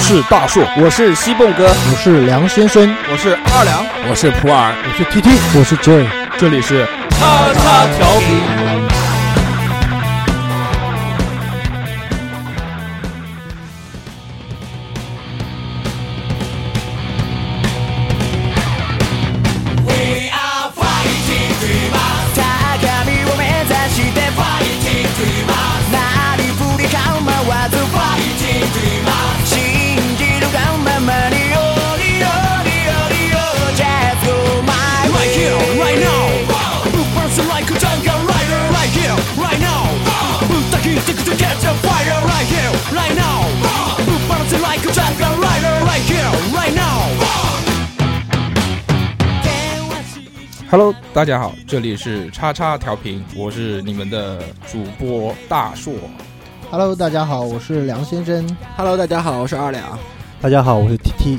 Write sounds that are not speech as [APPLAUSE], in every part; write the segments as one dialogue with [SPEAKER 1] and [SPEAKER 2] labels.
[SPEAKER 1] 是大树，我是西蹦哥，
[SPEAKER 2] 我是梁先生，
[SPEAKER 3] 我是二两，
[SPEAKER 4] 我是普洱，
[SPEAKER 2] 我是 TT，我是 Joy，
[SPEAKER 1] 这里是
[SPEAKER 3] 叉叉调频。
[SPEAKER 5] 高みを目指して Fighting Dreamers なりふり構わず Fighting Dreamers 信じるがままに Oh り Oh り Oh り Oh Just go my way
[SPEAKER 3] Right here, right now. Blue person like a jungle rider. Right here, right now. Blue taking stick to catch a fighter. Right here, right now. Blue person like a jungle rider. Right here, right now.
[SPEAKER 6] Hello，大家好，这里是叉叉调频，我是你们的主播大硕。
[SPEAKER 2] Hello，大家好，我是梁先生。
[SPEAKER 3] Hello，大家好，我是二两。
[SPEAKER 2] 大家好，我是 TT。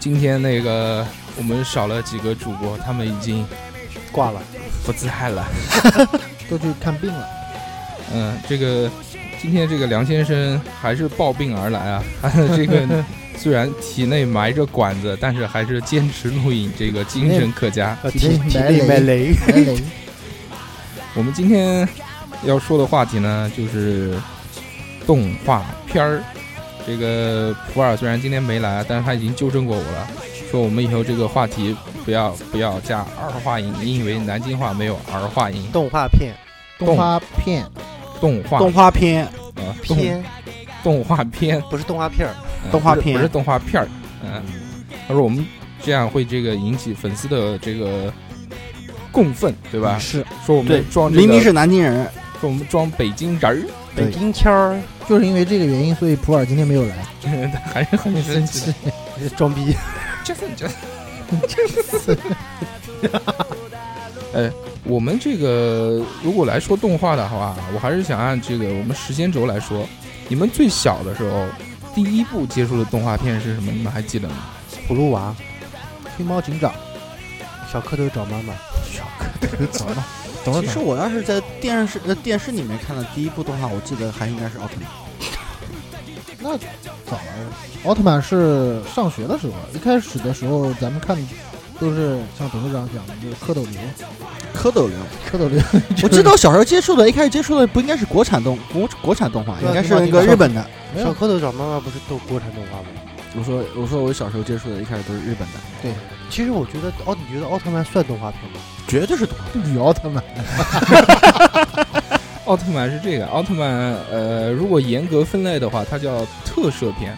[SPEAKER 6] 今天那个我们少了几个主播，他们已经
[SPEAKER 2] 挂了，
[SPEAKER 6] 不在 [LAUGHS] 了。
[SPEAKER 2] 都去看病了。
[SPEAKER 6] 嗯，这个今天这个梁先生还是抱病而来啊， [LAUGHS] 这个虽然体内埋着管子，但是还是坚持录影，这个精神可嘉。
[SPEAKER 3] 呃
[SPEAKER 2] 体体力没
[SPEAKER 4] 雷，
[SPEAKER 2] 来雷， [LAUGHS]
[SPEAKER 6] 我们今天要说的话题呢，就是动画片儿。这个普洱虽然今天没来，但是他已经纠正过我了，说我们以后这个话题不要不要加儿化音，因为南京话没有儿化音。
[SPEAKER 4] 动画片
[SPEAKER 2] 动画片
[SPEAKER 6] 动画
[SPEAKER 3] 动画片，
[SPEAKER 6] 呃动
[SPEAKER 4] 片
[SPEAKER 6] 动画片，
[SPEAKER 4] 不是动画片儿，
[SPEAKER 6] 呃
[SPEAKER 3] 动画
[SPEAKER 6] 不是
[SPEAKER 3] 片
[SPEAKER 6] 不是动画片儿。嗯、他说我们这样会这个引起粉丝的这个共愤，对
[SPEAKER 2] 啊
[SPEAKER 6] 吧？
[SPEAKER 3] 是
[SPEAKER 6] 说我
[SPEAKER 3] 对
[SPEAKER 6] 们装这个
[SPEAKER 3] 明明是南京人，
[SPEAKER 6] 说我们装北京人儿。
[SPEAKER 2] 对
[SPEAKER 4] 北京腔儿，
[SPEAKER 2] 就是因为这个原因，所以普洱今天没有来。
[SPEAKER 6] [LAUGHS] 还是很生气的。
[SPEAKER 4] 装
[SPEAKER 2] [LAUGHS]
[SPEAKER 4] 逼，
[SPEAKER 6] Jason Jason Jason，哎， [LAUGHS] 我们这个如果来说动画的话，我还是想按这个我们时间轴来说。你们最小的时候，第一部接触的动画片是什么？你们还记得吗？
[SPEAKER 4] 葫芦娃，
[SPEAKER 2] 黑猫警长，
[SPEAKER 4] 小蝌蚪找妈妈，
[SPEAKER 2] 走
[SPEAKER 4] [LAUGHS]
[SPEAKER 2] 吧，
[SPEAKER 6] 懂
[SPEAKER 3] 其实我要是在电视呃电视里面看的第一部动画，我记得还应该是奥特曼。
[SPEAKER 2] 那早了。奥特曼是上学的时候，一开始的时候咱们看都是像董事长讲的，就是蝌蚪流，
[SPEAKER 3] 蝌蚪 [LAUGHS] 流，
[SPEAKER 2] 蝌蚪流。
[SPEAKER 3] 我记得我小时候接触的，一开始接触的不应该是国产动国国产动画，
[SPEAKER 4] 对啊
[SPEAKER 3] 应该是那个日本的。
[SPEAKER 2] 没
[SPEAKER 4] 小
[SPEAKER 2] 有
[SPEAKER 4] 蝌蚪找妈妈不是都国产动画吗？
[SPEAKER 3] 我说我说我小时候接触的，一开始都是日本的，
[SPEAKER 4] 其实我觉得奥，你觉得奥特曼算动画片吗？
[SPEAKER 3] 绝对是动画。
[SPEAKER 2] 女奥特曼，
[SPEAKER 6] 奥特曼是这个，奥特曼呃，如果严格分类的话，它叫特摄片，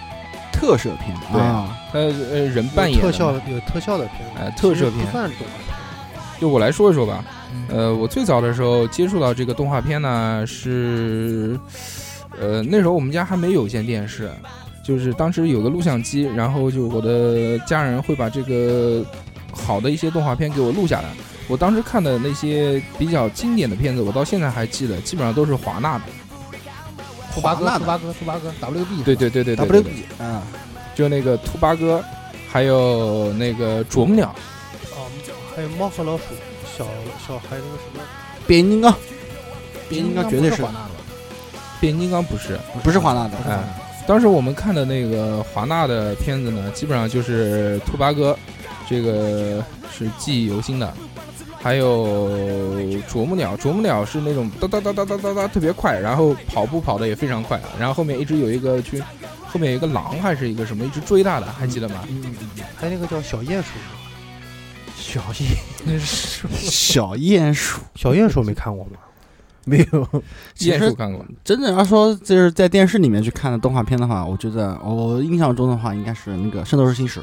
[SPEAKER 3] 特摄片
[SPEAKER 6] 对
[SPEAKER 3] 啊，
[SPEAKER 6] 它呃人扮演
[SPEAKER 4] 有特
[SPEAKER 6] 的
[SPEAKER 4] 效
[SPEAKER 6] 嘛
[SPEAKER 4] 有呃特效的片子，
[SPEAKER 6] 哎特摄
[SPEAKER 4] 其实
[SPEAKER 6] 片
[SPEAKER 4] 不算动画片。
[SPEAKER 6] 就我来说一说吧。
[SPEAKER 2] 嗯
[SPEAKER 6] 呃，我最早的时候接触到这个动画片呢，是，呃，那时候我们家还没有线电视，就是当时有个录像机，然后就我的家人会把这个好的一些动画片给我录下来。我当时看的那些比较经典的片子，我到现在还记得，基本上都是华纳的。
[SPEAKER 2] 兔八哥，
[SPEAKER 3] 华纳
[SPEAKER 2] 兔
[SPEAKER 3] 的
[SPEAKER 2] 八哥，兔八哥，WB，
[SPEAKER 6] 对对对对对
[SPEAKER 3] W
[SPEAKER 6] 对
[SPEAKER 3] B 啊，
[SPEAKER 6] 就那个兔八哥，还有那个啄木鸟，
[SPEAKER 4] 哦，还有猫和老鼠，小小还有那个什么，
[SPEAKER 3] 变形金刚，
[SPEAKER 2] 别
[SPEAKER 3] 变形金
[SPEAKER 2] 人
[SPEAKER 3] 刚绝对是
[SPEAKER 2] 华纳的，
[SPEAKER 6] 变形金刚不是。
[SPEAKER 3] 不是华纳的
[SPEAKER 2] 不是华
[SPEAKER 6] 哎
[SPEAKER 2] 纳的，
[SPEAKER 6] 当时我们看的那个华纳的片子呢，基本上就是兔八哥，这个是记忆犹新的，还有啄木鸟，啄木鸟是那种哒哒哒哒哒哒哒特别快，然后跑步跑得也非常快，啊然后后面一直有一个去，后面有一个狼还是一个什么一直追他的，还记得吗？
[SPEAKER 4] 还有那个叫小鼹鼠，小
[SPEAKER 3] [LAUGHS]
[SPEAKER 4] 鼹
[SPEAKER 3] 小鼹鼠。
[SPEAKER 4] 小鼹鼠没看过吗？
[SPEAKER 2] 没有，
[SPEAKER 3] 其
[SPEAKER 6] 鼹
[SPEAKER 3] 实
[SPEAKER 6] 鼠看过，
[SPEAKER 3] 真正要说就是在电视里面去看的动画片的话，我觉得哦我印象中的话应该是那个《圣斗士星矢》，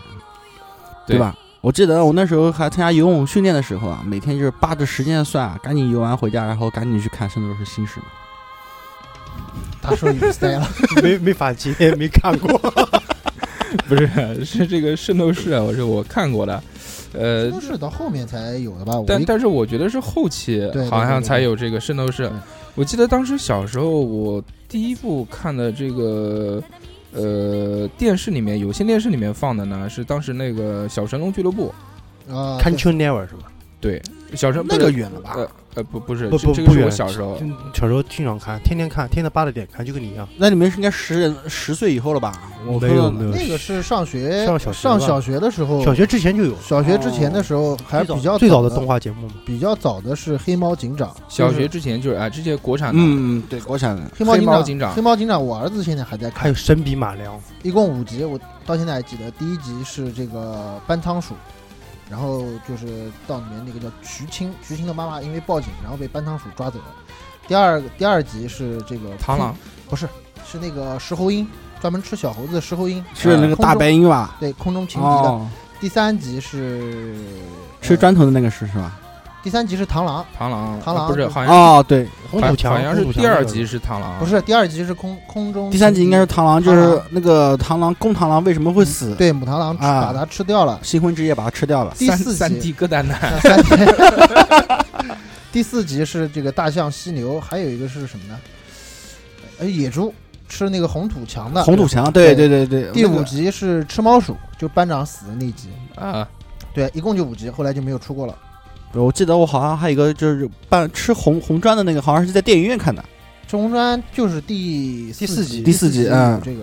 [SPEAKER 6] 对
[SPEAKER 3] 对吧？我记得我那时候还参加游泳训练的时候啊，每天就是扒着时间算啊，赶紧游完回家，然后赶紧去看《圣斗士星矢》嘛。
[SPEAKER 2] 他说你塞了，
[SPEAKER 4] [LAUGHS] 没没法接，没看过。
[SPEAKER 6] 不是 [LAUGHS] 是这个圣斗士啊，我是我看过的，呃
[SPEAKER 2] 都，是到后面才有的吧？我
[SPEAKER 6] 但
[SPEAKER 2] 一
[SPEAKER 6] 但是我觉得是后期
[SPEAKER 2] 对
[SPEAKER 6] 好
[SPEAKER 2] 对对
[SPEAKER 6] 像
[SPEAKER 2] 对
[SPEAKER 6] 才有这个圣斗士
[SPEAKER 2] 对。
[SPEAKER 6] 我记得当时小时候，我第一部看的这个呃电视里面有线电视里面放的呢，是当时那个《小神龙俱乐部
[SPEAKER 2] 啊，
[SPEAKER 4] 看 a n Never 是吧？》。
[SPEAKER 6] 小神
[SPEAKER 3] 那个
[SPEAKER 6] 不是
[SPEAKER 3] 远了吧？
[SPEAKER 6] 呃呃，不不是，
[SPEAKER 4] 不
[SPEAKER 6] 这
[SPEAKER 4] 不
[SPEAKER 6] 这个
[SPEAKER 4] 不
[SPEAKER 6] 是我
[SPEAKER 4] 远
[SPEAKER 6] 小时候，
[SPEAKER 4] 嗯小时候经常看，天天看，天天扒着脸看，就跟你一样。
[SPEAKER 3] 那你们是应该十十岁以后了吧？我
[SPEAKER 4] 没有
[SPEAKER 3] 说
[SPEAKER 4] 没有，
[SPEAKER 2] 那个是上学
[SPEAKER 4] 上小学
[SPEAKER 2] 上
[SPEAKER 4] 吧
[SPEAKER 2] 小学的时候，
[SPEAKER 4] 小学之前就有，
[SPEAKER 2] 小学之前的时候还
[SPEAKER 4] 最
[SPEAKER 2] 比
[SPEAKER 4] 早
[SPEAKER 2] 较
[SPEAKER 4] 最早的
[SPEAKER 2] 的
[SPEAKER 4] 动画节目嘛。
[SPEAKER 2] 比较早的是黑猫警长，
[SPEAKER 6] 小
[SPEAKER 2] 就是
[SPEAKER 6] 学之前就是啊，这些国产的，
[SPEAKER 3] 嗯，对，国产的，
[SPEAKER 2] 黑猫
[SPEAKER 6] 黑猫
[SPEAKER 2] 警
[SPEAKER 6] 警长
[SPEAKER 2] 黑猫警长，我儿子现在还在看，
[SPEAKER 4] 还有神笔马良，
[SPEAKER 2] 一共五集，我到现在还记得。第一集是这个搬仓鼠，然后就是到里面那个叫徐青，徐青的妈妈因为报警，然后被搬仓鼠抓走了。第二第二集是这个
[SPEAKER 6] 螳螂，
[SPEAKER 2] 是那个石猴鹰，专门吃小猴子的石猴鹰，呃
[SPEAKER 3] 是那个大白鹰吧？
[SPEAKER 2] 对空中情敌的。
[SPEAKER 3] 哦，
[SPEAKER 2] 第三集是
[SPEAKER 3] 吃、
[SPEAKER 2] 呃
[SPEAKER 3] 砖头的那个是是吧？
[SPEAKER 2] 第三集是螳螂，
[SPEAKER 6] 螳螂，
[SPEAKER 2] 螳螂
[SPEAKER 6] 啊不是，
[SPEAKER 2] 就
[SPEAKER 6] 好像
[SPEAKER 3] 哦，对，
[SPEAKER 4] 红
[SPEAKER 6] 好
[SPEAKER 4] 土
[SPEAKER 6] 像
[SPEAKER 4] 墙，
[SPEAKER 6] 好像是
[SPEAKER 4] 红土墙
[SPEAKER 6] 第二
[SPEAKER 4] 那个
[SPEAKER 6] 集是螳螂，
[SPEAKER 2] 不是第二集是空空中情敌，
[SPEAKER 3] 第三集应该是螳螂，就
[SPEAKER 2] 螳
[SPEAKER 3] 是
[SPEAKER 2] 螂
[SPEAKER 3] 那个螳螂公螳螂为什么会死？，
[SPEAKER 2] 对母螳螂吃、
[SPEAKER 3] 啊
[SPEAKER 2] 把它吃掉了。
[SPEAKER 3] 新婚之夜把它吃掉了。
[SPEAKER 2] 第
[SPEAKER 6] 三
[SPEAKER 2] 四集啊
[SPEAKER 6] 三 D 哥蛋蛋，
[SPEAKER 2] 那三集， [LAUGHS] 第四集是这个大象、犀牛，还有一个是什么呢？呃，野猪吃那个红土墙的。
[SPEAKER 3] 红土。墙，
[SPEAKER 2] 对
[SPEAKER 3] 对对对对，
[SPEAKER 2] 第
[SPEAKER 3] 那个
[SPEAKER 2] 五集是吃猫鼠，就班长死的那集。
[SPEAKER 6] 啊，
[SPEAKER 2] 对，一共就五集，后来就没有出过了。
[SPEAKER 3] 我记得我好像还有一个就是办吃红红砖的那个，好像是在电影院看的。
[SPEAKER 2] 这红砖就是第
[SPEAKER 4] 第四集
[SPEAKER 2] 集，
[SPEAKER 3] 第四
[SPEAKER 2] 四
[SPEAKER 3] 集
[SPEAKER 2] 有
[SPEAKER 3] 嗯
[SPEAKER 2] 这个。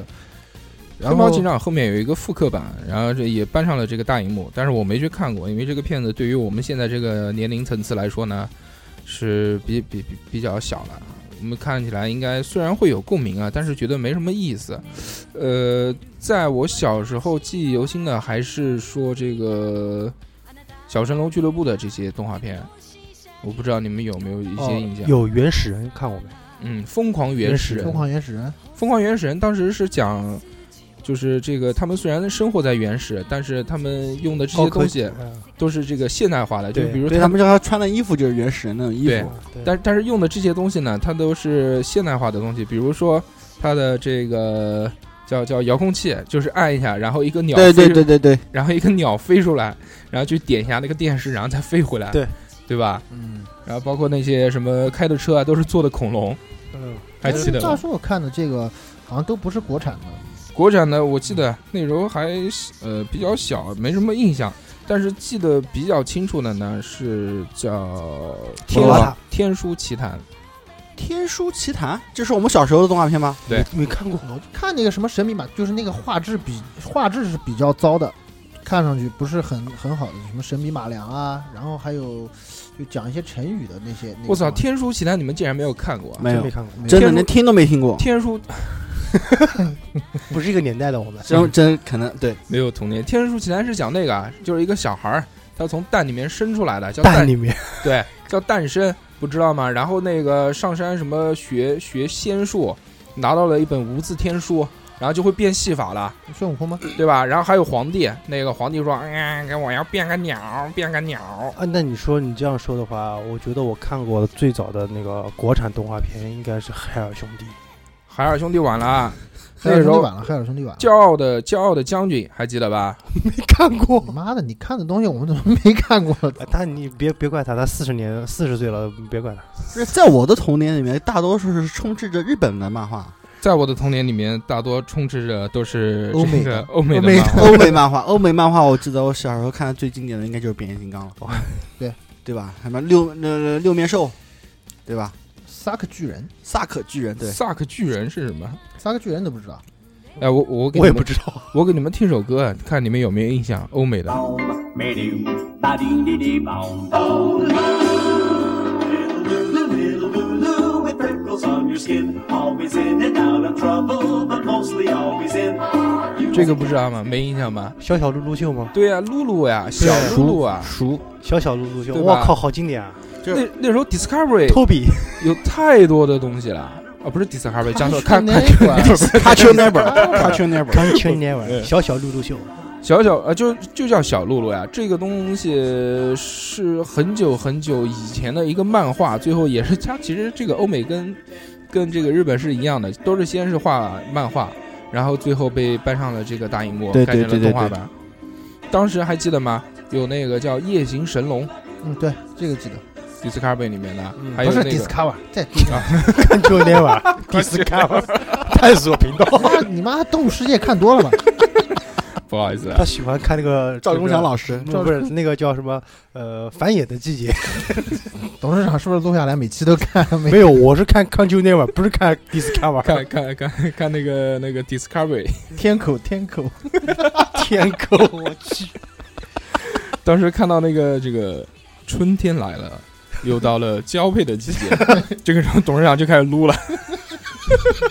[SPEAKER 6] 黑
[SPEAKER 2] 然
[SPEAKER 6] 猫
[SPEAKER 2] 后
[SPEAKER 6] 警长后面有一个复刻版，然后这也搬上了这个大荧幕，但是我没去看过，因为这个片子对于我们现在这个年龄层次来说呢，是比比比比较小了。我们看起来应该虽然会有共鸣啊，但是觉得没什么意思。呃，在我小时候记忆犹新的还是说这个《小神龙俱乐部》的这些动画片，我不知道你们有没有一些印象？
[SPEAKER 4] 有原始人看过没？
[SPEAKER 6] 嗯，《疯狂原
[SPEAKER 4] 原
[SPEAKER 6] 始
[SPEAKER 4] 始
[SPEAKER 6] 人
[SPEAKER 2] 疯》狂原始人，
[SPEAKER 6] 《疯狂原始人》当时是讲，就是这个他们虽然生活在原始，但是他们用的这些
[SPEAKER 4] 高科
[SPEAKER 6] 东
[SPEAKER 4] 技嗯
[SPEAKER 6] 西，都是这个现代化的，就
[SPEAKER 4] 对
[SPEAKER 6] 是比如
[SPEAKER 3] 对他啊们叫他穿的衣服就是原始人那种衣
[SPEAKER 6] 对
[SPEAKER 3] 服，
[SPEAKER 4] 对，
[SPEAKER 6] 哎但但是用的这些东西呢，它都是现代化的东西，比如说它的这个叫叫遥控器，就是按一下，然后一个鸟
[SPEAKER 3] 对
[SPEAKER 6] 飞
[SPEAKER 3] 对
[SPEAKER 6] 出
[SPEAKER 3] 对对对，
[SPEAKER 6] 然后一个鸟飞出来，然后去点一下那个电视，然后再飞回来，
[SPEAKER 4] 对
[SPEAKER 6] 对吧？
[SPEAKER 2] 嗯，
[SPEAKER 6] 然后包括那些什么开的车啊，都是坐的恐龙，
[SPEAKER 4] 嗯，
[SPEAKER 6] 还记得
[SPEAKER 2] 大
[SPEAKER 6] 吗？
[SPEAKER 2] 呃叔我看的这个好像都不是国产的，
[SPEAKER 6] 国产的，我记得那时候还呃比较小，没什么印象，但是记得比较清楚的呢是叫《天
[SPEAKER 4] 罗
[SPEAKER 6] 书
[SPEAKER 4] 塔
[SPEAKER 6] 天书奇谭
[SPEAKER 3] 《天书奇谭》，这是我们小时候的动画片吗？
[SPEAKER 6] 对
[SPEAKER 4] 没看过，
[SPEAKER 2] 看那个什么神笔马，就是那个画质比画质是比较糟的，看上去不是很很好的，什么神笔马良啊，然后还有就讲一些成语的那些。那》。个
[SPEAKER 6] 我操，《
[SPEAKER 2] 东西
[SPEAKER 6] 天书奇谭》你们竟然没有看过啊？
[SPEAKER 3] 没
[SPEAKER 4] 真
[SPEAKER 3] 有
[SPEAKER 4] 没，看过，
[SPEAKER 3] 真的
[SPEAKER 6] 天书
[SPEAKER 3] 连听都没听过。
[SPEAKER 6] 天书
[SPEAKER 4] 不是一个年代的我们。
[SPEAKER 3] 真真可能对，
[SPEAKER 6] 没有童年，《天书奇谭》是讲那个啊，就是一个小孩儿，他从蛋里面生出来的，叫
[SPEAKER 4] 蛋里面
[SPEAKER 6] 对，叫诞生，不知道吗？然后那个上山什么学学仙术，拿到了一本无字天书，然后就会变戏法了。
[SPEAKER 2] 孙悟
[SPEAKER 6] [LAUGHS]
[SPEAKER 2] 空吗？
[SPEAKER 6] 对吧？然后还有皇帝，那个皇帝说：“哎、给我要变个鸟，变个鸟。
[SPEAKER 4] [LAUGHS] 啊，那你说你这样说的话，我觉得我看过最早的那个国产动画片应该是《海尔 [LAUGHS] 兄弟》。”
[SPEAKER 6] 海尔兄弟晚了，那
[SPEAKER 2] 海尔
[SPEAKER 6] 时
[SPEAKER 2] 兄弟
[SPEAKER 6] 候
[SPEAKER 2] 晚了，海尔兄弟晚了。
[SPEAKER 6] 骄傲的骄傲的将军还记得吧？
[SPEAKER 4] 看过
[SPEAKER 2] 你妈的，你看的东西我们怎么没看过？ [LAUGHS]
[SPEAKER 4] 哎但你别别怪他，他四十年四十岁了，别怪他。
[SPEAKER 3] 是在我的童年里面，大多数是充斥着日本的漫画、
[SPEAKER 6] 在我的童年里面，大多充斥着都是
[SPEAKER 2] 欧美
[SPEAKER 6] 这个
[SPEAKER 2] 的
[SPEAKER 6] 欧美
[SPEAKER 2] 欧
[SPEAKER 6] 的
[SPEAKER 2] 美
[SPEAKER 6] 漫画。
[SPEAKER 3] 欧美漫画、 [LAUGHS] 欧美漫画。我记得我小时候看的最经典的应该就是变形金刚了，
[SPEAKER 2] 对
[SPEAKER 3] 对吧？什么六呃六面兽，对吧？
[SPEAKER 2] 萨克巨人，
[SPEAKER 3] 萨克巨人，对，
[SPEAKER 6] 萨克巨人是什么？
[SPEAKER 2] 萨克巨人都不知道。
[SPEAKER 6] 哎，我我给
[SPEAKER 3] 我
[SPEAKER 6] 你
[SPEAKER 3] 也不
[SPEAKER 6] 们，
[SPEAKER 3] 知道。
[SPEAKER 6] 我给你们听首歌，看你们有没有印象？欧美的，
[SPEAKER 7] with wrinkles on your skin. Always in and out of trouble, but mostly always in.
[SPEAKER 6] 这个不知道吗？没印象吧？
[SPEAKER 4] 小小露露秀吗？
[SPEAKER 6] 对呀、啊露露呀，小露露啊，
[SPEAKER 3] 熟，
[SPEAKER 4] 小小露露秀，
[SPEAKER 6] 对
[SPEAKER 4] 我
[SPEAKER 6] 吧
[SPEAKER 4] 靠，好经典啊！
[SPEAKER 6] 那那时候 Discovery
[SPEAKER 4] 托 [LAUGHS] 比，
[SPEAKER 6] 有太多的东西了啊，不是 Discovery，讲错，看啊看
[SPEAKER 2] 那会儿
[SPEAKER 3] 卡丘 never，卡 [LAUGHS] 丘 never。
[SPEAKER 4] 钢琴那玩意儿，小小露露秀，
[SPEAKER 6] 小小呃，就就叫小露露呀。这个东西是很久很久以前的一个漫画，最后也是它其实这个欧美跟 [LAUGHS] 跟这个日本是一样的，都是先是画漫画，然后最后被搬上了这个大荧幕，
[SPEAKER 3] 对
[SPEAKER 6] 改成
[SPEAKER 3] 对
[SPEAKER 6] 了
[SPEAKER 3] 对
[SPEAKER 6] 动画
[SPEAKER 3] 对
[SPEAKER 6] 版。当时还记得吗？有那个叫《夜行神龙》
[SPEAKER 2] 嗯，对，这个记得。
[SPEAKER 6] Discovery 里面的，
[SPEAKER 4] 嗯
[SPEAKER 6] 还有
[SPEAKER 2] 不是
[SPEAKER 6] 那个
[SPEAKER 2] Discover，在 Discover
[SPEAKER 4] 钢琴那玩意儿，迪斯科探索频道。
[SPEAKER 2] 哦你妈动物世界看多了吧？
[SPEAKER 6] 不好意思啊
[SPEAKER 4] 他。喜欢看那个
[SPEAKER 3] 赵忠祥
[SPEAKER 4] 师，
[SPEAKER 3] 老师，
[SPEAKER 4] 不是那个叫什么呃繁衍的季节，
[SPEAKER 2] 董事长是不是录下来每期都看？每
[SPEAKER 4] 没有，我是看 c o n t i n e v e r 不是看 Discover
[SPEAKER 6] 看看看看那个那个 Discovery，
[SPEAKER 2] 天口天口，
[SPEAKER 4] 天狗，我去，
[SPEAKER 6] 当时看到那个这个春天来了，又到了交配的季节，
[SPEAKER 2] [LAUGHS]
[SPEAKER 6] 这个时候董事长就开始撸了。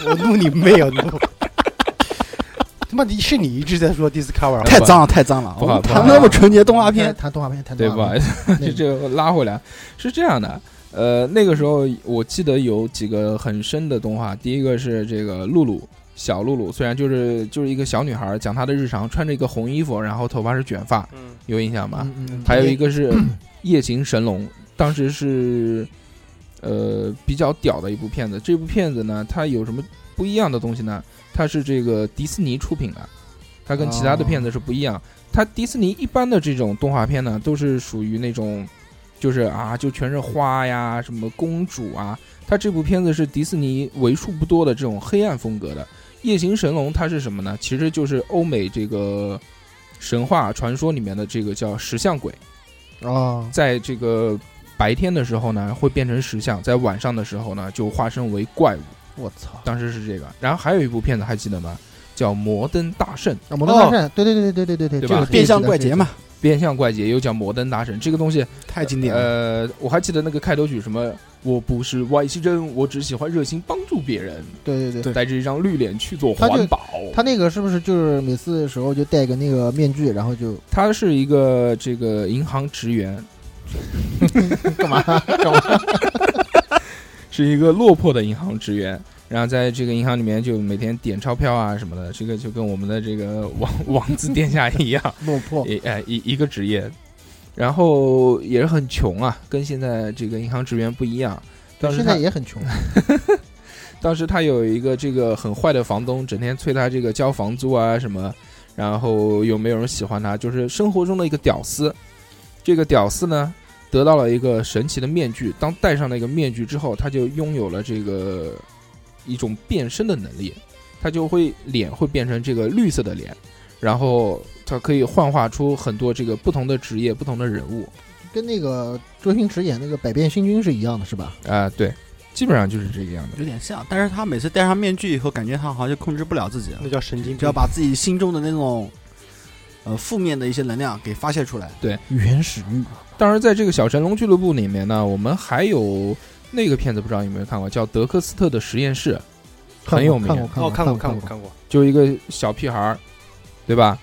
[SPEAKER 4] 我怒你妹啊！怒！他妈你是你一直在说 Discover，
[SPEAKER 3] 太脏了，太脏了！
[SPEAKER 6] 不
[SPEAKER 3] 我
[SPEAKER 6] 好
[SPEAKER 3] 们
[SPEAKER 6] 不
[SPEAKER 3] 谈
[SPEAKER 6] 好
[SPEAKER 3] 那么纯洁动画
[SPEAKER 2] 谈
[SPEAKER 3] 片，
[SPEAKER 2] 谈动画片，谈
[SPEAKER 6] 对
[SPEAKER 2] 动
[SPEAKER 6] 不
[SPEAKER 2] 画
[SPEAKER 6] 好意
[SPEAKER 2] 片，
[SPEAKER 6] 思，这这拉回来是这样的。呃，那个时候我记得有几个很深的动画，第一个是这个露露，小露露，虽然就是就是一个小女孩，讲她的日常，穿着一个红衣服，然后头发是卷发，
[SPEAKER 4] 嗯，
[SPEAKER 6] 有印象吧？
[SPEAKER 2] 嗯嗯，
[SPEAKER 6] 还有一个是《夜行神龙》，当时是呃比较屌的一部片子。这部片子呢，它有什么不一样的东西呢？它是这个迪士尼出品的，它跟其他的片子是不一样。它迪士尼一般的这种动画片呢，都是属于那种就是啊，就全是花呀，什么公主啊。它这部片子是迪士尼为数不多的这种黑暗风格的。《夜行神龙》它是什么呢？其实就是欧美这个神话传说里面的这个叫石像鬼。
[SPEAKER 2] 哦，
[SPEAKER 6] 在这个白天的时候呢，会变成石像；在晚上的时候呢，就化身为怪物。
[SPEAKER 2] 我操，
[SPEAKER 6] 当时是这个。然后还有一部片子还记得吗？叫《摩登大圣》，
[SPEAKER 2] 啊，摩登大圣，对对对对对对对
[SPEAKER 6] 对
[SPEAKER 2] 对，
[SPEAKER 6] 吧
[SPEAKER 2] 这个
[SPEAKER 3] 变相怪杰嘛，，
[SPEAKER 6] 变相怪杰又叫摩登大圣。这个东西，
[SPEAKER 3] 太经典了。
[SPEAKER 6] 呃，我还记得那个开头曲什么。我不是外星人，我只喜欢热心帮助别人，
[SPEAKER 2] 对对对对。
[SPEAKER 6] 带着一张绿脸去做
[SPEAKER 2] 他就
[SPEAKER 6] 环保。
[SPEAKER 2] 他那个是不是就是每次的时候就戴个那个面具，然后就
[SPEAKER 6] 他是一个这个银行职员，
[SPEAKER 2] 干嘛 [LAUGHS] 干嘛？
[SPEAKER 6] 是一个落魄的银行职员，然后在这个银行里面就每天点钞票啊什么的，这个就跟我们的这个王 [LAUGHS] 王子殿下一样，
[SPEAKER 2] 落魄
[SPEAKER 6] 一哎一一个职业，然后也是很穷啊，跟现在这个银行职员不一样。当时
[SPEAKER 2] 现
[SPEAKER 6] 他
[SPEAKER 2] 在也很穷，
[SPEAKER 6] 当时他有一个这个很坏的房东，整天催他这个交房租啊什么，然后有没有人喜欢他，就是生活中的一个屌丝。这个屌丝呢，得到了一个神奇的面具，当戴上那个面具之后，他就拥有了这个一种变身的能力，他就会脸会变成这个绿色的脸，然后他可以幻化出很多这个不同的职业、不同的人物
[SPEAKER 2] 跟那个周星驰演那个《百变星君》是一样的，是吧？
[SPEAKER 6] 啊、对，基本上就是这个样子。
[SPEAKER 3] 有点像，但是他每次戴上面具以后，感觉他好像就控制不了自己了
[SPEAKER 4] 那，叫神经
[SPEAKER 3] 只
[SPEAKER 4] 病
[SPEAKER 3] 要。把自己心中的那种呃负面的一些能量给发泄出来。
[SPEAKER 2] 原始欲，
[SPEAKER 6] 当然，在这个小神龙俱乐部里面呢，我们还有那个片子，不知道你有没有看过，叫《德克斯特的实验室》，很有名
[SPEAKER 2] 看过
[SPEAKER 4] 哦，看
[SPEAKER 2] 看过
[SPEAKER 4] 过看
[SPEAKER 2] 看
[SPEAKER 4] 过看过，
[SPEAKER 6] 就一个小屁孩儿，对吧？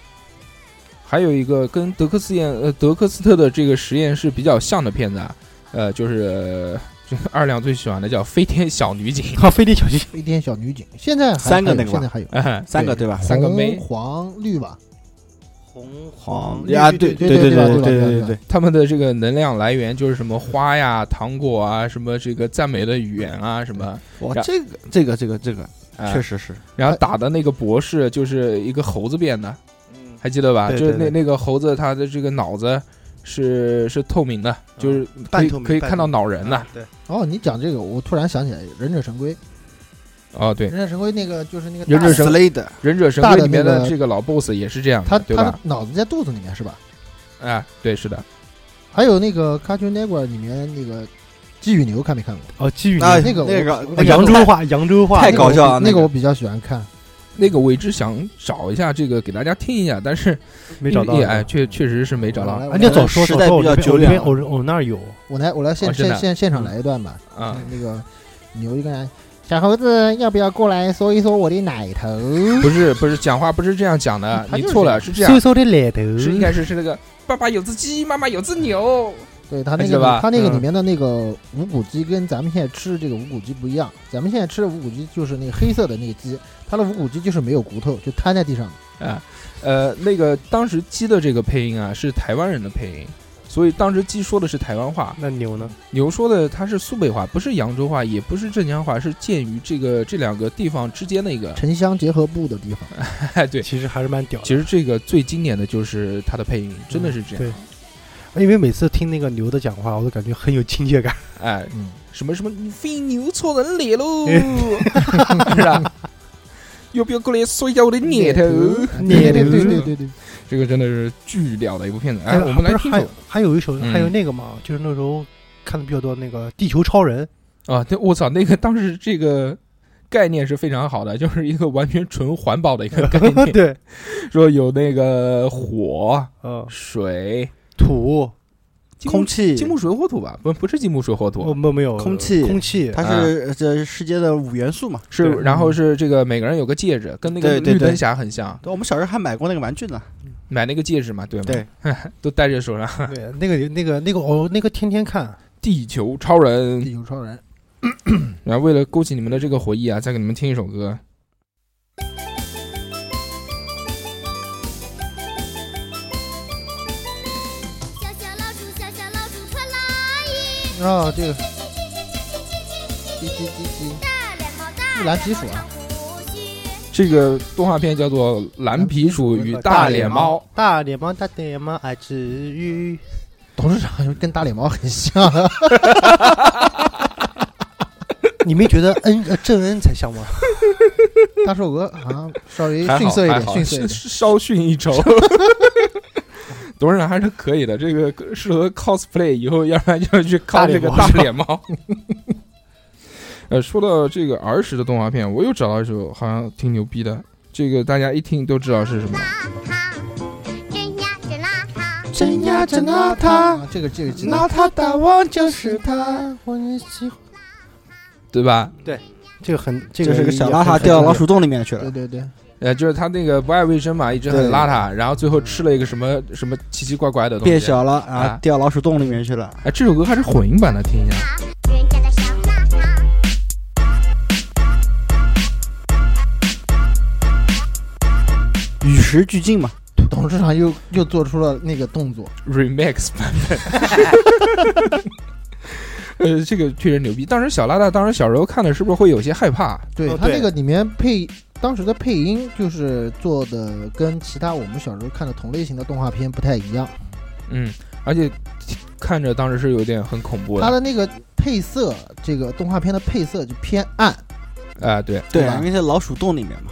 [SPEAKER 6] 还有一个跟德克斯验呃德克斯特的这个实验室比较像的片子啊，呃，就是、呃这个二两最喜欢的叫《飞天小女警》 [LAUGHS]
[SPEAKER 4] 好，飞碟小心
[SPEAKER 2] 飞天小女警，现在还
[SPEAKER 3] 三个
[SPEAKER 2] 还
[SPEAKER 3] 那
[SPEAKER 2] 有
[SPEAKER 3] 个吧
[SPEAKER 2] 现在还有
[SPEAKER 6] 哎，
[SPEAKER 3] 三个对吧？
[SPEAKER 6] [LAUGHS] 三个妹
[SPEAKER 2] 红黄绿吧？
[SPEAKER 4] 红
[SPEAKER 3] 啊，
[SPEAKER 4] 绿
[SPEAKER 3] 对
[SPEAKER 4] 绿
[SPEAKER 2] 对
[SPEAKER 3] 对
[SPEAKER 2] 对
[SPEAKER 3] 对
[SPEAKER 2] 吧对吧
[SPEAKER 3] 对
[SPEAKER 2] 对
[SPEAKER 3] 对，
[SPEAKER 6] 他们的这个能量来源就是什么花呀、糖果啊、什么这个赞美的语言啊什么，
[SPEAKER 3] 哇，
[SPEAKER 6] 然
[SPEAKER 3] 这个这个这个这个
[SPEAKER 6] 哎
[SPEAKER 3] 确实是
[SPEAKER 6] 然后打的那个博士就是一个猴子变的，
[SPEAKER 4] 嗯
[SPEAKER 6] 还记得吧？
[SPEAKER 4] 对
[SPEAKER 6] 就是
[SPEAKER 4] 对
[SPEAKER 6] 那
[SPEAKER 4] 对
[SPEAKER 6] 那个猴子，它的这个脑子是是透明的，就是可以
[SPEAKER 4] 半透明
[SPEAKER 6] 可以
[SPEAKER 4] 半
[SPEAKER 6] 看到
[SPEAKER 4] 透明嗯
[SPEAKER 6] 脑仁的。。
[SPEAKER 4] 对，
[SPEAKER 2] 哦，你讲这个，我突然想起来《忍者神龟》，《
[SPEAKER 6] 哦，对，
[SPEAKER 2] 忍者神龟》那个就是那个
[SPEAKER 6] 忍者神
[SPEAKER 3] Slade
[SPEAKER 6] 忍者神
[SPEAKER 2] 大
[SPEAKER 6] 龟
[SPEAKER 2] 的
[SPEAKER 6] 里面
[SPEAKER 2] 那
[SPEAKER 6] 的
[SPEAKER 2] 个
[SPEAKER 6] 这个老 boss 也是这样的，
[SPEAKER 2] 他
[SPEAKER 6] 对
[SPEAKER 2] 他的
[SPEAKER 6] 吧？
[SPEAKER 2] 脑子在肚子里面是吧？
[SPEAKER 6] 哎，对，是的，
[SPEAKER 2] 还有那个《Cartoon Network》里面那个鸡与牛，看没看过？
[SPEAKER 4] 哦，基宇
[SPEAKER 3] 啊，
[SPEAKER 2] 那个
[SPEAKER 3] 那个
[SPEAKER 2] 我
[SPEAKER 3] 那个
[SPEAKER 4] 扬州话，扬州话
[SPEAKER 3] 太
[SPEAKER 2] 那个
[SPEAKER 3] 搞笑了
[SPEAKER 2] 我
[SPEAKER 3] 那
[SPEAKER 2] 那
[SPEAKER 3] 个
[SPEAKER 2] 个我比较喜欢看。
[SPEAKER 6] 那个我一直想找一下这个给大家听一下，但是
[SPEAKER 4] 没找到
[SPEAKER 6] 也。哎，确确实是没找到
[SPEAKER 2] 我来
[SPEAKER 4] 啊，你要早说
[SPEAKER 3] 时
[SPEAKER 4] 早
[SPEAKER 3] 代
[SPEAKER 4] 说，
[SPEAKER 3] 比较
[SPEAKER 4] 我这边
[SPEAKER 3] 久
[SPEAKER 4] 我这边
[SPEAKER 3] 远
[SPEAKER 4] 我我那儿有，
[SPEAKER 2] 我来我来现
[SPEAKER 6] 哦真的
[SPEAKER 2] 现现现场来一段吧。
[SPEAKER 6] 啊。
[SPEAKER 2] 那个牛就跟人家小猴子要不要过来说一说我的奶头？
[SPEAKER 6] 不是不是，讲话不是这样讲的，
[SPEAKER 2] 他
[SPEAKER 6] 你
[SPEAKER 2] 就是
[SPEAKER 6] 错了，
[SPEAKER 2] 这
[SPEAKER 6] 是这样，
[SPEAKER 4] 嗖的奶头
[SPEAKER 6] 是应该是是那个爸爸有只鸡，妈妈有只牛，
[SPEAKER 2] 对他那
[SPEAKER 6] 记得
[SPEAKER 2] 个
[SPEAKER 6] 吧
[SPEAKER 2] 他那个
[SPEAKER 4] 嗯
[SPEAKER 2] 里面的那个无骨鸡跟咱们现在吃的这个无骨鸡不一样，咱们现在吃的无骨鸡就是那个黑色的那个鸡，它的无骨鸡就是没有骨头，就瘫在地上的。
[SPEAKER 6] 呃，那个当时鸡的这个配音啊，是台湾人的配音，所以当时鸡说的是台湾话，
[SPEAKER 4] 那牛呢？
[SPEAKER 6] 牛说的它是苏北话，不是扬州话，也不是镇江话，是介于这个这两个地方之间的一
[SPEAKER 4] [LAUGHS]
[SPEAKER 6] 个。
[SPEAKER 2] 城乡结合部的地方，
[SPEAKER 6] 哎，对，
[SPEAKER 4] 其实还是蛮屌的。
[SPEAKER 6] 其实这个最经典的就是它的配音，真的是这
[SPEAKER 4] 嗯
[SPEAKER 6] 样。
[SPEAKER 4] 因为每次听那个牛的讲话，我都感觉很有亲切感。
[SPEAKER 6] 哎，
[SPEAKER 2] 嗯，
[SPEAKER 4] [LAUGHS]
[SPEAKER 6] [LAUGHS] 什么什么，你非牛错人脸喽，是吧？要不要过来说一下我
[SPEAKER 4] [LAUGHS]
[SPEAKER 6] 的念头？
[SPEAKER 2] 对对对对对对，
[SPEAKER 6] 这个真的是巨屌的一部片子。哎，
[SPEAKER 4] 还有
[SPEAKER 6] 我们来
[SPEAKER 4] 啊不是
[SPEAKER 6] 听
[SPEAKER 4] 还
[SPEAKER 6] 首
[SPEAKER 4] 有还有一首，
[SPEAKER 6] 嗯
[SPEAKER 4] 还有那个嘛，就是那时候看的比较多那个《地球超人》，
[SPEAKER 6] 啊！对，我操，那个当时这个概念是非常好的，就是一个完全纯环保的一个概念，
[SPEAKER 4] 对，
[SPEAKER 6] 说有那个
[SPEAKER 3] [LAUGHS]
[SPEAKER 6] 火、
[SPEAKER 4] 呃，
[SPEAKER 6] 水、
[SPEAKER 4] 土，
[SPEAKER 6] 金木
[SPEAKER 3] 空气，哦
[SPEAKER 6] 金木水火土吧？不，不是金木水火
[SPEAKER 4] 我
[SPEAKER 6] 土，
[SPEAKER 4] 们没有
[SPEAKER 3] 空气
[SPEAKER 4] 空气，
[SPEAKER 6] 啊
[SPEAKER 3] 它是呃这世界的五元素嘛。
[SPEAKER 6] 是
[SPEAKER 4] 对
[SPEAKER 6] 然后是这个每个人有个戒指，跟那个
[SPEAKER 3] 对对
[SPEAKER 6] 绿
[SPEAKER 3] 对
[SPEAKER 6] 灯侠很像，
[SPEAKER 3] 对我们小时候还买过那个玩具呢。
[SPEAKER 6] 买那个戒指嘛，对吗？
[SPEAKER 3] 对，
[SPEAKER 6] [LAUGHS] 都戴在手上。 [LAUGHS]
[SPEAKER 4] 对，那个那个那个哦，那个天天看，
[SPEAKER 6] 地球超人，
[SPEAKER 2] 地球超人，
[SPEAKER 6] 然后为了勾起你们的这个回忆啊，再给你们听一首歌。
[SPEAKER 8] 小小老鼠，小小老鼠穿蓝衣，
[SPEAKER 2] 啊，这个叽叽叽叽，
[SPEAKER 8] 大脸帽，大
[SPEAKER 2] 木兰皮鼠啊
[SPEAKER 8] 长，胡须，
[SPEAKER 6] 这个动画片叫做《蓝皮鼠与
[SPEAKER 4] 大
[SPEAKER 6] 脸猫》，，
[SPEAKER 4] 大脸猫，大脸猫爱治愈。
[SPEAKER 2] 董事长跟大脸猫很像，
[SPEAKER 4] 你没觉得恩呃正恩才像吗？
[SPEAKER 2] [LAUGHS] 大寿鹅好像稍微
[SPEAKER 6] 还好
[SPEAKER 2] 逊色一
[SPEAKER 6] 还
[SPEAKER 2] 点，
[SPEAKER 6] 好
[SPEAKER 2] 逊色
[SPEAKER 6] 是
[SPEAKER 2] 一点。
[SPEAKER 6] 是 [LAUGHS] 稍逊一
[SPEAKER 2] [LAUGHS]
[SPEAKER 6] 筹。董事长还是可以的，这个适合 cosplay，以后要不然就去 cos 这个大
[SPEAKER 4] 大
[SPEAKER 6] 脸猫。 [LAUGHS] 呃，说到这个儿时的动画片，我又找到一首好像挺牛逼的，这个大家一听都知道是什么。
[SPEAKER 8] 哈，真呀真邋遢，
[SPEAKER 3] 真呀真邋遢，
[SPEAKER 2] 啊，这个这个记得
[SPEAKER 3] 拿他打王就是他。
[SPEAKER 6] 对吧？
[SPEAKER 4] 这个很，这
[SPEAKER 3] 这个
[SPEAKER 4] 个
[SPEAKER 3] 是个
[SPEAKER 4] 也
[SPEAKER 3] 小邋遢
[SPEAKER 4] 很
[SPEAKER 3] 掉到老。鼠洞里面去了
[SPEAKER 2] 对。对对，
[SPEAKER 6] 呃，就是他那个不爱卫生嘛，一直很
[SPEAKER 3] 对
[SPEAKER 6] 邋遢，然后最后吃了一个什么什么奇奇怪怪的东西，
[SPEAKER 3] 变。小了
[SPEAKER 6] 啊
[SPEAKER 3] 啊，掉老鼠洞里面去了。
[SPEAKER 6] 哎，这首歌还是混音版的，听一下。
[SPEAKER 8] 人家的小邋遢。
[SPEAKER 3] 与时俱进嘛，
[SPEAKER 2] 董事长又又做出了那个动作，
[SPEAKER 6] remix 版
[SPEAKER 3] [LAUGHS]
[SPEAKER 6] 本。呃，这个确实牛逼。当时小邋遢，当时小时候看的是不是会有些害怕？
[SPEAKER 2] 对
[SPEAKER 4] 哦
[SPEAKER 2] 他
[SPEAKER 4] 对
[SPEAKER 2] 那个里面配当时的配音就是做的跟其他我们小时候看的同类型的动画片不太一样，
[SPEAKER 6] 嗯，而且看着当时是有点很恐怖的。
[SPEAKER 2] 他
[SPEAKER 6] 啊、
[SPEAKER 2] 的那个配色，这个动画片的配色就偏暗，
[SPEAKER 6] 啊对。
[SPEAKER 3] 对啊
[SPEAKER 2] 吧
[SPEAKER 3] 吧？因为在老鼠洞里面嘛。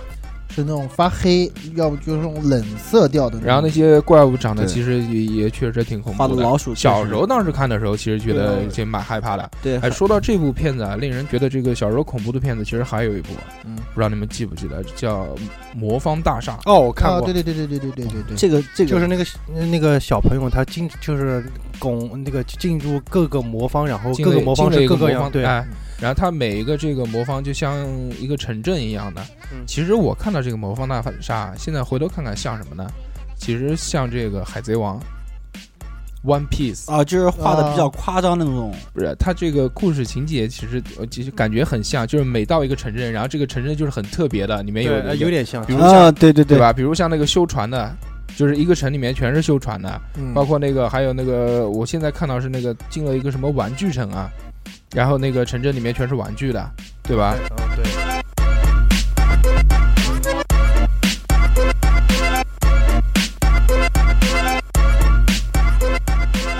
[SPEAKER 2] 是那种发黑，要不就是那种冷色调的种。
[SPEAKER 6] 然后那些怪物长得
[SPEAKER 3] 对
[SPEAKER 6] 其实也也确实挺恐
[SPEAKER 3] 画
[SPEAKER 6] 怖
[SPEAKER 3] 的
[SPEAKER 6] 的。
[SPEAKER 3] 老鼠。
[SPEAKER 6] 小时候当时看的时候，其实觉得就蛮害怕的。
[SPEAKER 3] 对，
[SPEAKER 6] 哎，说到这部片子啊，令人觉得这个小时候恐怖的片子，其实还有一部，啊
[SPEAKER 2] 嗯
[SPEAKER 6] 不知道你们记不记得，叫《魔方大厦》。
[SPEAKER 4] 哦，我看
[SPEAKER 2] 啊，
[SPEAKER 4] 过
[SPEAKER 2] 对，对对对对对对对对，
[SPEAKER 3] 这个这个
[SPEAKER 4] 就是那个那个小朋友，他进就是拱那个进入各个魔方，然后
[SPEAKER 6] 进
[SPEAKER 4] 各
[SPEAKER 6] 了
[SPEAKER 4] 个魔方
[SPEAKER 6] 进了
[SPEAKER 4] 是
[SPEAKER 6] 一
[SPEAKER 4] 各
[SPEAKER 6] 个魔
[SPEAKER 4] 样
[SPEAKER 6] 方
[SPEAKER 4] 对，
[SPEAKER 6] 哎，然后它每一个这个魔方就像一个城镇一样的。
[SPEAKER 4] 嗯
[SPEAKER 6] 其实我看到这个魔方大厦，啊现在回头看看像什么呢？其实像这个海贼王。One Piece
[SPEAKER 3] 啊，就是画的比较夸张那种。
[SPEAKER 6] 不是它这个故事情节，其实呃其实感觉很像，就是每到一个城镇，然后这个城镇就是很特别的，里面有
[SPEAKER 4] 对，哎有
[SPEAKER 6] 点
[SPEAKER 4] 点像
[SPEAKER 6] 比。如像
[SPEAKER 3] 啊，对对
[SPEAKER 6] 对
[SPEAKER 3] 对，
[SPEAKER 6] 吧？比如像那个修船的，就是一个城里面全是修船的，
[SPEAKER 2] 嗯
[SPEAKER 6] 包括那个还有那个，我现在看到是那个进了一个什么玩具城啊，然后那个城镇里面全是玩具的，对吧？
[SPEAKER 4] 嗯，对，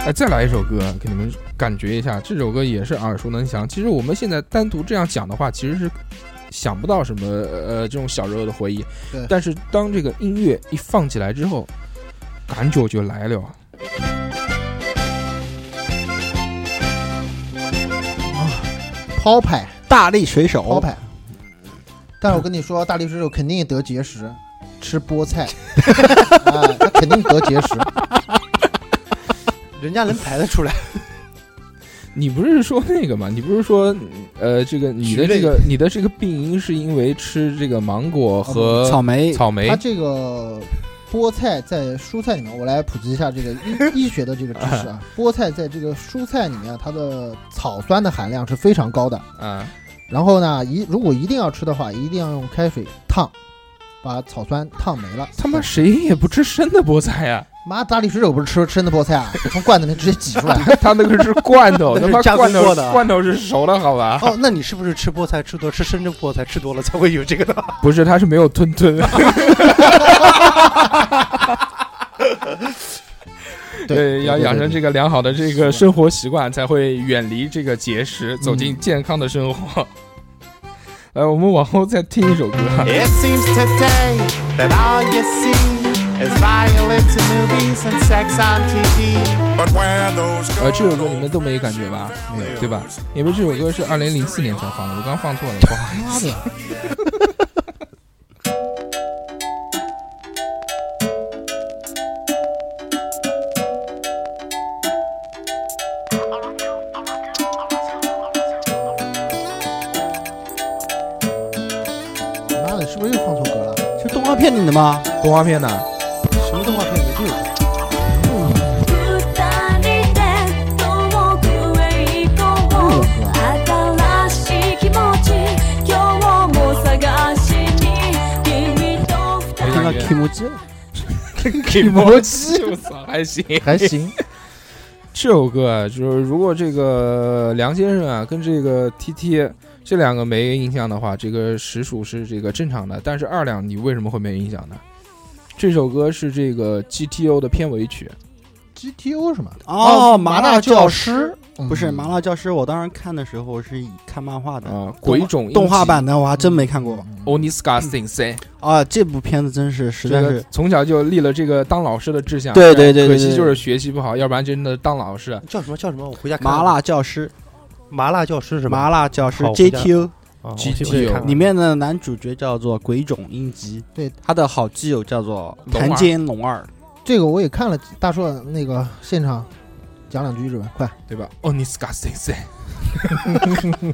[SPEAKER 6] 哎，再来一首歌，给你们感觉一下，这首歌也是耳熟能详。其实我们现在单独这样讲的话，其实是想不到什么呃这种小时候的回忆
[SPEAKER 2] 对，
[SPEAKER 6] 但是当这个音乐一放起来之后，感觉就来了。
[SPEAKER 2] 抛牌
[SPEAKER 3] 大力水
[SPEAKER 2] 抛
[SPEAKER 3] 手。
[SPEAKER 6] 哦
[SPEAKER 2] 牌。但是我跟你说，大力水手肯定得结石，吃菠
[SPEAKER 6] [LAUGHS]
[SPEAKER 2] 菜，啊，他肯定得结石。
[SPEAKER 4] 人家能排得出来。
[SPEAKER 6] 你不是说那个吗？你不是说呃这个你的这个你的这个病因是因为吃这个芒果和
[SPEAKER 3] 呃草莓，
[SPEAKER 6] 哦草莓
[SPEAKER 2] 它这个菠菜在蔬菜里面，我来普及一下这个
[SPEAKER 6] [LAUGHS]
[SPEAKER 2] 医医学的这个知识啊。菠菜在这个蔬菜里面，它的草酸的含量是非常高的。
[SPEAKER 6] 啊？
[SPEAKER 2] 然后呢，一如果一定要吃的话，一定要用开水烫，把草酸烫没了。
[SPEAKER 6] 他妈谁也不吃生的菠菜啊！
[SPEAKER 2] 妈，大力水手不是吃生的菠菜啊，从罐子里面直接挤出来。
[SPEAKER 6] [LAUGHS] 他那个是罐 [LAUGHS] 头，他
[SPEAKER 4] 那是
[SPEAKER 6] 妈
[SPEAKER 4] 加工
[SPEAKER 6] 罐头
[SPEAKER 4] 过的
[SPEAKER 6] 罐头是熟的好 [LAUGHS] 吧？
[SPEAKER 4] 哦，那你是不是吃菠菜吃多，吃深圳菠菜吃多了才会有这个的？
[SPEAKER 6] 不是，他是没有吞 [LAUGHS] 吞。对，要养成这个良好的这个生嗯活习惯，才会远离这个节食，走进健康的生活。 [LAUGHS] 来，我们往后再听一首歌啊。
[SPEAKER 5] It seems today that all you see is violence in movies and sex on TV.
[SPEAKER 6] 呃，这首歌你们都没有感觉吧？没有，对吧？因为这首歌是二零零四年才放的，我刚放错了，不好意
[SPEAKER 2] [LAUGHS] 妈
[SPEAKER 6] 思。
[SPEAKER 2] 的，妈的，是不是又放错歌了？
[SPEAKER 3] 是动画片里的吗？
[SPEAKER 6] 动画片呢？
[SPEAKER 4] 什么动画片没这个？
[SPEAKER 6] 没
[SPEAKER 3] 听到
[SPEAKER 6] 感觉。
[SPEAKER 3] k i m j i
[SPEAKER 6] [LAUGHS] 给摩鸡，我操，还行。
[SPEAKER 2] 还行，
[SPEAKER 6] 这首歌啊，就是如果这个梁先生啊跟这个 T T 这两个没印象的话，这个实属是这个正常的。但是二两你为什么会没印象呢？这首歌是这个 G T O 的片尾曲，
[SPEAKER 2] GTO 是吗？
[SPEAKER 3] 哦，
[SPEAKER 2] 麻
[SPEAKER 3] 麻
[SPEAKER 2] 辣
[SPEAKER 3] 辣
[SPEAKER 2] 教
[SPEAKER 3] 教
[SPEAKER 2] 师
[SPEAKER 3] 师不是
[SPEAKER 2] 嗯
[SPEAKER 3] 麻辣教师，我当时看的时候是以看漫画的
[SPEAKER 6] 啊
[SPEAKER 3] 动画
[SPEAKER 6] 鬼冢英吉
[SPEAKER 3] 动画版的，我还真没看过
[SPEAKER 2] 嗯
[SPEAKER 6] Only Scars t i n Say，
[SPEAKER 3] 啊。这部片子真是实
[SPEAKER 6] 这
[SPEAKER 3] 在
[SPEAKER 6] 个
[SPEAKER 3] 是
[SPEAKER 6] 从小就立了这个当老师的志向。
[SPEAKER 3] 对对对对
[SPEAKER 6] 可惜
[SPEAKER 3] 对
[SPEAKER 6] 就是学习不好，要不然真的当老师。
[SPEAKER 4] 叫什么叫什么？我回家看
[SPEAKER 3] 麻辣教师，
[SPEAKER 4] 麻辣教师是吧？
[SPEAKER 3] 麻辣教师
[SPEAKER 4] 好我回家
[SPEAKER 3] JTO
[SPEAKER 4] 辣
[SPEAKER 6] GTO
[SPEAKER 3] 里面的男主角叫做鬼冢英吉，
[SPEAKER 2] 对，
[SPEAKER 3] 他的好基友叫做
[SPEAKER 6] 龙二
[SPEAKER 3] 谭坚龙二。
[SPEAKER 2] 这个我也看了，大硕那个现场讲两句日文，快。
[SPEAKER 6] 对吧？Only Scars t i n Say，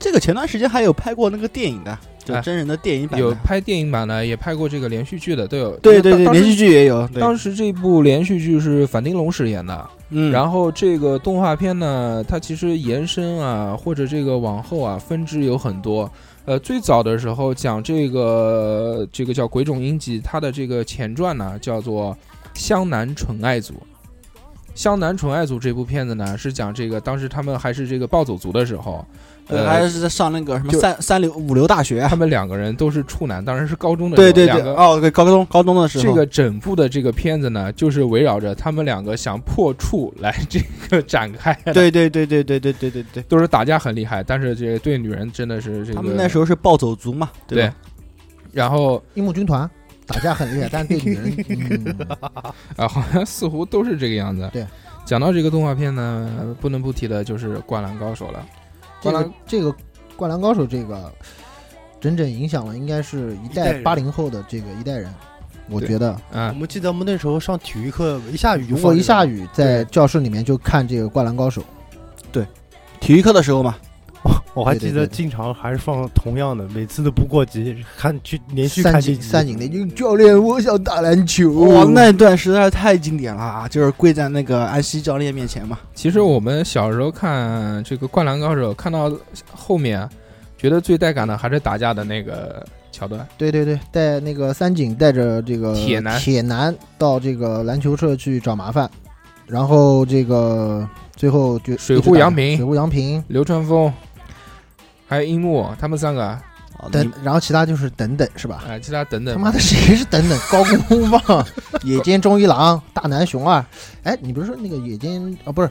[SPEAKER 3] 这个前段时间还有拍过那个电影的，就
[SPEAKER 6] 哎
[SPEAKER 3] 真人的电影版的
[SPEAKER 6] 有拍电影版的，也拍过这个连续剧的，都有。
[SPEAKER 3] 对对对，
[SPEAKER 6] 当
[SPEAKER 3] 连续。剧也有。对
[SPEAKER 6] 当时这部连续剧是反町隆史演的，
[SPEAKER 3] 嗯，
[SPEAKER 6] 然后这个动画片呢，它其实延伸啊，或者这个往后啊，分支有很多。呃，最早的时候讲这个这个叫《鬼冢英吉》，它的这个前传呢叫做《湘南纯爱组》。湘南纯爱组这部片子呢，是讲这个当时他们还是这个暴走族的时候，
[SPEAKER 3] 对
[SPEAKER 6] 呃，
[SPEAKER 3] 还是在上那个什么
[SPEAKER 6] 就
[SPEAKER 3] 三三流五流大学啊
[SPEAKER 6] 他。们两个人都是处男，当然是高中的时候
[SPEAKER 3] 对对对
[SPEAKER 6] 两，个
[SPEAKER 3] 哦，对，高中高中的时候，
[SPEAKER 6] 这个整部的这个片子呢，就是围绕着他们两个想破处来 [LAUGHS] 这个展开的。
[SPEAKER 3] 对对对对对对对对对，
[SPEAKER 6] 都是打架很厉害，但是这对女人真的是这个。
[SPEAKER 3] 他们那时候是暴走族嘛，
[SPEAKER 6] 对
[SPEAKER 3] 吧？
[SPEAKER 6] 然后
[SPEAKER 2] 樱木军团打架很厉害，但是对女人，嗯、
[SPEAKER 6] 啊，好像似乎都是这个样子。
[SPEAKER 2] 对，
[SPEAKER 6] 讲到这个动画片呢，不能不提的就是《灌篮高手》了。啊
[SPEAKER 2] 这
[SPEAKER 6] 灌
[SPEAKER 2] 个
[SPEAKER 6] 篮
[SPEAKER 2] 这个《灌篮高手》这个整整影响了，应该是一
[SPEAKER 4] 一代
[SPEAKER 2] 代
[SPEAKER 4] 人
[SPEAKER 2] 八零后的这个一代人，我
[SPEAKER 6] 对
[SPEAKER 2] 觉得。
[SPEAKER 4] 我
[SPEAKER 6] 啊，
[SPEAKER 4] 们记得我们那时候上体育课，一下雨
[SPEAKER 2] 我一下雨在教室里面就看这个《灌篮高手》，
[SPEAKER 3] 体育课的时候嘛，
[SPEAKER 4] [LAUGHS] 我还
[SPEAKER 2] 对对
[SPEAKER 4] 记得
[SPEAKER 2] 对对
[SPEAKER 4] 经常还是放同样的，每次都不过集，看去连续
[SPEAKER 2] 三
[SPEAKER 4] 看
[SPEAKER 2] 井
[SPEAKER 4] 几集
[SPEAKER 2] 三井那句“教练，我想打篮球”，
[SPEAKER 3] 哇，那一段实在是太经典了啊！就是跪在那个安西教练面前嘛，
[SPEAKER 6] 其实我们小时候看这个《灌篮高手》，看到后面觉得最带感的还是打架的那个桥段。
[SPEAKER 2] 对对对，带那个三井带着这个
[SPEAKER 6] 铁男
[SPEAKER 2] 铁男到这个篮球社去找麻烦，然后这个最后就
[SPEAKER 6] 水
[SPEAKER 2] 一直
[SPEAKER 6] 户
[SPEAKER 2] 打
[SPEAKER 6] 洋平
[SPEAKER 2] 水户洋平，
[SPEAKER 6] 流川枫，还有樱木，他们三个，啊、
[SPEAKER 3] 啊
[SPEAKER 2] 等，然后其他就是等等是吧？
[SPEAKER 6] 其他等等。
[SPEAKER 2] 他妈的谁是等等？高公望、野间忠一郎、大南雄二。哎，你不是说那个野间啊？不是，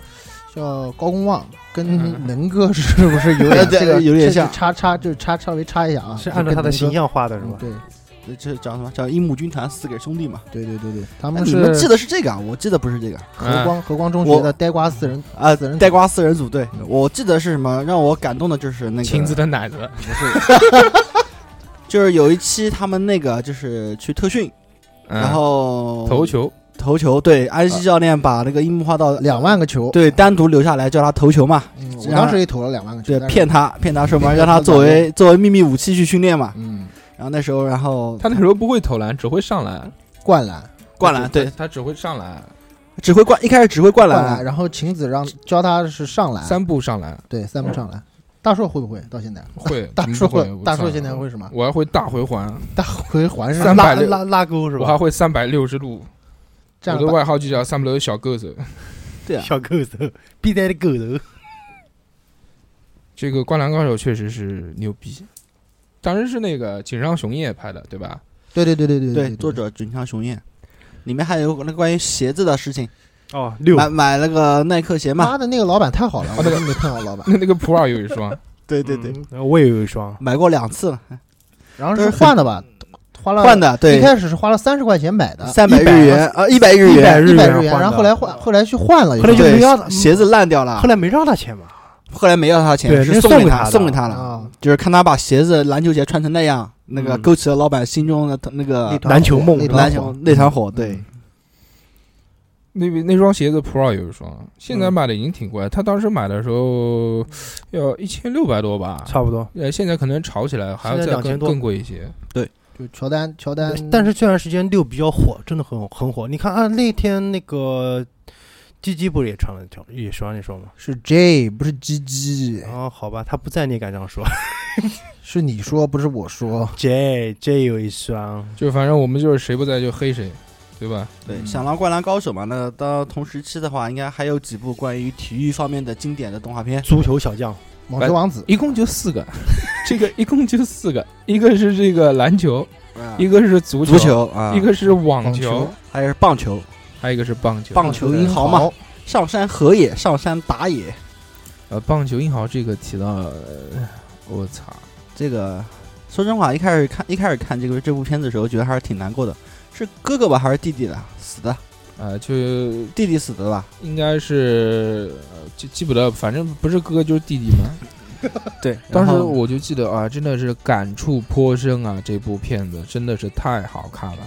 [SPEAKER 2] 叫高公望跟
[SPEAKER 6] 嗯
[SPEAKER 2] 能哥是不是有点
[SPEAKER 3] 对
[SPEAKER 2] 这个
[SPEAKER 3] 有点
[SPEAKER 2] 这
[SPEAKER 3] 像
[SPEAKER 2] 插插就是插稍微插一下啊？
[SPEAKER 4] 是按照他的形象画的
[SPEAKER 2] 就是跟能
[SPEAKER 4] 吧
[SPEAKER 2] 哥。？嗯
[SPEAKER 3] 这这叫什么叫樱木军团四个兄弟嘛？
[SPEAKER 2] 对对对对对，他
[SPEAKER 3] 哎
[SPEAKER 2] 们
[SPEAKER 3] 你
[SPEAKER 2] 是
[SPEAKER 3] 们记得是这个啊？我记得不是这个
[SPEAKER 2] 和光和光中
[SPEAKER 3] 我
[SPEAKER 2] 学的呆瓜四人
[SPEAKER 3] 啊
[SPEAKER 2] 四人，组
[SPEAKER 3] 呆瓜四人组对
[SPEAKER 2] 嗯，
[SPEAKER 3] 我记得是什么让我感动的就是那个
[SPEAKER 6] 亲自的奶子，
[SPEAKER 3] 就是有一期他们那个就是去特训，
[SPEAKER 6] 嗯
[SPEAKER 3] 然后
[SPEAKER 6] 投球，
[SPEAKER 3] 投球，对，安西教练把那个樱木花道
[SPEAKER 2] 两万个球，
[SPEAKER 3] 对单独留下来叫他投球嘛，
[SPEAKER 2] 嗯，我
[SPEAKER 3] 然
[SPEAKER 2] 当时也投了两万个球，
[SPEAKER 3] 对，
[SPEAKER 2] 但是
[SPEAKER 3] 骗他骗他说嘛，让他作为作为秘密武器去训练嘛。
[SPEAKER 2] 嗯
[SPEAKER 3] 然后那时候，然后
[SPEAKER 6] 他那时候不会投篮，只会上篮。
[SPEAKER 2] 灌篮
[SPEAKER 3] 灌篮，对，啊
[SPEAKER 6] 他只会上篮，
[SPEAKER 3] 只会灌，一开始只会灌
[SPEAKER 2] 灌篮，
[SPEAKER 3] 篮，
[SPEAKER 2] 然后晴子让教他是上篮，
[SPEAKER 6] 三步上篮
[SPEAKER 2] 对三步上篮。大硕会不会到现在？
[SPEAKER 6] [LAUGHS] 会。
[SPEAKER 2] 大
[SPEAKER 6] 怎么
[SPEAKER 2] 硕
[SPEAKER 6] 嗯不会
[SPEAKER 2] 会，大硕现，在
[SPEAKER 6] 我操
[SPEAKER 2] 会什么？
[SPEAKER 6] 我还会大回环，
[SPEAKER 2] 大回环是吧
[SPEAKER 6] 三
[SPEAKER 4] 拉
[SPEAKER 6] 百六
[SPEAKER 4] 拉拉钩是
[SPEAKER 6] 我还
[SPEAKER 4] 吧？
[SPEAKER 6] 会三百六十度。我
[SPEAKER 2] 占
[SPEAKER 6] 的
[SPEAKER 2] 了八
[SPEAKER 6] 外号就叫三不六小狗子。
[SPEAKER 4] 小狗 [LAUGHS] 头，必带的狗头。
[SPEAKER 6] 这个《灌篮高手》确实是牛逼，当时是那个井上雄彦拍的，对吧？ [LAUGHS]
[SPEAKER 2] 对对对对对
[SPEAKER 3] 对，作者井上雄彦。里面还有那个关于鞋子的事情，
[SPEAKER 4] 哦，六
[SPEAKER 3] 买买那个耐克鞋嘛，
[SPEAKER 2] 啊妈的那个老板太好了，我
[SPEAKER 6] 那个嗯
[SPEAKER 2] 真没碰到老板。
[SPEAKER 3] [LAUGHS]
[SPEAKER 6] 那那个普洱有一双，
[SPEAKER 3] 对对对，
[SPEAKER 4] 嗯，然后我也有一双，
[SPEAKER 3] 买过两次了，
[SPEAKER 2] 然后是
[SPEAKER 3] 但是
[SPEAKER 2] 换的吧，花了
[SPEAKER 3] 换的
[SPEAKER 2] 啊一
[SPEAKER 3] 对，
[SPEAKER 2] 开始是花了三十块钱买的，
[SPEAKER 3] 三百日元啊，一百日
[SPEAKER 4] 一百
[SPEAKER 3] 元，
[SPEAKER 2] 一
[SPEAKER 4] 日
[SPEAKER 2] 百
[SPEAKER 4] 元
[SPEAKER 2] 日元，
[SPEAKER 4] 换的
[SPEAKER 2] 然后后来换，后来去换了一个，
[SPEAKER 4] 后来就
[SPEAKER 3] 对
[SPEAKER 4] 没要了
[SPEAKER 3] 鞋子烂掉了
[SPEAKER 2] 啊
[SPEAKER 4] 后，来没让他钱嘛，
[SPEAKER 3] 后来没要他钱，
[SPEAKER 4] 对
[SPEAKER 3] 是
[SPEAKER 4] 那
[SPEAKER 3] 送
[SPEAKER 4] 送
[SPEAKER 3] 给
[SPEAKER 4] 给他的
[SPEAKER 3] 送给他了，
[SPEAKER 2] 啊，
[SPEAKER 3] 就是看他把鞋子篮球鞋穿成那样，那个
[SPEAKER 4] 嗯
[SPEAKER 3] 勾起了老板心中的那个
[SPEAKER 2] 那团
[SPEAKER 4] 篮球
[SPEAKER 2] 火
[SPEAKER 4] 梦
[SPEAKER 2] 那
[SPEAKER 3] 嗯
[SPEAKER 2] 团
[SPEAKER 3] 篮
[SPEAKER 2] 火嗯
[SPEAKER 3] 球那团火，对，
[SPEAKER 6] 那那双鞋子 Pro 有一双，现
[SPEAKER 3] 嗯
[SPEAKER 6] 在买的已经挺贵，他当时买的时候要一千六百多吧，
[SPEAKER 4] 差不多。
[SPEAKER 6] 呃，现在可能炒起来还要
[SPEAKER 4] 现在
[SPEAKER 6] 再更
[SPEAKER 4] 2000多
[SPEAKER 6] 更贵一些。
[SPEAKER 2] 就乔丹，乔丹，
[SPEAKER 4] 但是这段时间六比较火，真的很很火。你看啊，那天那个鸡鸡不是也穿了一条，也穿了一双吗？
[SPEAKER 2] 是 J 不是 GG，
[SPEAKER 4] 哦，好吧，他不在，你也敢这样说。 [LAUGHS]
[SPEAKER 2] 是你说不是我说，
[SPEAKER 4] J J 有一双，
[SPEAKER 6] 就反正我们就是谁不在就黑谁，对吧？
[SPEAKER 3] 对，想到《灌篮高手》嘛，那到同时期的话，应该还有几部关于体育方面的经典的动画片。
[SPEAKER 4] 足球小
[SPEAKER 2] [LAUGHS]
[SPEAKER 4] 将，
[SPEAKER 2] 网球王子，
[SPEAKER 6] 一共就四 [LAUGHS] 个，这个一共就四个，一个是这个篮球，
[SPEAKER 3] 啊
[SPEAKER 6] 一个是足
[SPEAKER 3] 足球啊，
[SPEAKER 6] 一个是网
[SPEAKER 2] 网球，
[SPEAKER 3] 还有棒球，
[SPEAKER 6] 还有一个是棒球。
[SPEAKER 3] 棒球英豪嘛，上山河野，上山打野，
[SPEAKER 6] 呃，棒球英豪这个提到，呃我操，
[SPEAKER 3] 这个说真话，一开始看一开始看这个这部片子的时候，觉得还是挺难过的。是哥哥吧，还是弟弟的？死的，
[SPEAKER 6] 呃，就
[SPEAKER 3] 弟弟死的吧？
[SPEAKER 6] 应该是呃记记不得，反正不是哥哥就是弟弟嘛。
[SPEAKER 3] 对，
[SPEAKER 6] 当时
[SPEAKER 3] 然后
[SPEAKER 6] 我就记得啊，真的是感触颇深啊！这部片子真的是太好看了。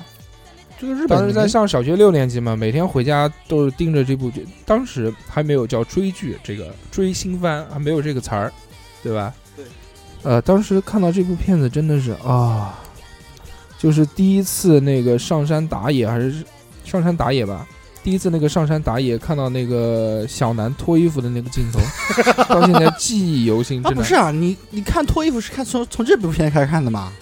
[SPEAKER 6] 这个日
[SPEAKER 2] 本
[SPEAKER 6] 当时在上小学六年级嘛，每天回家都是盯着这部剧。当时还没有叫追剧，这个追新番还没有这个词儿，对吧？
[SPEAKER 3] 对。
[SPEAKER 6] 呃，当时看到这部片子真的是啊，就是第一次那个上山打野还是上山打野吧，第一次那个上山打野看到那个小南脱衣服的那个镜头，到现在记忆犹新。
[SPEAKER 3] 啊，
[SPEAKER 6] 真的
[SPEAKER 3] 不是啊，你你看脱衣服是看从从这部片开始看的吗？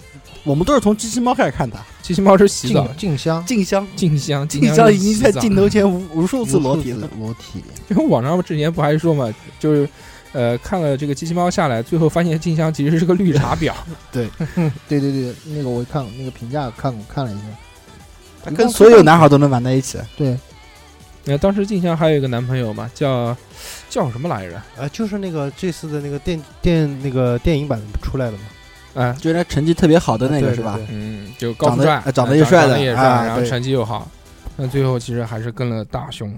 [SPEAKER 3] 我们都是从机器猫开始看的，
[SPEAKER 6] 机器猫是洗澡
[SPEAKER 2] 静，静香，
[SPEAKER 3] 静香，
[SPEAKER 6] 静香，
[SPEAKER 3] 静
[SPEAKER 6] 香
[SPEAKER 3] 香
[SPEAKER 6] 是
[SPEAKER 3] 已经
[SPEAKER 6] 洗
[SPEAKER 3] 在
[SPEAKER 6] 澡
[SPEAKER 3] 镜头。前无无数次裸体了。
[SPEAKER 2] 裸体，
[SPEAKER 6] 因为 [LAUGHS] 网上之前不还说嘛，就是呃看了这个机器猫下来，最后发现静香其实是个绿茶 [LAUGHS] 婊。
[SPEAKER 2] 对对对，那个我看过，那个评价看过看了一下，
[SPEAKER 3] 他跟所有男孩都能玩在一起，
[SPEAKER 2] 对，
[SPEAKER 6] 那呃当时静香还有一个男朋友嘛，叫叫什么来着？
[SPEAKER 2] 呃
[SPEAKER 4] 啊，就是那个这次的那个电电那个电影版出来的嘛，
[SPEAKER 6] 哎，
[SPEAKER 3] 就是那成绩特别好的那
[SPEAKER 4] 对
[SPEAKER 3] 个
[SPEAKER 4] 对
[SPEAKER 3] 是吧？
[SPEAKER 4] 对
[SPEAKER 6] 嗯，就高
[SPEAKER 3] 长
[SPEAKER 6] 富
[SPEAKER 3] 得
[SPEAKER 6] 帅，
[SPEAKER 3] 呃长得
[SPEAKER 6] 哎
[SPEAKER 3] 又帅的
[SPEAKER 6] 长得也帅，
[SPEAKER 3] 啊
[SPEAKER 6] 然后
[SPEAKER 3] 对
[SPEAKER 6] 成绩又好，但最后其实还是跟了大胸。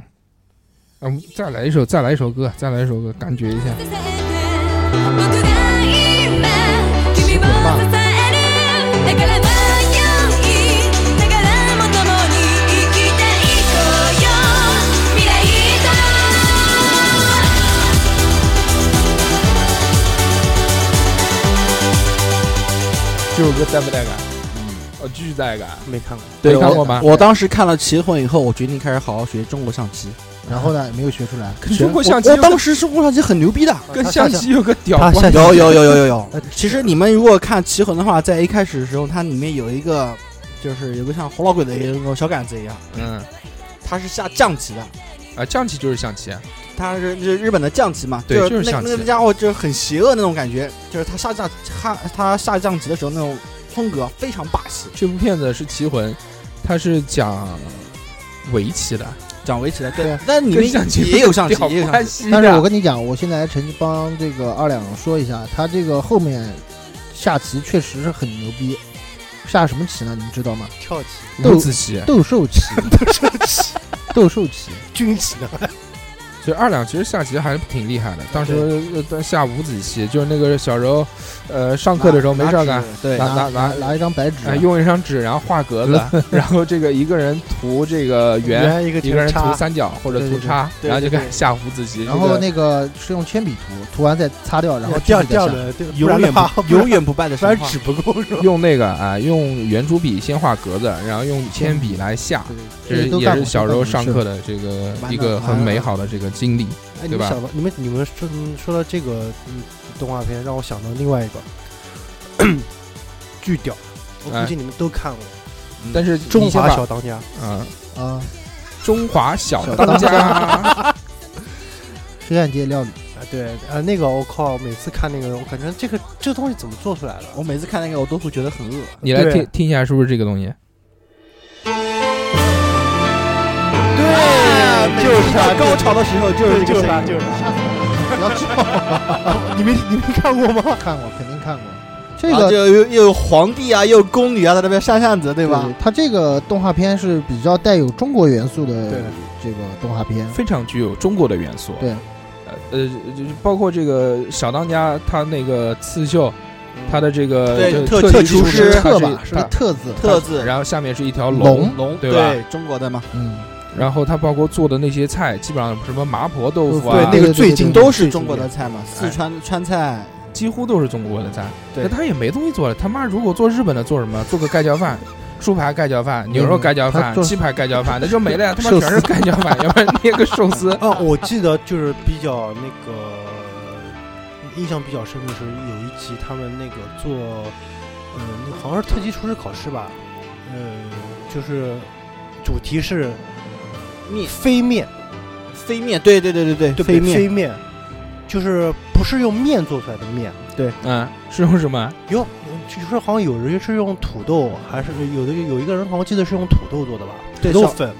[SPEAKER 6] 嗯，再来一首，再来一首歌，再来一首歌，感觉一下。
[SPEAKER 8] 僕が今君を支えるだから迷いながらも共に生きていこうよ未来と
[SPEAKER 6] 这首歌带不带
[SPEAKER 3] 啊
[SPEAKER 6] 感？哦，巨带感。
[SPEAKER 4] 没看过。
[SPEAKER 6] 没看过吗
[SPEAKER 3] 我我当时看了《棋魂》以后，我决定开始好好学中国象棋。
[SPEAKER 2] 然后呢也没有学出来， [LAUGHS]
[SPEAKER 6] 中国象棋
[SPEAKER 3] 我
[SPEAKER 6] 有
[SPEAKER 3] 我
[SPEAKER 6] 个
[SPEAKER 3] 当时中国象棋很牛逼的。啊
[SPEAKER 6] 跟象棋有个屌
[SPEAKER 4] 他
[SPEAKER 6] 关
[SPEAKER 4] 下
[SPEAKER 6] 系。
[SPEAKER 3] 有有有有有 [LAUGHS] 有。呃其实你们如果看《棋魂》的话，在一开始的时候，它里面有一个，就是有个像活老鬼的一个小杆子一样，
[SPEAKER 6] 嗯，
[SPEAKER 3] 它是下象棋的，
[SPEAKER 6] 啊，象棋就是象棋啊。
[SPEAKER 3] 它是是日本的象棋嘛，
[SPEAKER 6] 对
[SPEAKER 3] 就
[SPEAKER 6] 就是
[SPEAKER 3] 那
[SPEAKER 6] 象棋
[SPEAKER 3] 那个家伙就是很邪恶那种感觉，就是他下象他他下象棋的时候那种风格非常霸气。
[SPEAKER 6] 这部片子是《棋魂》，它是讲围棋的，
[SPEAKER 3] 讲围棋的，
[SPEAKER 2] 对
[SPEAKER 3] 对
[SPEAKER 2] 啊，
[SPEAKER 3] 但你
[SPEAKER 6] 跟
[SPEAKER 3] 们
[SPEAKER 6] 象棋
[SPEAKER 3] 也有象棋
[SPEAKER 6] 屌， [LAUGHS]
[SPEAKER 3] 也有象
[SPEAKER 6] 关
[SPEAKER 3] 棋。
[SPEAKER 6] 系
[SPEAKER 2] 但是我
[SPEAKER 6] 的。
[SPEAKER 2] 跟你讲，我现在趁机帮这个二两说一下，他这个后面下棋确实是很牛逼，下什么棋呢？你们知道吗？
[SPEAKER 4] 跳棋、
[SPEAKER 6] 五子棋，
[SPEAKER 2] 斗兽
[SPEAKER 6] [LAUGHS]
[SPEAKER 2] 棋，斗兽棋，
[SPEAKER 4] 军棋呢？
[SPEAKER 6] 其实二两其实下棋还挺厉害的。当时呃下五子棋，就是那个小时候，呃，上课的时候没事儿干，，
[SPEAKER 3] 对
[SPEAKER 6] 拿拿拿
[SPEAKER 2] 拿拿一张白纸啊
[SPEAKER 6] 哎，，用一张纸，然后画格子，然后这个一个人涂这个圆，
[SPEAKER 4] 一个
[SPEAKER 6] 一个人涂
[SPEAKER 4] 叉，
[SPEAKER 6] 三角或者涂叉，
[SPEAKER 3] 对对对对
[SPEAKER 6] 然后就开始
[SPEAKER 3] 对
[SPEAKER 6] 下五子棋。
[SPEAKER 2] 然后
[SPEAKER 6] 这个
[SPEAKER 2] 那个是用铅笔涂，涂完再擦掉，然后
[SPEAKER 4] 哦掉
[SPEAKER 2] 继续再下
[SPEAKER 4] 掉了，对，不
[SPEAKER 3] 永
[SPEAKER 4] 然的
[SPEAKER 3] 远
[SPEAKER 4] 话
[SPEAKER 3] 不 [LAUGHS] 永远不败的
[SPEAKER 4] 不然
[SPEAKER 3] 神话。
[SPEAKER 4] 纸不够是吧？
[SPEAKER 6] 用那个啊，用圆珠笔先画格子，然后用铅笔来下。
[SPEAKER 2] 对
[SPEAKER 6] 这
[SPEAKER 2] 这
[SPEAKER 6] 是
[SPEAKER 2] 些都
[SPEAKER 6] 也
[SPEAKER 2] 干
[SPEAKER 6] 是
[SPEAKER 2] 过
[SPEAKER 6] 小时候上课
[SPEAKER 2] 的。
[SPEAKER 6] 的这个
[SPEAKER 3] 完了
[SPEAKER 6] 一个很美好的这个经历。
[SPEAKER 4] 哎，你
[SPEAKER 6] 对吧
[SPEAKER 4] 们想到你们你们说嗯说到这个嗯动画片，让我想到另外一个巨屌，我
[SPEAKER 6] 哎
[SPEAKER 4] 估计你们都看过
[SPEAKER 6] 但是
[SPEAKER 4] 《中华
[SPEAKER 6] 小
[SPEAKER 4] 小当家》，
[SPEAKER 6] 啊，
[SPEAKER 2] 啊，
[SPEAKER 6] 中华小
[SPEAKER 2] 小
[SPEAKER 6] 当 [LAUGHS]
[SPEAKER 2] 当
[SPEAKER 6] 家，
[SPEAKER 2] 黑暗界料理，
[SPEAKER 4] 啊，对，呃，那个我靠，每次看那个，我感觉这个这东西怎么做出来的？
[SPEAKER 3] 我每次看那个，我都会觉得很恶。
[SPEAKER 6] 你来
[SPEAKER 4] 对
[SPEAKER 6] 听听一下，是不是这个东西？
[SPEAKER 3] 对，就是高潮的时候就是这个声音。
[SPEAKER 4] 就是。。
[SPEAKER 2] 要叫，你没你没看过吗？看过，肯定看过。这
[SPEAKER 3] 啊
[SPEAKER 2] 个
[SPEAKER 3] 就又又有皇帝啊，又有宫女啊，在那边扇扇子，对吧？？
[SPEAKER 2] 它这个动画片是比较带有中国元素的
[SPEAKER 3] 对
[SPEAKER 2] 这个动画片，
[SPEAKER 6] 非常具有中国的元素。
[SPEAKER 2] 对
[SPEAKER 6] 呃，呃，就是包括这个小当家他那个刺绣，他的这个
[SPEAKER 3] 对
[SPEAKER 6] 这
[SPEAKER 3] 特
[SPEAKER 6] 特
[SPEAKER 3] 特
[SPEAKER 6] 技
[SPEAKER 3] 厨
[SPEAKER 6] 师
[SPEAKER 3] 师
[SPEAKER 6] 他是
[SPEAKER 2] 特吧，是个
[SPEAKER 6] 他
[SPEAKER 2] 特字，
[SPEAKER 3] 特字
[SPEAKER 6] 然后下面是一条
[SPEAKER 2] 龙
[SPEAKER 3] 龙
[SPEAKER 6] 对吧？
[SPEAKER 3] 中国的嘛，
[SPEAKER 2] 嗯，
[SPEAKER 6] 然后他包括做的那些菜，基本上什么麻婆豆腐啊，
[SPEAKER 2] 对
[SPEAKER 3] 那个
[SPEAKER 2] 对
[SPEAKER 3] 最
[SPEAKER 2] 对
[SPEAKER 3] 近
[SPEAKER 2] 对
[SPEAKER 3] 都
[SPEAKER 2] 最
[SPEAKER 3] 是
[SPEAKER 2] 近
[SPEAKER 3] 中国的菜嘛，四川川菜，
[SPEAKER 6] 几乎都是中国的菜。
[SPEAKER 3] 对
[SPEAKER 6] 那他也没东西做了，他妈如果做日本的做什么？做个盖浇饭。猪排盖浇饭、牛肉盖浇
[SPEAKER 2] 嗯他
[SPEAKER 6] 饭、
[SPEAKER 2] 做
[SPEAKER 6] 鸡排盖浇饭，那就没
[SPEAKER 2] [LAUGHS]
[SPEAKER 6] 了呀！他妈
[SPEAKER 2] 寿
[SPEAKER 6] 全是盖浇饭，要不然捏个寿司
[SPEAKER 2] [LAUGHS]
[SPEAKER 3] [LAUGHS]
[SPEAKER 4] 啊，我记得就是比较那个印象比较深的是有一期他们那个做，呃，那个好像是特级厨师考试吧，呃，就是主题是
[SPEAKER 3] 面
[SPEAKER 4] 飞面，
[SPEAKER 3] 飞面，对对对对
[SPEAKER 4] 对不对
[SPEAKER 3] 飞面
[SPEAKER 4] 飞面，就是不是用面做出来的面，
[SPEAKER 6] 嗯，是用什么？
[SPEAKER 4] 有就是好像有人是用土豆，还是有的有一个人好像记得是用土豆做的吧，土
[SPEAKER 3] 对
[SPEAKER 4] 豆
[SPEAKER 3] 小
[SPEAKER 4] 粉，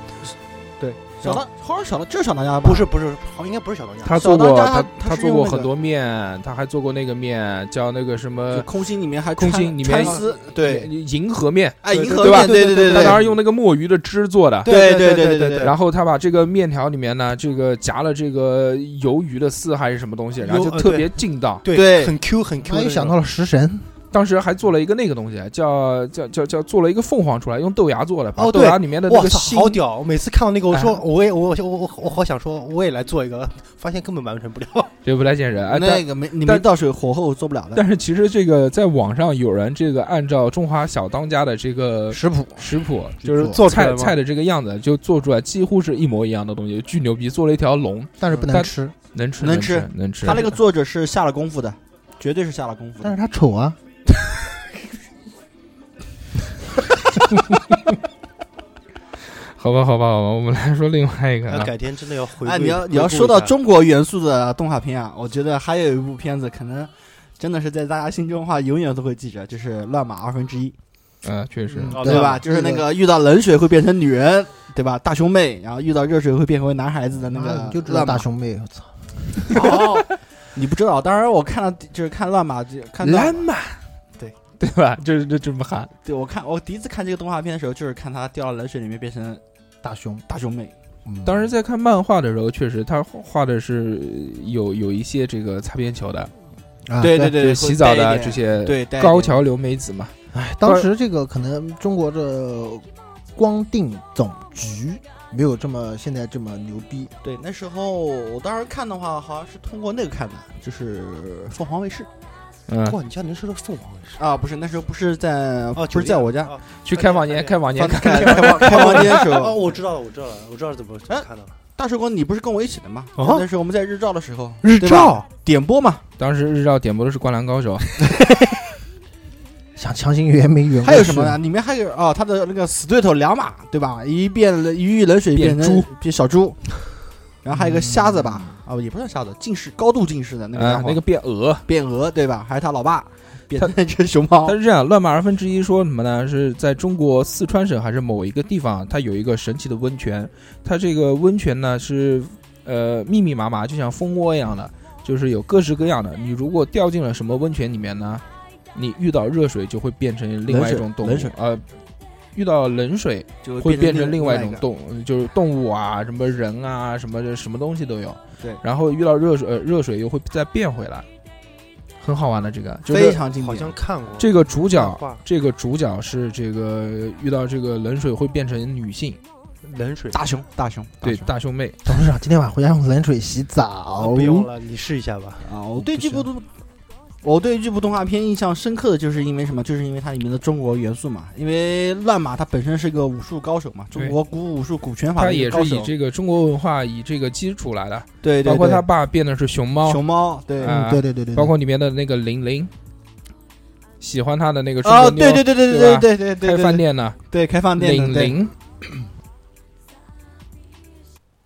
[SPEAKER 3] 小当好像小当，这是小当家吧？
[SPEAKER 4] 不是不是，好像应该不是小当家，
[SPEAKER 6] 他
[SPEAKER 3] 小
[SPEAKER 6] 做过
[SPEAKER 3] 当家
[SPEAKER 6] 他
[SPEAKER 3] 他
[SPEAKER 6] 他
[SPEAKER 3] 他是
[SPEAKER 6] 做
[SPEAKER 3] 用
[SPEAKER 6] 过
[SPEAKER 3] 那
[SPEAKER 6] 很
[SPEAKER 3] 个
[SPEAKER 6] 多面，他还做过那个面叫那个什
[SPEAKER 3] 就
[SPEAKER 6] 么
[SPEAKER 3] 空心里面还
[SPEAKER 6] 空
[SPEAKER 3] 穿
[SPEAKER 6] 心里面
[SPEAKER 3] 穿丝，对，
[SPEAKER 6] 银河面，
[SPEAKER 3] 哎，银河
[SPEAKER 6] 对吧
[SPEAKER 3] 面，对对对
[SPEAKER 6] 他
[SPEAKER 3] 对
[SPEAKER 6] 当时用那个墨鱼的汁做的。
[SPEAKER 3] 对
[SPEAKER 4] 对
[SPEAKER 3] 对对对对，
[SPEAKER 6] 然后他把这个面条里面呢，这个夹了这个鱿鱼的丝还是什么东西，然后
[SPEAKER 4] 鱿
[SPEAKER 6] 就
[SPEAKER 4] 呃
[SPEAKER 6] 特
[SPEAKER 4] 对
[SPEAKER 6] 别劲道。
[SPEAKER 4] 对
[SPEAKER 3] 对
[SPEAKER 4] 很 Q 很 Q，
[SPEAKER 2] 我
[SPEAKER 4] 的
[SPEAKER 2] 又
[SPEAKER 4] 那
[SPEAKER 2] 想
[SPEAKER 4] 种
[SPEAKER 2] 到了食神，
[SPEAKER 6] 当时还做了一个那个东西，叫叫叫叫做了一个凤凰出来，用豆芽做的，把
[SPEAKER 4] 哦
[SPEAKER 6] 豆
[SPEAKER 4] 对
[SPEAKER 6] 芽里面的那
[SPEAKER 4] 哇
[SPEAKER 6] 个
[SPEAKER 4] 操，
[SPEAKER 6] 心
[SPEAKER 4] 好屌！我每次看到那个，我说
[SPEAKER 6] 哎
[SPEAKER 4] 我也我我我我好想说我也来做一个，发现根本完成不了。
[SPEAKER 6] 对不太见人。哎，
[SPEAKER 3] 那
[SPEAKER 6] 但
[SPEAKER 3] 个没你
[SPEAKER 6] 但
[SPEAKER 3] 们到时候火候做不了的，
[SPEAKER 6] 但是其实这个在网上有人这个按照中华小当家的这个
[SPEAKER 2] 食谱
[SPEAKER 6] 食谱，就是
[SPEAKER 4] 做出来
[SPEAKER 6] 菜
[SPEAKER 4] 吗
[SPEAKER 6] 菜的这个样子，就做出来几乎是一模一样的东西，巨牛逼！做了一条龙，
[SPEAKER 2] 但是不
[SPEAKER 6] 但
[SPEAKER 2] 能吃，
[SPEAKER 6] 能吃
[SPEAKER 3] 能
[SPEAKER 6] 吃
[SPEAKER 3] 吃
[SPEAKER 6] 能吃。
[SPEAKER 3] 他那个作者是下了功夫的，绝对是下了功夫
[SPEAKER 2] 但
[SPEAKER 3] 的。
[SPEAKER 2] 是它丑啊。
[SPEAKER 6] 好吧，好吧，好吧，我们来说另外一个
[SPEAKER 4] 那
[SPEAKER 6] 啊，
[SPEAKER 4] 改天真的要回
[SPEAKER 3] 哎，
[SPEAKER 4] 归。
[SPEAKER 3] 你要
[SPEAKER 4] 回
[SPEAKER 3] 你要
[SPEAKER 4] 顾一
[SPEAKER 3] 说到
[SPEAKER 4] 下，
[SPEAKER 3] 中国元素的动画片啊，我觉得还有一部片子可能真的是在大家心中的话永远都会记着，就是《乱马二分之一》，
[SPEAKER 6] 嗯，确实，
[SPEAKER 4] 哦
[SPEAKER 3] 对吧？
[SPEAKER 2] 对
[SPEAKER 3] 就是那个遇到冷水会变成女人，对吧？大胸妹，然后遇到热水会变回男孩子的那
[SPEAKER 2] 妈
[SPEAKER 3] 个
[SPEAKER 2] 你就知道
[SPEAKER 3] 乱马
[SPEAKER 2] 大。胸妹，我操！
[SPEAKER 3] 哦，你不知道，当时我看到就是看乱马，就看到
[SPEAKER 6] 马，
[SPEAKER 3] 对
[SPEAKER 6] 对吧？就是这这么喊，
[SPEAKER 3] 对我看我第一次看这个动画片的时候，就是看他掉到冷水里面变成
[SPEAKER 2] 大胸，
[SPEAKER 3] 大胸妹。
[SPEAKER 2] 嗯
[SPEAKER 6] 当时在看漫画的时候，确实他画的是有有一些这个擦边球的，
[SPEAKER 2] 啊
[SPEAKER 3] 对
[SPEAKER 2] 对
[SPEAKER 3] 对
[SPEAKER 6] 就是
[SPEAKER 3] 对，
[SPEAKER 6] 洗澡
[SPEAKER 3] 带
[SPEAKER 6] 的
[SPEAKER 3] 一点
[SPEAKER 6] 这些，
[SPEAKER 3] 对带一
[SPEAKER 6] 高
[SPEAKER 3] 点
[SPEAKER 6] 桥留美子嘛，
[SPEAKER 2] 哎当时这个可能中国的光腚总局没有这么现在这么牛逼，
[SPEAKER 3] 对，那时候我当时看的话，好像是通过那个看的，就是凤凰卫视
[SPEAKER 6] 嗯，
[SPEAKER 4] 哇，你家能说到凤凰卫视？
[SPEAKER 3] 啊，不是那时候不是在、
[SPEAKER 4] 哦，
[SPEAKER 3] 不是在我家，
[SPEAKER 4] 哦
[SPEAKER 6] 去开房间，开房间
[SPEAKER 3] 放，开开房开房间的时
[SPEAKER 4] 哦，
[SPEAKER 3] 候，
[SPEAKER 4] 我知道了，我知道了，我知道怎么怎么看到了。
[SPEAKER 3] 大叔公你不是跟我一起的吗？
[SPEAKER 4] 哦
[SPEAKER 3] 那时候我们在日照的时候，
[SPEAKER 4] 日
[SPEAKER 3] 对吧点播嘛，
[SPEAKER 6] 当时日照点播的是《灌篮高手》，
[SPEAKER 2] 想强行圆没圆？
[SPEAKER 3] 还有什么呢？？里面还有哦，他的那个死对头两马，对吧？一变一遇冷水
[SPEAKER 6] 变
[SPEAKER 3] 变成
[SPEAKER 6] 猪
[SPEAKER 3] 变小猪，然后还有一个瞎子吧，啊、也不算瞎子，近视高度近视的那个家
[SPEAKER 6] 啊
[SPEAKER 3] 伙，，
[SPEAKER 6] 那个变鹅，
[SPEAKER 3] 变鹅对吧？还有他老爸变成一只熊猫
[SPEAKER 6] 它，是这样，乱码二分之一说什么呢？是在中国四川省还是某一个地方，它有一个神奇的温泉，它这个温泉呢是呃密密麻麻，就像蜂窝一样的，就是有各式各样的。你如果掉进了什么温泉里面呢，你遇到热水就会变成另外一种动物
[SPEAKER 3] 冷水，
[SPEAKER 6] 呃。遇到冷水
[SPEAKER 3] 就
[SPEAKER 6] 会变成
[SPEAKER 3] 成
[SPEAKER 6] 另外一
[SPEAKER 3] 一
[SPEAKER 6] 种
[SPEAKER 3] 个
[SPEAKER 6] 动，就是动物啊，什么人啊，什么什么东西都有。
[SPEAKER 3] 对
[SPEAKER 6] 然后遇到热水，呃热水又会再变回来，很好玩的这个，就
[SPEAKER 3] 非
[SPEAKER 6] 是
[SPEAKER 3] 常经
[SPEAKER 4] 好
[SPEAKER 3] 典。
[SPEAKER 4] 像看过
[SPEAKER 6] 这个主角
[SPEAKER 4] 漫画
[SPEAKER 6] 这个主角是这个遇到这个冷水会变成女性，
[SPEAKER 4] 冷水，
[SPEAKER 3] 大熊，大熊，
[SPEAKER 6] 对
[SPEAKER 3] 熊
[SPEAKER 6] 大胸妹，
[SPEAKER 2] 董事长今天晚上回家用冷水洗
[SPEAKER 4] 啊
[SPEAKER 2] 澡，
[SPEAKER 4] 不用了，你试一下吧。
[SPEAKER 3] 啊！我对
[SPEAKER 6] 不
[SPEAKER 3] 这部动，我对这部动画片印象深刻的就是因为什么？就是因为它里面的中国元素嘛。因为乱马他本身是个武术高手嘛，中国古武术、古拳法
[SPEAKER 6] 她
[SPEAKER 3] 的一
[SPEAKER 6] 也
[SPEAKER 3] 个
[SPEAKER 6] 是
[SPEAKER 3] 高
[SPEAKER 6] 以
[SPEAKER 3] 手。
[SPEAKER 6] 这个中国文化以这个基础来的，
[SPEAKER 3] 对对，
[SPEAKER 6] 包括
[SPEAKER 3] 对
[SPEAKER 6] 他爸变的是熊猫，
[SPEAKER 3] 熊猫，对
[SPEAKER 6] 啊
[SPEAKER 2] 嗯，对对对对，
[SPEAKER 6] 包括里面的那个玲玲，喜欢他的那个中
[SPEAKER 3] 啊，
[SPEAKER 6] 国妞
[SPEAKER 3] 对对对对
[SPEAKER 6] 对吧
[SPEAKER 3] 对对对对，
[SPEAKER 6] 开饭
[SPEAKER 3] 对
[SPEAKER 6] 店的
[SPEAKER 3] 对开饭店
[SPEAKER 6] 玲
[SPEAKER 3] 的对。
[SPEAKER 6] 玲。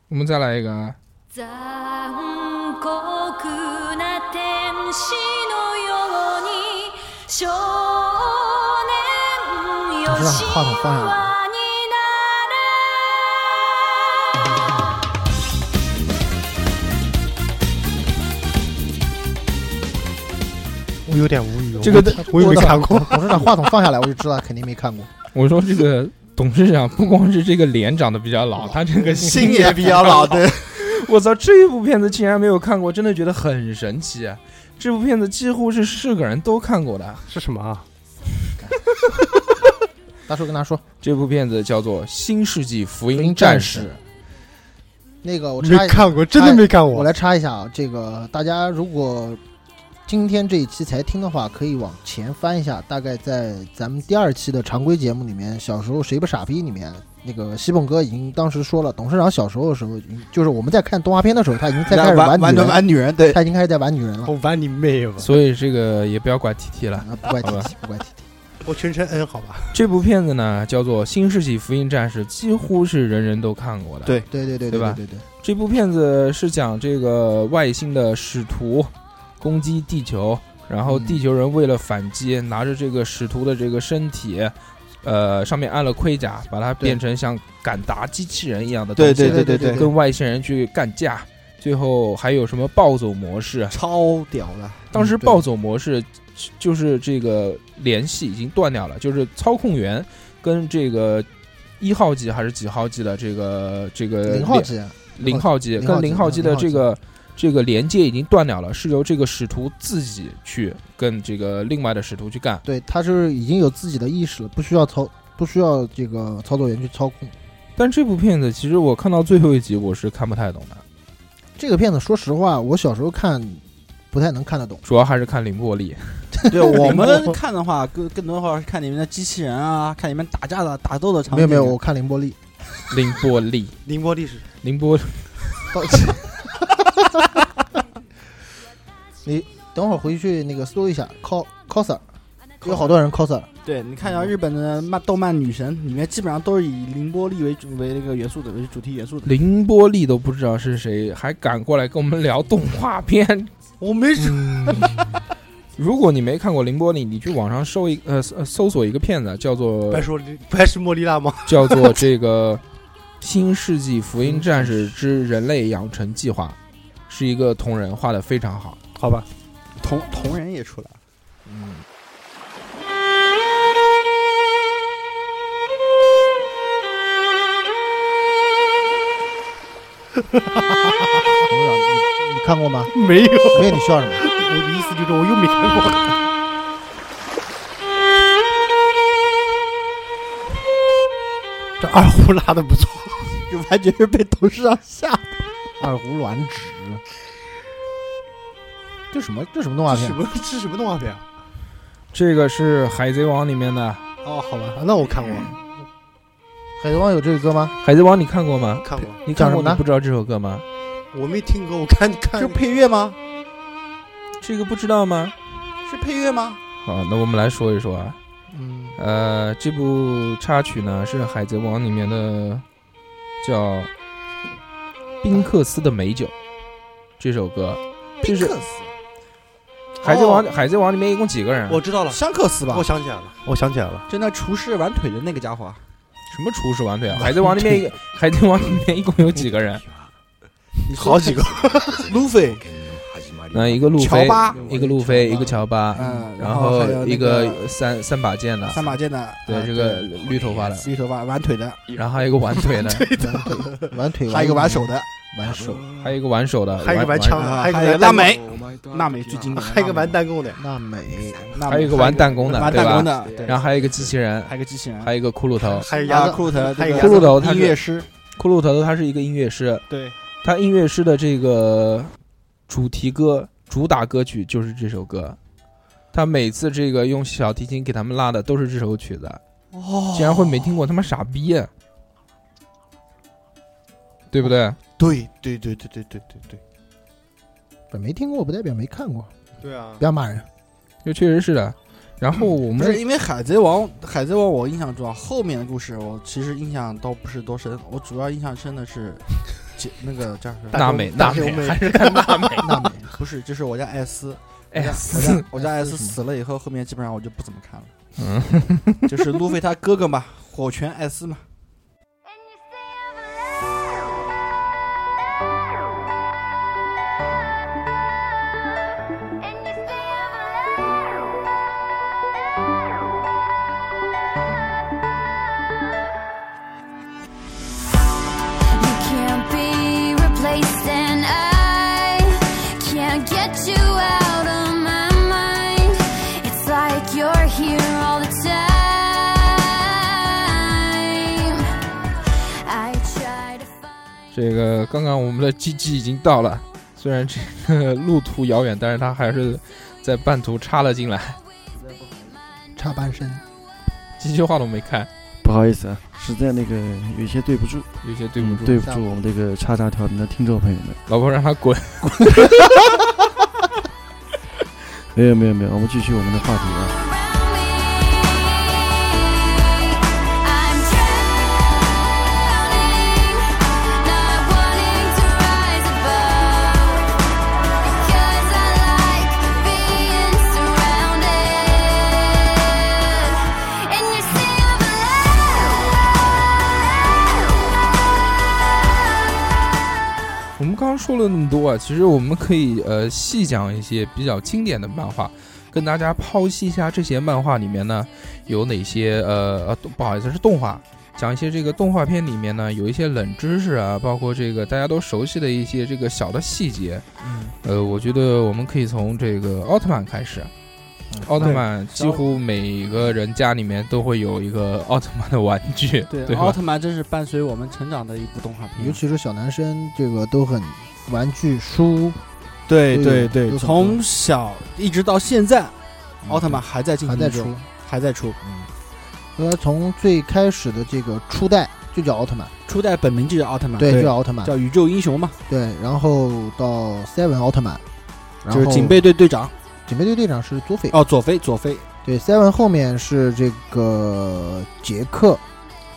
[SPEAKER 6] 我们再来一个啊，
[SPEAKER 8] 残酷な天使のように少年よ
[SPEAKER 2] 董事长
[SPEAKER 8] 神
[SPEAKER 2] 话筒放下来。
[SPEAKER 8] 話になれ
[SPEAKER 4] 有点无语。
[SPEAKER 6] 这个
[SPEAKER 4] 我我也没看过，
[SPEAKER 2] 董事长话筒放下来，我就知道肯定没看过。
[SPEAKER 6] 我说这个董事长不光是这个脸长得比较老，他这个心
[SPEAKER 3] 心也比较
[SPEAKER 6] [LAUGHS]
[SPEAKER 3] 老，对，
[SPEAKER 6] 哦我操，这部片子竟然没有看过，真的觉得很神奇啊！这部片子几乎是是个人都看过的。
[SPEAKER 4] 是什么啊？
[SPEAKER 2] 大叔跟他说，
[SPEAKER 6] 这部片子叫做《新世纪福
[SPEAKER 2] 《
[SPEAKER 6] 音战
[SPEAKER 2] 战
[SPEAKER 6] 士》，
[SPEAKER 2] 那个我
[SPEAKER 4] 没
[SPEAKER 2] 插一下，
[SPEAKER 4] 看过，真的没看过。
[SPEAKER 2] 我来插一下啊，这个大家如果今天这一期才听的话，可以往前翻一下，大概在咱们第二期的常规节目里面，小时候谁不傻逼里面，那个西蹦哥已经当时说了，董事长小时候的时候，就是我们在看动画片的时候，他已经在开始
[SPEAKER 3] 玩
[SPEAKER 2] 女
[SPEAKER 3] 着
[SPEAKER 2] 人，
[SPEAKER 3] 玩女人，对，
[SPEAKER 2] 他已经开始在玩女人
[SPEAKER 4] [LAUGHS]
[SPEAKER 2] 了。
[SPEAKER 4] 我玩你妹吧！
[SPEAKER 6] 所以这个也不要怪 TT 了。
[SPEAKER 2] 啊，不怪 T
[SPEAKER 6] 好吧
[SPEAKER 2] T，不怪 T T。
[SPEAKER 4] 我全程 N 好吧？
[SPEAKER 6] 这部片子呢叫做《新世纪福音战士》，几乎是人人都看过的。
[SPEAKER 3] 对
[SPEAKER 2] 对对对
[SPEAKER 6] 对吧
[SPEAKER 2] 对对，
[SPEAKER 6] 这部片子是讲这个外星的使徒攻击地球，然后
[SPEAKER 2] 嗯
[SPEAKER 6] 地球人为了反击，拿着这个使徒的这个身体，呃，上面安了盔甲，把它变成像敢达机器人一样的东西，
[SPEAKER 3] 对
[SPEAKER 2] 对
[SPEAKER 3] 对
[SPEAKER 2] 对
[SPEAKER 3] 对
[SPEAKER 6] 跟外星人去干架。最后还有什么暴走模式？
[SPEAKER 3] 超屌
[SPEAKER 2] [LAUGHS]
[SPEAKER 3] 的，
[SPEAKER 6] 当时
[SPEAKER 2] 嗯嗯对
[SPEAKER 6] 暴走模式就是这个联系已经断掉了，就是操控员跟这个一号机还是几号机的这个这
[SPEAKER 4] 呃
[SPEAKER 6] 个
[SPEAKER 2] 零号
[SPEAKER 6] 联
[SPEAKER 2] 机，
[SPEAKER 6] 零号机
[SPEAKER 2] 零号
[SPEAKER 6] 跟
[SPEAKER 2] 机
[SPEAKER 6] 零号机的
[SPEAKER 2] 零号
[SPEAKER 6] 这
[SPEAKER 2] 机
[SPEAKER 6] 个这个连接已经断掉了，是由这个使徒自己去跟这个另外的使徒去干。
[SPEAKER 2] 对，他是已经有自己的意识了，不需要操，不需要这个操作员去操控。
[SPEAKER 6] 但这部片子其实我看到最后一集我是看不太懂的，
[SPEAKER 2] 这个片子，说实话，我小时候看不太能看得懂。
[SPEAKER 6] 主要还是看凌波
[SPEAKER 2] [LAUGHS]
[SPEAKER 6] 丽。
[SPEAKER 3] 对我们看的话，更更多的话是看里面的机器人啊，看里面打架的打斗的场景。
[SPEAKER 2] 没有没有，我看凌波丽，
[SPEAKER 6] 凌波丽，
[SPEAKER 4] 凌波丽是
[SPEAKER 6] 凌波
[SPEAKER 2] 到你等会儿回去那个搜一下 cos coser，有好多人 coser，
[SPEAKER 3] 对你看一下日本的漫动漫女神，里面基本上都是以凌波丽为主为那个元素的为主题元素的。
[SPEAKER 6] 凌波丽都不知道是谁，还敢过来跟我们聊动画片。
[SPEAKER 3] 我
[SPEAKER 4] 嗯
[SPEAKER 3] 没说，
[SPEAKER 6] 如果你没看过凌波丽，你去网上搜一呃搜搜索一个片子，叫做
[SPEAKER 4] 白说白是莫莉娜吗？ [LAUGHS]
[SPEAKER 6] 叫做这个《新世纪福音战士之人类养成计划》，是一个同人画的非常好。
[SPEAKER 4] 好吧，
[SPEAKER 3] 同同人也出来了。
[SPEAKER 2] 董事长你你看过吗？
[SPEAKER 4] 没有，
[SPEAKER 2] 没有，你笑什么？
[SPEAKER 4] 我的意思就是我又没看过。这二胡拉的不错，
[SPEAKER 3] 就完全是被董事长吓的。
[SPEAKER 2] 二胡卵指，这什么这什么动画
[SPEAKER 4] 这
[SPEAKER 2] 片
[SPEAKER 4] 什？么这是什么动画片啊？
[SPEAKER 6] 这个是《海贼王》里面的，
[SPEAKER 4] 哦，好
[SPEAKER 2] 啊
[SPEAKER 4] 吧，那我看过，
[SPEAKER 2] 海贼王有这个歌吗？
[SPEAKER 3] [LAUGHS]
[SPEAKER 6] 《海贼王》你看过吗？
[SPEAKER 4] 看过，
[SPEAKER 6] 你看
[SPEAKER 2] 讲
[SPEAKER 6] 过
[SPEAKER 2] 什么
[SPEAKER 6] 你
[SPEAKER 2] 呢
[SPEAKER 6] 不知道这首歌吗？
[SPEAKER 4] 我没听过，我看看
[SPEAKER 3] 是配乐吗？
[SPEAKER 6] 这个不知道吗？
[SPEAKER 3] 是配乐吗？
[SPEAKER 6] 好，那我们来说一说啊。
[SPEAKER 4] 嗯，
[SPEAKER 6] 呃，这部插曲呢是《海贼王》里面的叫宾克斯的美酒这首歌。这是《
[SPEAKER 3] 斯，
[SPEAKER 6] 海贼王》海贼王》里面一共几个人啊？
[SPEAKER 4] 我知道了，
[SPEAKER 3] 香克斯吧
[SPEAKER 4] 我？想起来了，我想起来了，
[SPEAKER 3] 就那厨师玩腿的那个家伙啊，
[SPEAKER 6] 什么厨师玩 [LAUGHS] 腿啊？海贼王里面一个，海贼王里面一共有几个人？
[SPEAKER 4] 好几个，
[SPEAKER 3] [LAUGHS] 路飞，
[SPEAKER 6] [LAUGHS] 那一个路
[SPEAKER 3] 乔
[SPEAKER 6] 飞，
[SPEAKER 3] 巴，
[SPEAKER 6] 一个路飞，一个乔巴，
[SPEAKER 3] 嗯，
[SPEAKER 6] 然
[SPEAKER 3] 后还有
[SPEAKER 6] 一
[SPEAKER 3] 那个
[SPEAKER 6] 个三三把剑的，
[SPEAKER 3] 三把剑的，
[SPEAKER 6] 啊对
[SPEAKER 3] 呃
[SPEAKER 6] 这个绿头发的，
[SPEAKER 3] 绿头发玩腿的，
[SPEAKER 6] 然后还有一个玩腿的，
[SPEAKER 2] 玩腿，
[SPEAKER 3] 还有一个玩手，嗯的，
[SPEAKER 2] 玩手。
[SPEAKER 6] 还有一个玩手的，
[SPEAKER 4] 啊还有一个玩枪的，
[SPEAKER 3] 啊还
[SPEAKER 4] 有一个
[SPEAKER 3] 有拉
[SPEAKER 4] 弹弓
[SPEAKER 3] 美，娜美最经典的，
[SPEAKER 4] 还有一个玩弹弓的，
[SPEAKER 2] 娜美，
[SPEAKER 3] 娜美，
[SPEAKER 6] 还有一个玩弹弓的
[SPEAKER 3] 玩
[SPEAKER 6] 对吧
[SPEAKER 3] 弹弓的，对，
[SPEAKER 6] 然后还有一个机器人，
[SPEAKER 3] 还有个机器人，
[SPEAKER 6] 还有一个骷髅头。
[SPEAKER 4] 还有
[SPEAKER 3] 啊
[SPEAKER 4] 鸭子，
[SPEAKER 3] 骷髅头，
[SPEAKER 4] 还有
[SPEAKER 3] 这个
[SPEAKER 6] 骷髅头他是
[SPEAKER 3] 音乐师，
[SPEAKER 6] 骷髅头他是一个音乐师，
[SPEAKER 4] 对，
[SPEAKER 6] 他音乐师的这个主题歌、主打歌曲就是这首歌。他每次这个用小提琴给他们拉的都是这首曲子，
[SPEAKER 3] 哦
[SPEAKER 6] 竟然会没听过，他妈傻逼啊，对不对？
[SPEAKER 4] 对对对对对对对对，
[SPEAKER 2] 没听过不代表没看过，
[SPEAKER 4] 对啊
[SPEAKER 2] 不，
[SPEAKER 3] [LAUGHS]
[SPEAKER 2] 要骂人。
[SPEAKER 6] 这确实是的。然后我
[SPEAKER 3] 不
[SPEAKER 6] 们
[SPEAKER 3] 是因为《海贼王》，《海贼王》我印象中啊，后面的故事我其实印象倒不是多深，我主要印象深的是，姐那个叫什么？
[SPEAKER 6] 娜美，
[SPEAKER 4] 大
[SPEAKER 6] 娜
[SPEAKER 4] 熊
[SPEAKER 6] 美
[SPEAKER 4] 妹
[SPEAKER 6] 还是看 [LAUGHS] 娜美，
[SPEAKER 2] 娜美，
[SPEAKER 3] 不是，就是我家艾斯，
[SPEAKER 6] 哎呀，
[SPEAKER 3] 我家
[SPEAKER 6] 死
[SPEAKER 3] 我家艾斯死了以后，后面基本上我就不怎么看了。就是路飞他哥哥嘛，火拳艾斯嘛。
[SPEAKER 8] 「
[SPEAKER 6] 这个刚刚我们的 GG 已经到了，虽然这个路途遥远，但是他还是在半途插了进来，
[SPEAKER 2] 插半身。
[SPEAKER 3] 嗯
[SPEAKER 6] 几句话都没看，
[SPEAKER 9] 不好意思啊，实在那个有些对不住，
[SPEAKER 6] 有些对不住，
[SPEAKER 9] 对不住我们这个叉叉调频的听众朋友们。
[SPEAKER 6] 老婆让他滚。
[SPEAKER 9] 没有没有没有，我们继续我们的话题
[SPEAKER 8] I'm
[SPEAKER 9] 啊。
[SPEAKER 8] drowning, not wanting to rise above. Because I like being surrounded in your sea of love.
[SPEAKER 6] 我们刚刚说了那么多啊，其实我们可以呃细讲一些比较经典的漫画，跟大家剖析一下这些漫画里面呢有哪些呃呃不好意思是动画，讲一些这个动画片里面呢有一些冷知识啊，包括这个大家都熟悉的一些这个小的细节。
[SPEAKER 4] 嗯，
[SPEAKER 6] 呃，我觉得我们可以从这个奥特曼开始。
[SPEAKER 3] 嗯
[SPEAKER 6] 奥特曼几乎每个人家里面都会有一个奥特曼的玩具，对
[SPEAKER 3] 对，
[SPEAKER 6] 吧
[SPEAKER 3] 奥特曼真是伴随我们成长的一部动画
[SPEAKER 2] 尤
[SPEAKER 3] 片。
[SPEAKER 2] 其是小男生，这个都很玩具书，
[SPEAKER 4] 对
[SPEAKER 2] 对
[SPEAKER 4] 对对
[SPEAKER 2] 有，
[SPEAKER 3] 从小一直到现在，奥特曼嗯还在进
[SPEAKER 2] 嗯还
[SPEAKER 3] 行
[SPEAKER 2] 在
[SPEAKER 3] 中
[SPEAKER 2] 出。，
[SPEAKER 3] 还在出。
[SPEAKER 2] 呃，从最开始的这个初代就叫奥特曼，
[SPEAKER 3] 初代本名就叫奥特曼，
[SPEAKER 2] 对，就叫奥特曼，
[SPEAKER 3] 啊叫宇宙英雄嘛，
[SPEAKER 2] 对，然后到 Seven 奥特曼，然
[SPEAKER 3] 就是
[SPEAKER 2] 后
[SPEAKER 3] 警备队队长
[SPEAKER 2] 警备队队长是佐菲，
[SPEAKER 3] 哦，佐菲，佐菲，
[SPEAKER 2] 对，Seven 后面是这个杰克，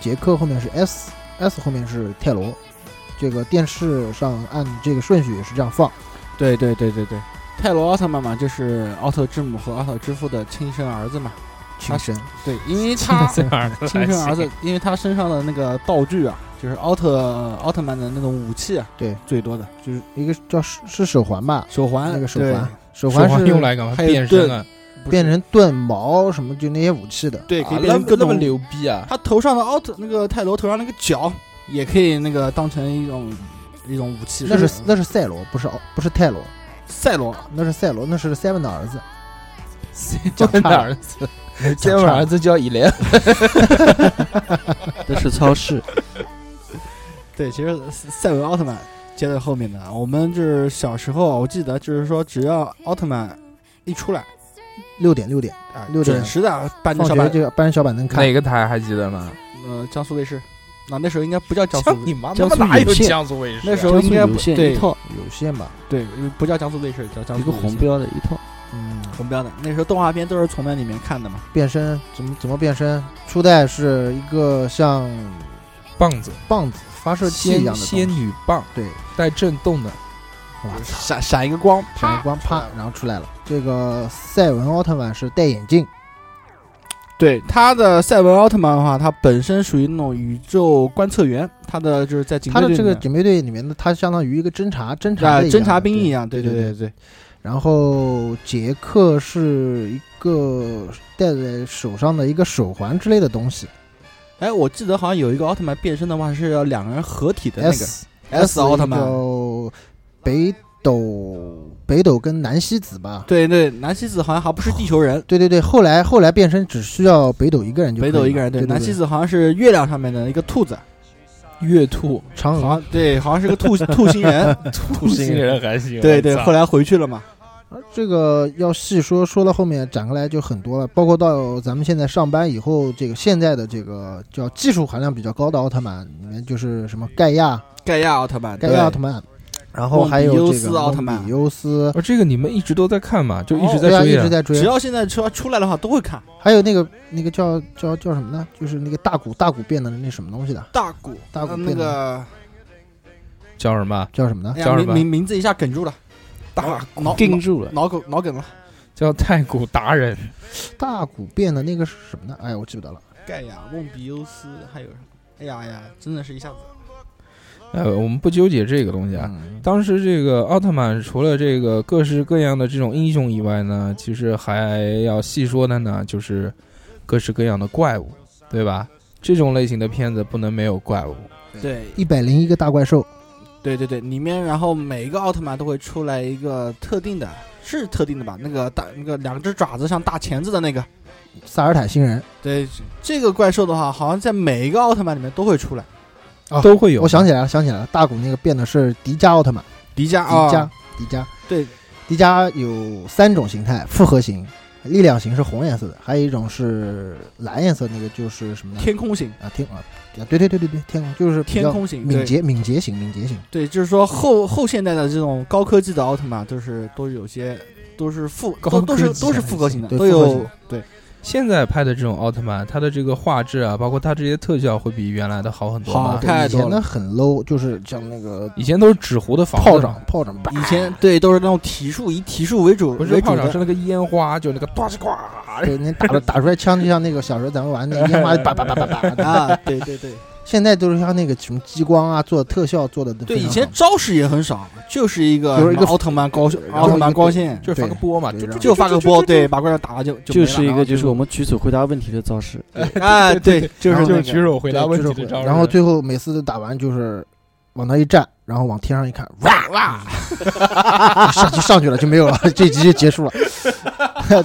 [SPEAKER 2] 杰克后面是 S，S 后面是泰罗，这个电视上按这个顺序也是这样放，
[SPEAKER 3] 对对对对对，泰罗奥特曼嘛，就是奥特之母和奥特之父的亲生儿子嘛。啊
[SPEAKER 2] 亲生，
[SPEAKER 3] 对，因为他
[SPEAKER 6] 这样的
[SPEAKER 3] 亲生儿
[SPEAKER 6] 来
[SPEAKER 3] 子
[SPEAKER 6] 信，
[SPEAKER 3] 因为他身上的那个道具啊，就是奥特奥特曼的那种武器啊，
[SPEAKER 2] 对，
[SPEAKER 3] 最多的就是
[SPEAKER 2] 一个叫是是手环吧，
[SPEAKER 3] 手环，
[SPEAKER 2] 那个手
[SPEAKER 3] 对
[SPEAKER 2] 环，，手
[SPEAKER 6] 手环
[SPEAKER 2] 是
[SPEAKER 6] 用来干嘛？
[SPEAKER 3] 还有
[SPEAKER 6] 变身啊，
[SPEAKER 3] 不是
[SPEAKER 2] 变成盾矛什么就那些武器的，
[SPEAKER 3] 对，
[SPEAKER 6] 啊
[SPEAKER 3] 可以变
[SPEAKER 6] 那
[SPEAKER 3] 成
[SPEAKER 6] 么
[SPEAKER 3] 各
[SPEAKER 6] 那么
[SPEAKER 3] 种
[SPEAKER 6] 牛逼啊！
[SPEAKER 3] 他头上的奥特那个泰罗头上那个角，也可以那个当成一种一种武器。
[SPEAKER 2] 那是那是赛罗，不是奥不是泰罗，
[SPEAKER 3] 赛罗，
[SPEAKER 2] 那是赛罗，那是 Seven 的儿子，
[SPEAKER 6] 讲他儿子，
[SPEAKER 2] 讲
[SPEAKER 6] 讲
[SPEAKER 2] 岔
[SPEAKER 6] 他
[SPEAKER 2] 了
[SPEAKER 6] 儿子叫伊莲，
[SPEAKER 9] 这是超 [LAUGHS] 市，
[SPEAKER 3] 对，其实赛文奥特曼接在后面的。我们就是小时候，啊我记得就是说，只要奥特曼一出来
[SPEAKER 2] 六点六点，
[SPEAKER 3] 啊，
[SPEAKER 2] 六点
[SPEAKER 3] 准时的搬着
[SPEAKER 2] 放
[SPEAKER 3] 小
[SPEAKER 2] 学
[SPEAKER 3] 板，
[SPEAKER 2] 就要搬小板凳看
[SPEAKER 6] 哪，个台还记得吗？
[SPEAKER 3] 呃，江苏卫视。那那时候应该不叫江苏卫，
[SPEAKER 6] 妈
[SPEAKER 2] 江苏
[SPEAKER 6] 哪有
[SPEAKER 2] 有线
[SPEAKER 6] 江苏卫视啊？
[SPEAKER 3] 那时候应该
[SPEAKER 9] 江苏
[SPEAKER 3] 不
[SPEAKER 9] 有线
[SPEAKER 3] 对
[SPEAKER 9] 一套，
[SPEAKER 2] 有线吧，
[SPEAKER 3] 对，不叫江苏卫视，叫江
[SPEAKER 9] 一
[SPEAKER 3] 苏
[SPEAKER 9] 个
[SPEAKER 3] 卫
[SPEAKER 9] 红
[SPEAKER 3] 视
[SPEAKER 9] 标的一套。
[SPEAKER 2] 嗯，
[SPEAKER 3] 红标的。那时候动画片都是从那里面看的嘛。
[SPEAKER 2] 变身怎么怎么变身？初代是一个像
[SPEAKER 6] 棒子，
[SPEAKER 2] 棒子发射器一
[SPEAKER 6] 仙
[SPEAKER 2] 样的
[SPEAKER 6] 仙
[SPEAKER 2] 东西，
[SPEAKER 6] 女棒，
[SPEAKER 2] 对，
[SPEAKER 6] 带震动的，
[SPEAKER 2] 哇操，
[SPEAKER 3] 闪闪一个光，
[SPEAKER 2] 闪着光啪，然后出来了。这个赛文奥特曼是戴眼镜，
[SPEAKER 3] 对他的赛文奥特曼的话，他本身属于那种宇宙观测员，他的就是在警
[SPEAKER 2] 他
[SPEAKER 3] 卫
[SPEAKER 2] 的
[SPEAKER 3] 队
[SPEAKER 2] 这
[SPEAKER 3] 里
[SPEAKER 2] 个
[SPEAKER 3] 面
[SPEAKER 2] 警备队里面的他相当于一个侦察侦察
[SPEAKER 3] 啊
[SPEAKER 2] 的一样
[SPEAKER 3] 侦察兵
[SPEAKER 2] 对
[SPEAKER 3] 一样，对
[SPEAKER 2] 对
[SPEAKER 3] 对对，
[SPEAKER 2] 然后杰克是一个戴在手上的一个手环之类的东西
[SPEAKER 3] 哎，我记得好像有一个奥特曼变身的话是要两个人合体的那个
[SPEAKER 2] ，S
[SPEAKER 3] S 奥特曼，
[SPEAKER 2] 叫北斗北斗跟南希子吧。
[SPEAKER 3] 对对，南希子好像还不是地球人，
[SPEAKER 2] 对对对，后来后来变身只需要北斗一个人就可以
[SPEAKER 3] 北
[SPEAKER 2] 了
[SPEAKER 3] 斗一个人，
[SPEAKER 2] 对，对
[SPEAKER 3] 南希子好像是月亮上面的一个兔子，
[SPEAKER 6] 月兔，
[SPEAKER 3] 好
[SPEAKER 2] 嫦娥，
[SPEAKER 3] 像对，好像是个
[SPEAKER 2] [LAUGHS]
[SPEAKER 3] 兔兔星人，
[SPEAKER 6] 兔星人还行
[SPEAKER 3] 对对，后
[SPEAKER 6] 来
[SPEAKER 3] 来回去了嘛，
[SPEAKER 2] 这个要细说，说到后面展开来就很多了，包括到咱们现在上班以后，这个现在的这个叫技术含量比较高的奥特曼里面，就是什么盖亚、
[SPEAKER 3] 盖亚奥特曼，
[SPEAKER 2] 盖
[SPEAKER 3] 啊对
[SPEAKER 2] 亚奥特曼，然后还有这
[SPEAKER 3] 梦比优
[SPEAKER 2] 个
[SPEAKER 3] 斯奥特曼
[SPEAKER 2] 梦比优斯，
[SPEAKER 6] 哦，这个你们一直都在看嘛，就一直在
[SPEAKER 2] 对啊，一
[SPEAKER 6] 追
[SPEAKER 2] 直
[SPEAKER 6] 啊。
[SPEAKER 2] 在追
[SPEAKER 3] 只。要现在车出来的话都会看
[SPEAKER 2] 还有那个那个叫叫叫什么呢？就是那个大鼓大鼓变的那什么东西的，
[SPEAKER 3] 大古
[SPEAKER 2] 大古
[SPEAKER 3] 呃那
[SPEAKER 2] 变的
[SPEAKER 3] 个
[SPEAKER 6] 叫什么？
[SPEAKER 2] 叫什么呢
[SPEAKER 3] 哎？呀
[SPEAKER 6] 叫什
[SPEAKER 3] 名
[SPEAKER 6] 么
[SPEAKER 3] 名名字一下哽住了，大脑
[SPEAKER 9] 定住了，
[SPEAKER 3] 脑梗脑梗了，
[SPEAKER 6] 叫太古达人。
[SPEAKER 2] 大鼓变的那个是什么呢？哎，我记不得了。
[SPEAKER 3] 盖亚、梦比优斯还有什么？哎呀哎呀，真的是一下子。
[SPEAKER 6] 呃，我们不纠结这个东西啊。
[SPEAKER 2] 嗯
[SPEAKER 6] 当时这个奥特曼除了这个各式各样的这种英雄以外呢，其实还要细说的呢，就是各式各样的怪物，对吧？这种类型的片子不能没有怪物。
[SPEAKER 3] 对
[SPEAKER 2] 一百零一个大怪兽，
[SPEAKER 3] 对对对，里面然后每一个奥特曼都会出来一个特定的，是特定的吧？那个大那个两只爪子像大钳子的那个，
[SPEAKER 2] 萨尔坦星人，
[SPEAKER 3] 对这个怪兽的话，好像在每一个奥特曼里面都会出来。
[SPEAKER 2] 哦
[SPEAKER 6] 都会有。
[SPEAKER 2] 我想起来了，想起来了，大古那个变的是迪迦奥特曼，
[SPEAKER 3] 迪迦啊，
[SPEAKER 2] 迪迦，迪迦，
[SPEAKER 3] 对，
[SPEAKER 2] 迪迦有三种形态：复合型、力量型是红颜色的，还有一种是蓝颜色，那个就是什么呢？
[SPEAKER 3] 天空型，
[SPEAKER 2] 啊天啊，对对对对对，天空就是比
[SPEAKER 3] 天
[SPEAKER 2] 较
[SPEAKER 3] 空型，
[SPEAKER 2] 敏
[SPEAKER 3] 对
[SPEAKER 2] 捷敏捷型敏捷型。
[SPEAKER 3] 对，就是说后后现代的这种高科技的奥特曼，都是都有些都是复
[SPEAKER 2] 高
[SPEAKER 3] 都都
[SPEAKER 2] 科
[SPEAKER 3] 是
[SPEAKER 2] 技
[SPEAKER 3] 都是
[SPEAKER 2] 还
[SPEAKER 3] 复合型
[SPEAKER 2] 行
[SPEAKER 3] 的，
[SPEAKER 2] 对
[SPEAKER 3] 都
[SPEAKER 2] 复合
[SPEAKER 3] 有
[SPEAKER 2] 型
[SPEAKER 3] 对
[SPEAKER 6] 现在拍的这种奥特曼，它的这个画质啊，包括它这些特效，会比原来的好很多
[SPEAKER 3] 好
[SPEAKER 6] 嘛。
[SPEAKER 2] 对
[SPEAKER 3] 啊太
[SPEAKER 2] 以
[SPEAKER 3] 多
[SPEAKER 2] 前
[SPEAKER 3] 了
[SPEAKER 2] 的很 low，就是像那个
[SPEAKER 6] 以前都是纸糊的房子
[SPEAKER 2] 炮仗，炮仗，
[SPEAKER 3] [LAUGHS]
[SPEAKER 2] 啪
[SPEAKER 3] 以前对都是那种体术以体术为主
[SPEAKER 6] 不是
[SPEAKER 3] 为主
[SPEAKER 6] 炮仗，
[SPEAKER 3] 的
[SPEAKER 6] 是，那个烟花，就那个呱唧呱。
[SPEAKER 2] 对，那打出打出来枪就像那个小时候咱们玩
[SPEAKER 3] [LAUGHS]
[SPEAKER 2] 那烟花，叭叭叭叭叭的。
[SPEAKER 3] 啊，对对对
[SPEAKER 2] 现在都是像那个什么激光啊，做特效做的都
[SPEAKER 3] 对，
[SPEAKER 2] 非
[SPEAKER 3] 以
[SPEAKER 2] 常
[SPEAKER 3] 前
[SPEAKER 2] 好
[SPEAKER 3] 招式也很少，就是一个
[SPEAKER 2] 比如
[SPEAKER 3] 什
[SPEAKER 2] 一
[SPEAKER 3] 么
[SPEAKER 2] 个
[SPEAKER 3] 奥特曼光线
[SPEAKER 2] 然后
[SPEAKER 3] 奥特
[SPEAKER 2] 一
[SPEAKER 3] 曼
[SPEAKER 2] 个
[SPEAKER 3] 光线，
[SPEAKER 6] 就是发个波嘛，
[SPEAKER 2] 对
[SPEAKER 6] 就
[SPEAKER 2] 然后
[SPEAKER 3] 就发个波，对，把怪人打了就就
[SPEAKER 9] [LAUGHS] 就
[SPEAKER 3] 没
[SPEAKER 9] 是
[SPEAKER 3] 了
[SPEAKER 9] 一
[SPEAKER 3] 然后
[SPEAKER 9] 个就是我们举手回答问题的招式，
[SPEAKER 3] 哎对，就是
[SPEAKER 2] 然
[SPEAKER 3] 那
[SPEAKER 2] 后
[SPEAKER 6] 就是
[SPEAKER 3] 个
[SPEAKER 6] 举手回答
[SPEAKER 2] 对
[SPEAKER 6] 问
[SPEAKER 2] 就
[SPEAKER 6] 题
[SPEAKER 2] 是
[SPEAKER 6] 的
[SPEAKER 2] 会
[SPEAKER 6] 招式。
[SPEAKER 2] 然后最后每次都打完就是往那一站，然后往天上一看，哇
[SPEAKER 6] [LAUGHS]
[SPEAKER 2] 哇，上就上去了就没有了， [LAUGHS] 这集就结束了，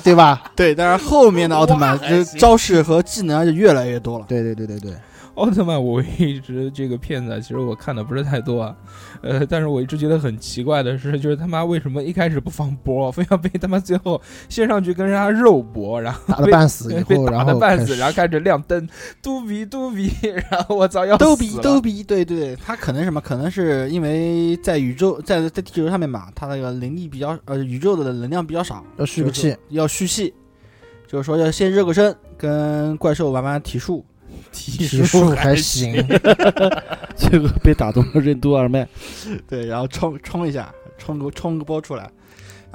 [SPEAKER 2] 对吧？
[SPEAKER 3] 对，但是后面的奥特曼就是招式和技能就越来越多了。
[SPEAKER 2] 对对对对对，
[SPEAKER 6] 奥特曼，我一直这个片子啊，其实我看的不是太多啊，呃，但是我一直觉得很奇怪的是，就是他妈为什么一开始不放波，非要被他妈最后先上去跟人家肉搏，然后
[SPEAKER 2] 打的
[SPEAKER 6] 被
[SPEAKER 2] 半死以
[SPEAKER 6] 被
[SPEAKER 2] 后，
[SPEAKER 6] 打
[SPEAKER 2] 然
[SPEAKER 6] 的
[SPEAKER 2] 后
[SPEAKER 6] 半
[SPEAKER 2] 开
[SPEAKER 6] 死，
[SPEAKER 2] 始
[SPEAKER 6] 然后开始亮灯，嘟比嘟比，然后我操要
[SPEAKER 3] 逗
[SPEAKER 6] 死
[SPEAKER 3] 比
[SPEAKER 6] 了
[SPEAKER 3] 逗比，对对，他可能什么？可能是因为在宇宙在在地球上面嘛，他那个灵力比较呃，宇宙的能量比较少，
[SPEAKER 2] 要蓄个
[SPEAKER 3] 就是
[SPEAKER 2] 气，
[SPEAKER 3] 要蓄气，就是说要先热个身，跟怪兽玩玩体术。
[SPEAKER 6] 体
[SPEAKER 2] [LAUGHS] 体术还行，
[SPEAKER 9] [LAUGHS] 最后被打动了任督二 [LAUGHS] 脉。
[SPEAKER 3] [LAUGHS] 对，然后冲冲一下，冲个冲个波出来。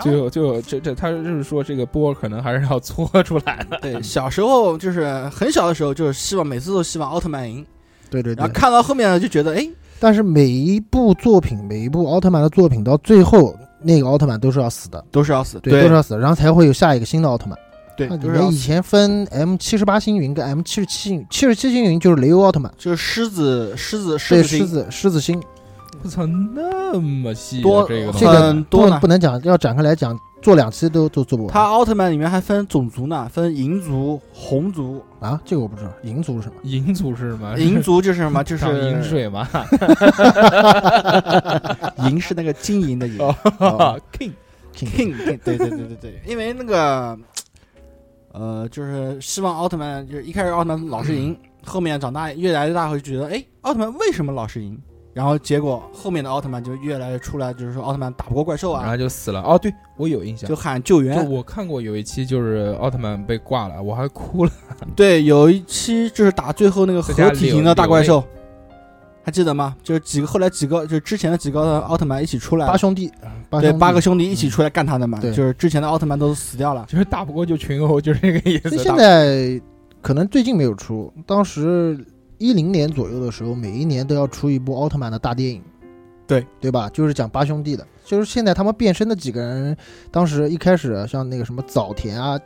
[SPEAKER 6] 最后最后这这他就是说这个波可能还是要搓出来 [LAUGHS] 的，
[SPEAKER 3] 对，小时候就是很小的时候，就是希望每次都希望奥特曼赢，
[SPEAKER 2] 对对
[SPEAKER 3] 然
[SPEAKER 2] 对
[SPEAKER 3] 后。看到后面呢就觉得，哎，
[SPEAKER 2] 但是每一部作品，每一部奥特曼的作品，到最后那个奥特曼都是要死的，
[SPEAKER 3] 都是要死，
[SPEAKER 2] 对，都是要死的，然后才会有下一个新的奥特曼。
[SPEAKER 3] 对，
[SPEAKER 2] 那你
[SPEAKER 3] 都是要
[SPEAKER 2] 们以
[SPEAKER 3] 死。
[SPEAKER 2] 前分 M 七十八星云跟 M 七十七星，七十七星云就是雷欧奥特曼，
[SPEAKER 3] 就是狮子，狮子，狮
[SPEAKER 2] 对狮
[SPEAKER 3] 子
[SPEAKER 2] 子狮子星，
[SPEAKER 6] 我操那么细啊、
[SPEAKER 3] 多
[SPEAKER 6] 这个东
[SPEAKER 2] 这
[SPEAKER 6] 西
[SPEAKER 3] 这
[SPEAKER 2] 个
[SPEAKER 3] 很多
[SPEAKER 2] 不
[SPEAKER 3] 呢
[SPEAKER 2] 不能讲，要展开来讲，做两期都都做不完。
[SPEAKER 3] 它奥特曼里面还分种族呢，分银族、红族。
[SPEAKER 2] 啊，这个我不知道，银族是
[SPEAKER 3] [LAUGHS]
[SPEAKER 2] 什么？
[SPEAKER 6] 银族是 [LAUGHS] 吗？
[SPEAKER 3] 银族就是什么？就是
[SPEAKER 6] 长银水嘛
[SPEAKER 3] 银是那个金银的银。
[SPEAKER 6] ，King。
[SPEAKER 3] King，对对对对对对，因为那个，呃，就是希望奥特曼就是一开始奥特曼老是赢，后面长大越来越大会觉得，哎，奥特曼为什么老是赢？然后结果后面的奥特曼就越来越出来，就是说奥特曼打不过怪兽
[SPEAKER 6] 然
[SPEAKER 3] 啊，
[SPEAKER 6] 后就死了。哦，对我有印象，
[SPEAKER 3] 就喊救
[SPEAKER 6] 就
[SPEAKER 3] 援。
[SPEAKER 6] 我看过有一期，就是奥特曼被挂了，我还哭了。 [LAUGHS]
[SPEAKER 3] 对，有一期就是打最后那个合
[SPEAKER 6] 在家
[SPEAKER 3] 体
[SPEAKER 6] 里有
[SPEAKER 3] 型的大怪兽，还记得吗？就是几个后来几个就是之前的几个奥特曼一起出来
[SPEAKER 2] 八，兄弟，嗯八
[SPEAKER 3] 对，
[SPEAKER 2] 兄弟
[SPEAKER 3] 八个兄弟一起出来干他的嘛，
[SPEAKER 2] 对啊
[SPEAKER 3] 就是之前的奥特曼都死掉了。
[SPEAKER 6] 就是打不过就群殴，就是这个意
[SPEAKER 2] 所以
[SPEAKER 6] 思。
[SPEAKER 2] 现在可能最近没有出，当时一零年左右的时候，每一年都要出一部奥特曼的大电影，
[SPEAKER 3] 对
[SPEAKER 2] 对吧？就是讲八兄弟的，就是现在他们变身的几个人，当时一开始啊像那个什么早田啊，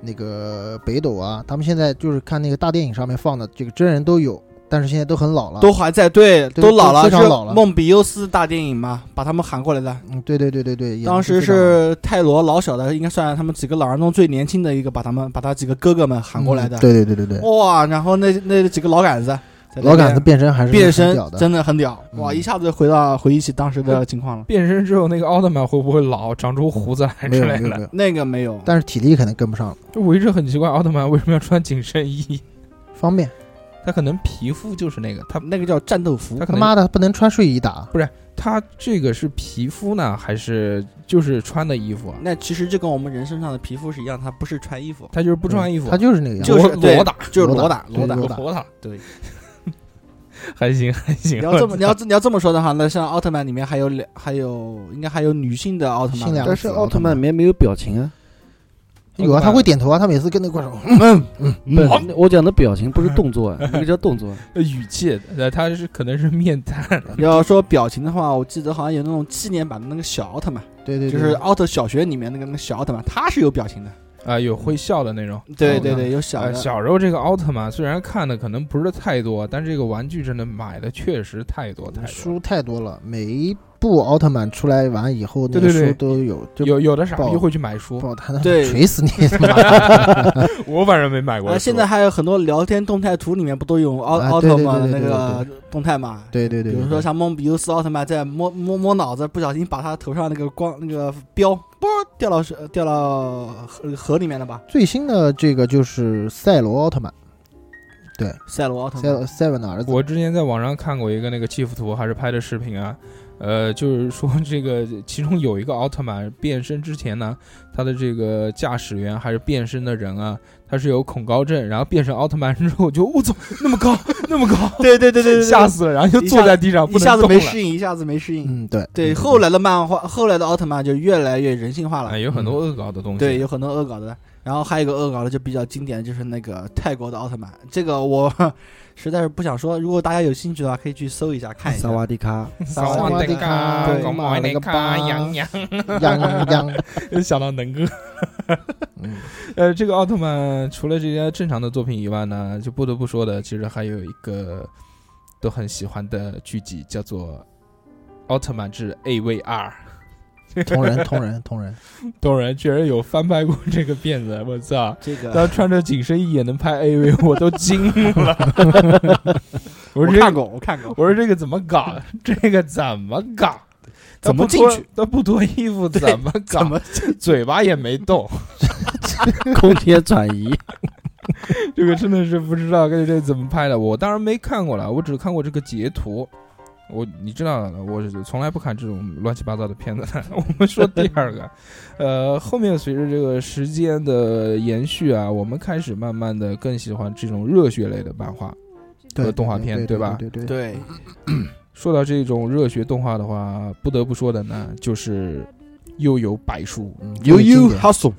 [SPEAKER 2] 那个北斗啊，他们现在就是看那个大电影上面放的这个真人都有，但是现在都很老了，
[SPEAKER 3] 都还在，对，
[SPEAKER 2] 对
[SPEAKER 3] 都老
[SPEAKER 2] 都
[SPEAKER 3] 了，
[SPEAKER 2] 非常
[SPEAKER 3] 是
[SPEAKER 2] 老了
[SPEAKER 3] 梦比优斯大电影嘛，把他们喊过来的。
[SPEAKER 2] 嗯，对对对对对，演得
[SPEAKER 3] 当时
[SPEAKER 2] 非常好
[SPEAKER 3] 是泰罗老小的，应该算他们几个老人中最年轻的一个，把他们把他几个哥哥们喊过来的
[SPEAKER 2] 嗯。对对对对对，
[SPEAKER 3] 哇，然后那那几个老杆子在那边，
[SPEAKER 2] 老杆子变身还是
[SPEAKER 3] 变
[SPEAKER 2] 很
[SPEAKER 3] 身
[SPEAKER 2] 屌的，
[SPEAKER 3] 真的很屌，哇，
[SPEAKER 2] 嗯
[SPEAKER 3] 一下子回到回忆起当时的情况了。
[SPEAKER 6] 变身之后，那个奥特曼会不会老长出胡子来
[SPEAKER 2] 没
[SPEAKER 6] 之
[SPEAKER 2] 有
[SPEAKER 6] 类
[SPEAKER 2] 没有没
[SPEAKER 6] 的？
[SPEAKER 2] 有，
[SPEAKER 3] 那个没有，
[SPEAKER 2] 但是体力可能跟不上了，
[SPEAKER 6] 就我一直很奇怪，奥特曼为什么要穿紧身衣？ [LAUGHS]
[SPEAKER 2] 方便
[SPEAKER 6] 他可能皮肤就是那个，他
[SPEAKER 3] 那个叫战斗服
[SPEAKER 6] 他，可
[SPEAKER 2] 他
[SPEAKER 6] 能
[SPEAKER 2] 妈的不能穿睡衣打，
[SPEAKER 6] 他这个是皮肤呢，还是就是穿的衣服啊？
[SPEAKER 3] 那其实就跟我们人身上的皮肤是一样，它不是穿衣服，
[SPEAKER 6] 他就是不穿衣服，
[SPEAKER 2] 嗯他就是那个样
[SPEAKER 3] 嗯
[SPEAKER 2] 子，
[SPEAKER 3] 就是
[SPEAKER 6] 裸
[SPEAKER 3] 对
[SPEAKER 6] 裸打，
[SPEAKER 3] 就是
[SPEAKER 2] 裸
[SPEAKER 3] 裸
[SPEAKER 2] 打
[SPEAKER 3] 打
[SPEAKER 2] 对
[SPEAKER 3] 裸打
[SPEAKER 2] 裸。
[SPEAKER 6] 裸打，
[SPEAKER 3] [LAUGHS] 对，
[SPEAKER 6] 还行还行。
[SPEAKER 3] 你要 [LAUGHS] 这么你要你要这么说的话，那像奥特曼里面还有两还有应该还有女性的奥特曼
[SPEAKER 2] 性
[SPEAKER 3] 吧，
[SPEAKER 2] 两
[SPEAKER 9] 但是奥特曼里面没有表情啊，
[SPEAKER 2] 有啊，他会点头啊，他每次跟那个怪兽，嗯
[SPEAKER 9] 不是我讲的表情不是动作啊，那个叫动作啊。
[SPEAKER 6] 呃语气，呃，他是可能是面瘫，
[SPEAKER 3] 要说表情的话，我记得好像有那种纪念版的那个小奥特曼，
[SPEAKER 2] 对对，对
[SPEAKER 3] 就是奥特小学里面那个那个小奥特曼，他是有表情的。
[SPEAKER 6] 啊、有会笑的那种。
[SPEAKER 3] [LAUGHS] 对对对，有小
[SPEAKER 6] 啊，
[SPEAKER 3] 的，
[SPEAKER 6] 小时候这个奥特曼虽然看的可能不是太多，但这个玩具真的买的确实太多太多了。
[SPEAKER 2] 书太多了，每一部奥特曼出来完以后，那个
[SPEAKER 6] 对对对
[SPEAKER 2] 书都有，就
[SPEAKER 6] 有有的傻逼
[SPEAKER 2] 爆
[SPEAKER 6] 会去买书，
[SPEAKER 2] 爆他他妈
[SPEAKER 3] 对
[SPEAKER 2] 锤死你他妈！
[SPEAKER 6] 我反正没买过
[SPEAKER 3] 呃，
[SPEAKER 6] 书。
[SPEAKER 3] 现在还有很多聊天动态图里面不都有奥
[SPEAKER 2] 啊
[SPEAKER 3] 奥
[SPEAKER 2] 对
[SPEAKER 3] 特
[SPEAKER 2] 对
[SPEAKER 3] 曼
[SPEAKER 2] 对
[SPEAKER 3] 那
[SPEAKER 2] 对
[SPEAKER 3] 个动态嘛？
[SPEAKER 2] 对对对，
[SPEAKER 3] 比如说像梦比优斯奥特曼在摸摸摸脑子，不小心把他头上那个光那个标啵掉到水掉到河河里面了吧？
[SPEAKER 2] 最新的这个就是赛罗奥特曼，
[SPEAKER 3] 赛罗奥特
[SPEAKER 2] 赛
[SPEAKER 3] 曼，
[SPEAKER 2] 罗赛文的儿子，
[SPEAKER 6] 我之前在网上看过一个那个气幅图，还是拍的视频啊，呃，就是说这个其中有一个奥特曼变身之前呢，他的这个驾驶员还是变身的人啊，他是有恐高症，然后变成奥特曼之后就我操那么高那么高，
[SPEAKER 3] 对对
[SPEAKER 6] [LAUGHS]
[SPEAKER 3] 对对对，
[SPEAKER 6] 吓死了，然后就
[SPEAKER 3] 一下
[SPEAKER 6] 坐在地上
[SPEAKER 3] 一
[SPEAKER 6] 啊不
[SPEAKER 3] 下
[SPEAKER 6] 能
[SPEAKER 3] 子
[SPEAKER 6] 动
[SPEAKER 3] 没
[SPEAKER 6] 了。
[SPEAKER 3] 适应，一下子没适应。
[SPEAKER 2] 嗯，对
[SPEAKER 3] 对，后来的漫画，后来的奥特曼就越来越人性化了
[SPEAKER 6] 哎，。有
[SPEAKER 2] 嗯
[SPEAKER 6] 很多恶搞的东西。
[SPEAKER 3] 对，有很多恶搞的。然后还有一个恶搞的就比较经典，就是那个泰国的奥特曼。这个我 [LAUGHS] 实在是不想说，如果大家有兴趣的话，可以去搜一下
[SPEAKER 9] 哎
[SPEAKER 3] 看一下
[SPEAKER 2] 萨。瓦迪卡，
[SPEAKER 6] 萨瓦
[SPEAKER 2] 瓦
[SPEAKER 6] 迪
[SPEAKER 2] 迪
[SPEAKER 6] 卡，
[SPEAKER 2] 对
[SPEAKER 6] 搞嘛那个巴羊羊，
[SPEAKER 2] 嗯羊羊，
[SPEAKER 6] [LAUGHS] 又想到能哥。
[SPEAKER 2] 嗯，
[SPEAKER 6] [LAUGHS] 呃，这个奥特曼除了这些正常的作品以外呢，就不得不说的，其实还有一个都很喜欢的剧集，叫做《奥特曼之 AVR》。
[SPEAKER 2] 同人同人同人，
[SPEAKER 6] 动人居然有翻拍过这个片子，我操！
[SPEAKER 3] 这个
[SPEAKER 2] [LAUGHS]
[SPEAKER 6] 他穿着紧身衣也能拍 AV，我都 [LAUGHS] 惊了。 [LAUGHS] 我
[SPEAKER 3] 我
[SPEAKER 6] 说这
[SPEAKER 3] 看
[SPEAKER 6] 个，
[SPEAKER 3] 过，我看过。
[SPEAKER 6] 我说这个怎么搞？这个怎么搞？
[SPEAKER 3] 怎么
[SPEAKER 6] 他不脱
[SPEAKER 3] 进去？
[SPEAKER 6] 他不脱衣服怎么搞？
[SPEAKER 3] 怎么
[SPEAKER 6] 嘴巴也没动？
[SPEAKER 9] 空间转移，
[SPEAKER 6] 这个真的是不知道这这怎么拍的，我当然没看过了，我只看过这个截图。我你知道的，我是从来不看这种乱七八糟的片子 [LAUGHS] 的。我们说第二个，呃，后面随着这个时间的延续啊，我们开始慢慢的更喜欢这种热血类的漫画。
[SPEAKER 2] 对
[SPEAKER 6] 和动画片
[SPEAKER 2] 对
[SPEAKER 6] 对吧
[SPEAKER 2] 对对嗯对，
[SPEAKER 3] 对
[SPEAKER 6] 说到这种热血动画的话，不得不说的呢，就是悠游白书。
[SPEAKER 2] 嗯
[SPEAKER 3] 悠悠
[SPEAKER 2] 经典
[SPEAKER 3] Hustle，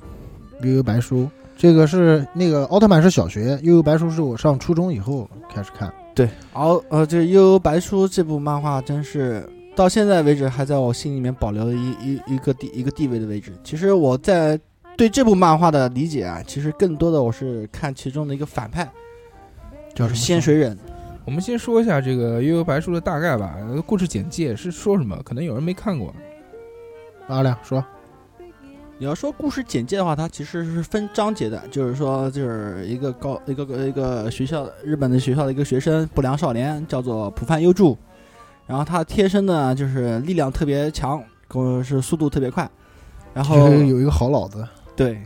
[SPEAKER 2] 悠悠白书，这个是那个奥特曼是小学，悠悠白书是我上初中以后开始看，
[SPEAKER 3] 对，奥呃，这《悠悠白书》这部漫画真是到现在为止还在我心里面保留一一一个地一个地位的位置。其实我在对这部漫画的理解啊，其实更多的我是看其中的一个反派，
[SPEAKER 2] 叫
[SPEAKER 3] 就是
[SPEAKER 2] 什么？
[SPEAKER 3] 仙水忍。
[SPEAKER 6] 我们先说一下这个悠游白书的大概吧，呃故事简介是说什么？可能有人没看过。
[SPEAKER 2] 阿亮说，
[SPEAKER 3] 你要说故事简介的话，它其实是分章节的，就是说，就是一个高一个一个学校日本的学校的一个学生不良少年，叫做浦饭优助，然后他贴身呢就是力量特别强，跟是速度特别快，然后
[SPEAKER 2] 就是有一个好脑子，
[SPEAKER 3] 对，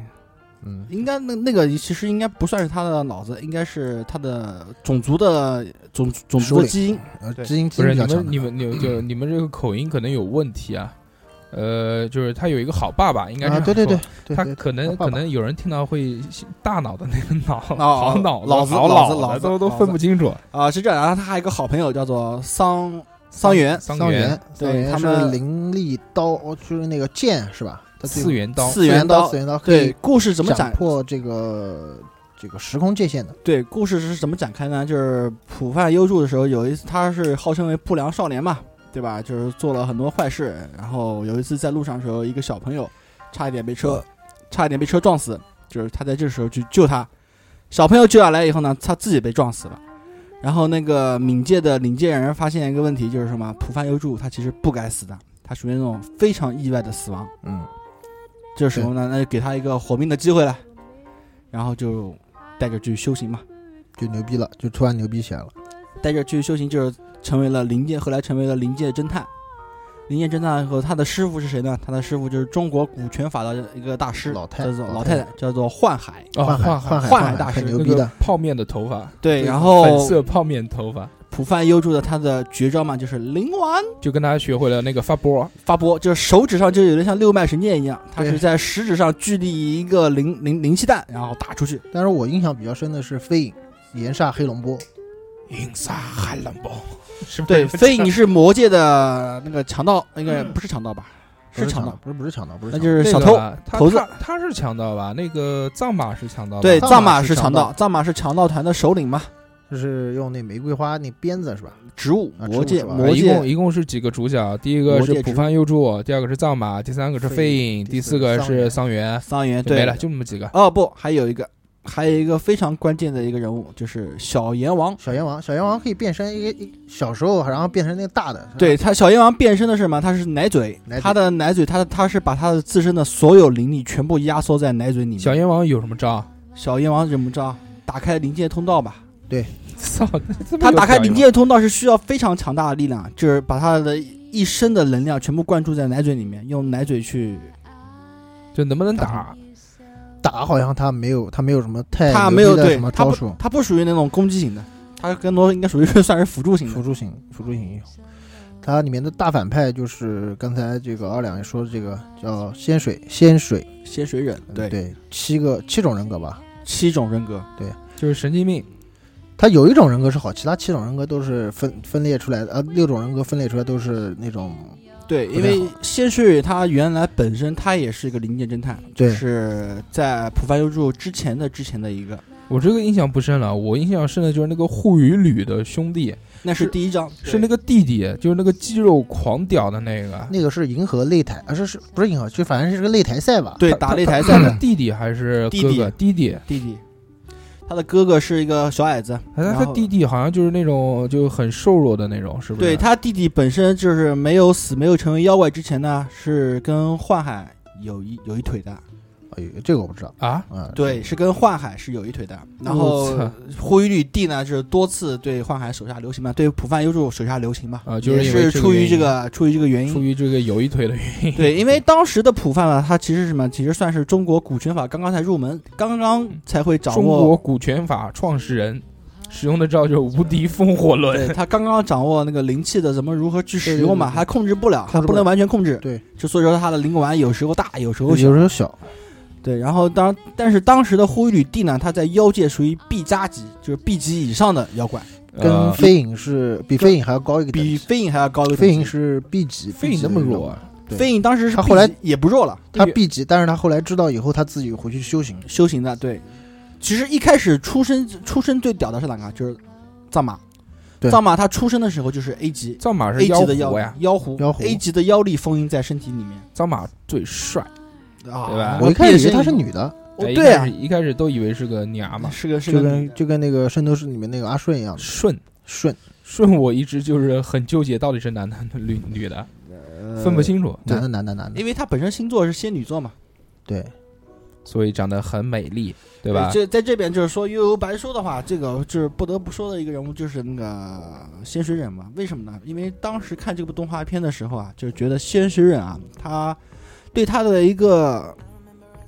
[SPEAKER 2] 嗯，
[SPEAKER 3] 应该那那个其实应该不算是他的脑子，应该是他的种族的种种族
[SPEAKER 2] 首
[SPEAKER 3] 的
[SPEAKER 2] 领
[SPEAKER 3] 基因。
[SPEAKER 2] 呃，
[SPEAKER 4] 对
[SPEAKER 2] 基因基
[SPEAKER 6] 不是
[SPEAKER 2] 因比
[SPEAKER 6] 你
[SPEAKER 2] 较强的嗯
[SPEAKER 6] 们你们你们就你们这个口音可能有问题啊，呃，就是他有一个好爸爸，应该是、
[SPEAKER 2] 啊，对对对，，对
[SPEAKER 6] 他
[SPEAKER 2] 对
[SPEAKER 6] 可能
[SPEAKER 2] 好爸爸
[SPEAKER 6] 可能有人听到会大脑的那个脑
[SPEAKER 3] 脑
[SPEAKER 6] 好脑
[SPEAKER 3] 脑子
[SPEAKER 6] 子好
[SPEAKER 3] 脑子脑
[SPEAKER 6] 脑
[SPEAKER 3] 子
[SPEAKER 6] 都都
[SPEAKER 3] 脑子
[SPEAKER 6] 分不清楚。
[SPEAKER 3] 啊、是这样。然后他还有一个好朋友叫做桑桑园，
[SPEAKER 6] 桑
[SPEAKER 2] 桑
[SPEAKER 6] 园
[SPEAKER 2] 园，
[SPEAKER 3] 对
[SPEAKER 2] 桑园
[SPEAKER 3] 他
[SPEAKER 2] 是
[SPEAKER 3] 们
[SPEAKER 2] 灵力刀，哦就是那个剑是吧？它最
[SPEAKER 6] 四元刀，
[SPEAKER 3] 四元
[SPEAKER 2] 刀，
[SPEAKER 3] 刀
[SPEAKER 2] 四。元刀可
[SPEAKER 3] 对
[SPEAKER 2] 以
[SPEAKER 3] 故事怎么展
[SPEAKER 2] 斩破这个这个时空界限的。
[SPEAKER 3] 对，故事是怎么展开呢？就是普饭优助的时候，有一次他是号称为不良少年嘛，对吧？就是做了很多坏事。然后有一次在路上的时候，一个小朋友差一点被车，差一点被车撞死，就是他在这时候去救他。小朋友救下来以后呢，他自己被撞死了。然后那个冥界的领界人发现一个问题，就是什么？普饭优助他其实不该死的，他属于那种非常意外的死亡。
[SPEAKER 2] 嗯，
[SPEAKER 3] 这时候呢，那就给他一个活命的机会了，然后就带着去修行嘛。
[SPEAKER 2] 就牛逼了，就突然牛逼起来了。
[SPEAKER 3] 带着去修行，就是成为了灵界，后来成为了灵界侦探。灵界侦探以后，他的师傅是谁呢？他的师傅就是中国古拳法的一个大师，
[SPEAKER 2] 老太
[SPEAKER 3] 叫做呃老
[SPEAKER 2] 老
[SPEAKER 3] 太
[SPEAKER 2] 太
[SPEAKER 3] 太，叫做幻海。
[SPEAKER 6] 哦幻
[SPEAKER 2] 幻幻
[SPEAKER 6] 海
[SPEAKER 3] 幻海
[SPEAKER 2] 海
[SPEAKER 3] 大师
[SPEAKER 2] 很
[SPEAKER 6] 那
[SPEAKER 2] 牛逼
[SPEAKER 6] 个
[SPEAKER 2] 的，
[SPEAKER 6] 泡面的头发，
[SPEAKER 3] 对，然
[SPEAKER 6] 粉
[SPEAKER 3] 后
[SPEAKER 6] 色泡面头发，
[SPEAKER 3] 普范优助的他的绝招嘛，就是灵丸
[SPEAKER 6] 就跟他学会了那个发波，
[SPEAKER 3] 发波，就是手指上就有点像六脉神剑一样，他
[SPEAKER 2] 对
[SPEAKER 3] 是在食指上聚力一个灵灵灵气弹，然后打出去。
[SPEAKER 2] 但是我印象比较深的是飞影。岩煞黑龙波，
[SPEAKER 6] 银沙海蓝波，是不
[SPEAKER 3] 对，
[SPEAKER 6] 是
[SPEAKER 3] 飞影是魔界的那个强盗，应该不是强盗吧？
[SPEAKER 2] 嗯不
[SPEAKER 3] 强盗，
[SPEAKER 2] 不是不是抢盗，不是
[SPEAKER 3] 那
[SPEAKER 2] 抢
[SPEAKER 3] 就
[SPEAKER 2] 盗
[SPEAKER 6] 那
[SPEAKER 3] 是小
[SPEAKER 6] 个
[SPEAKER 3] 偷。
[SPEAKER 6] 啊他
[SPEAKER 3] 头子
[SPEAKER 6] 他他是强盗吧？那个藏马是强盗吧，
[SPEAKER 3] 对，
[SPEAKER 2] 藏
[SPEAKER 3] 藏
[SPEAKER 2] 马
[SPEAKER 3] 马
[SPEAKER 2] 是
[SPEAKER 3] 是
[SPEAKER 2] 强
[SPEAKER 3] 强
[SPEAKER 2] 盗
[SPEAKER 3] 盗，藏马是强盗团的首领嘛。
[SPEAKER 2] 就是用那玫瑰花那鞭子是吧？
[SPEAKER 3] 植物
[SPEAKER 2] 啊
[SPEAKER 3] 魔
[SPEAKER 2] 植物
[SPEAKER 3] 戒
[SPEAKER 2] 是吧
[SPEAKER 3] 魔
[SPEAKER 6] 一共
[SPEAKER 3] 戒
[SPEAKER 6] 一共是几个主角？啊第一个
[SPEAKER 3] 魔
[SPEAKER 6] 是
[SPEAKER 3] 戒
[SPEAKER 6] 浦
[SPEAKER 3] 之
[SPEAKER 6] 帆优助，第二个是藏马，第三个是
[SPEAKER 2] 飞
[SPEAKER 6] 飞影，
[SPEAKER 2] 第
[SPEAKER 6] 第
[SPEAKER 2] 四
[SPEAKER 6] 四
[SPEAKER 2] 个
[SPEAKER 6] 个
[SPEAKER 2] 桑
[SPEAKER 6] 是
[SPEAKER 2] 园
[SPEAKER 6] 桑园，
[SPEAKER 3] 桑园
[SPEAKER 6] 就
[SPEAKER 3] 对
[SPEAKER 6] 没了，就那么几个。
[SPEAKER 3] 哦不，还有一个还有一个非常关键的一个人物就是小阎王。
[SPEAKER 2] 小阎王，小阎王可以变身一个一小时候，然后变成那个大的，
[SPEAKER 3] 对他，小阎王变身的是什么？他是奶嘴
[SPEAKER 2] 啊奶嘴，
[SPEAKER 3] 他的奶嘴，他他是把他的自身的所有灵力全部压缩在奶嘴里面。
[SPEAKER 6] 小阎王有什么招？啊
[SPEAKER 3] 小阎王怎么着？打开灵界通道吧。
[SPEAKER 6] [LAUGHS] 操！这么
[SPEAKER 3] 他
[SPEAKER 6] 有
[SPEAKER 3] 打开
[SPEAKER 6] 小阎
[SPEAKER 3] 灵
[SPEAKER 6] 王
[SPEAKER 3] 界通道是需要非常强大的力量，就是把他的一身的能量全部灌注在奶嘴里面，用奶嘴去。
[SPEAKER 6] 就能不能
[SPEAKER 2] 打
[SPEAKER 6] 打？啊
[SPEAKER 2] 打好像他没有他没有什么太
[SPEAKER 3] 他
[SPEAKER 2] 牛
[SPEAKER 3] 没有
[SPEAKER 2] 逼的
[SPEAKER 3] 对
[SPEAKER 2] 什么
[SPEAKER 3] 他
[SPEAKER 2] 招
[SPEAKER 3] 不
[SPEAKER 2] 数，
[SPEAKER 3] 他不属于那种攻击型的，他更多应该属于算是辅助型
[SPEAKER 2] 辅
[SPEAKER 3] 的。
[SPEAKER 2] 助型辅助型英雄。它里面的大反派就是刚才这个二两也说的这个叫仙水仙水，
[SPEAKER 3] 仙水忍对
[SPEAKER 2] 嗯对，七个七种人格吧。
[SPEAKER 3] 七种人格，
[SPEAKER 6] 就是神经病，
[SPEAKER 2] 它有一种人格是好，其他七种人格都是分分裂出来的，呃，六种人格分裂出来都是那种
[SPEAKER 3] 对，
[SPEAKER 2] 不
[SPEAKER 3] 因
[SPEAKER 2] 太
[SPEAKER 3] 为仙水忍他原来本身他也是一个灵界侦探，
[SPEAKER 2] 对
[SPEAKER 3] 是在浦发优助之前的之前的一个，
[SPEAKER 6] 我这个印象不深了。我印象深的就是那个护羽吕的兄弟，
[SPEAKER 3] 那是
[SPEAKER 6] 是
[SPEAKER 3] 第一章，
[SPEAKER 6] 是那个弟弟，就是那个肌肉狂屌的那个。
[SPEAKER 2] 那个是银河擂台，啊是是不是银河？就反正是个擂台赛吧。
[SPEAKER 3] 对
[SPEAKER 6] 他
[SPEAKER 3] 打
[SPEAKER 6] 他
[SPEAKER 3] 擂
[SPEAKER 6] 他
[SPEAKER 3] 台赛
[SPEAKER 6] 他
[SPEAKER 3] 的
[SPEAKER 6] 弟弟还是
[SPEAKER 3] 弟
[SPEAKER 6] 哥哥？弟弟，
[SPEAKER 3] [CLEARS THROAT] 弟弟，他的哥哥是一个小矮子，
[SPEAKER 6] 他
[SPEAKER 3] 然
[SPEAKER 6] 哎他
[SPEAKER 3] 后
[SPEAKER 6] 弟弟好像就是那种就很瘦弱的那种，是不是？
[SPEAKER 3] 对他弟弟本身就是没有死，没有成为妖怪之前呢，是跟幻海有一有一腿的。
[SPEAKER 2] 哎呦，这个我不知道
[SPEAKER 6] 啊，
[SPEAKER 2] 啊。
[SPEAKER 3] 对，是跟幻海是有一腿的。然后
[SPEAKER 6] 我操
[SPEAKER 3] 呼吁吕帝呢，就是多次对幻海手下留情嘛，对浦饭优助手下留情嘛，
[SPEAKER 6] 啊就是
[SPEAKER 3] 也
[SPEAKER 6] 因为
[SPEAKER 3] 是
[SPEAKER 6] 这个
[SPEAKER 3] 出于
[SPEAKER 6] 原
[SPEAKER 3] 这
[SPEAKER 6] 因
[SPEAKER 3] 个出于这个原
[SPEAKER 6] 出
[SPEAKER 3] 因。
[SPEAKER 6] 于这个有一腿的原因，
[SPEAKER 3] [LAUGHS] 对，因为当时的浦饭呢，他其实是什么？其实算是中国古拳法刚刚才入门，刚刚才会掌
[SPEAKER 6] 中国
[SPEAKER 3] 握，
[SPEAKER 6] 古拳法创始人使用的招就是无敌风火
[SPEAKER 3] 对
[SPEAKER 6] 轮，
[SPEAKER 3] 他刚刚掌握那个灵气的怎么如何去使用嘛，
[SPEAKER 2] 对对对
[SPEAKER 3] 还控制不了，还
[SPEAKER 2] 控制
[SPEAKER 3] 不
[SPEAKER 2] 不
[SPEAKER 3] 能
[SPEAKER 2] 了
[SPEAKER 3] 完全控制。
[SPEAKER 2] 对，
[SPEAKER 3] 就所以说他的灵丸有时候大，有时候
[SPEAKER 2] 有
[SPEAKER 3] 小
[SPEAKER 2] 时。候小，
[SPEAKER 3] 对，然后当但是当时的呼吁吕帝呢，他在妖界属于 B 加级，就是 B 级以上的妖怪，
[SPEAKER 2] 跟
[SPEAKER 6] 呃
[SPEAKER 2] 飞影是比飞影还要高一个等
[SPEAKER 3] 比
[SPEAKER 2] 级。
[SPEAKER 3] 飞影还要高一个等级。
[SPEAKER 2] 飞影是 B 级，
[SPEAKER 6] 飞影那么弱，啊
[SPEAKER 2] 对
[SPEAKER 3] 飞影当时是
[SPEAKER 2] 他
[SPEAKER 3] B
[SPEAKER 2] 后来
[SPEAKER 3] 级也不弱了，
[SPEAKER 2] 他 B 级，但是他后来知道以后，他自己回去修行。
[SPEAKER 3] 修行的对。其实一开始出生出生最屌的是哪个？就是藏马。
[SPEAKER 2] 对
[SPEAKER 3] 藏马他出生的时候就是 A 级
[SPEAKER 6] 藏马是
[SPEAKER 3] ，A 级的
[SPEAKER 6] 妖
[SPEAKER 3] 妖
[SPEAKER 6] 狐呀，
[SPEAKER 3] 妖狐
[SPEAKER 2] 妖狐
[SPEAKER 3] a 级的妖力封印在身体里面
[SPEAKER 6] 藏马最帅。
[SPEAKER 3] 啊
[SPEAKER 6] 对吧
[SPEAKER 3] 然后
[SPEAKER 2] 我一开始以为
[SPEAKER 3] 变身
[SPEAKER 2] 她是女的，
[SPEAKER 3] 哦
[SPEAKER 6] 哎一
[SPEAKER 3] 对
[SPEAKER 6] 开
[SPEAKER 3] 啊
[SPEAKER 6] 始，一开始都以为是个娘嘛，
[SPEAKER 3] 是个是
[SPEAKER 2] 就
[SPEAKER 3] 个女
[SPEAKER 2] 跟
[SPEAKER 3] 的
[SPEAKER 2] 就跟那个《圣斗士》里面那个阿顺一样的
[SPEAKER 6] 顺
[SPEAKER 2] 顺。
[SPEAKER 6] 顺，我一直就是很纠结，到底是男的女女的，
[SPEAKER 3] 呃
[SPEAKER 6] 分不清楚，
[SPEAKER 2] 男的男的男的，
[SPEAKER 3] 因为他本身星座是仙女座嘛，
[SPEAKER 2] 对，
[SPEAKER 6] 所以长得很美丽，对吧？
[SPEAKER 3] 这在这边就是说悠悠白书的话，这个就是不得不说的一个人物就是那个仙水忍嘛。为什么呢？因为当时看这部动画片的时候啊，就是觉得仙水忍啊，他对他的一个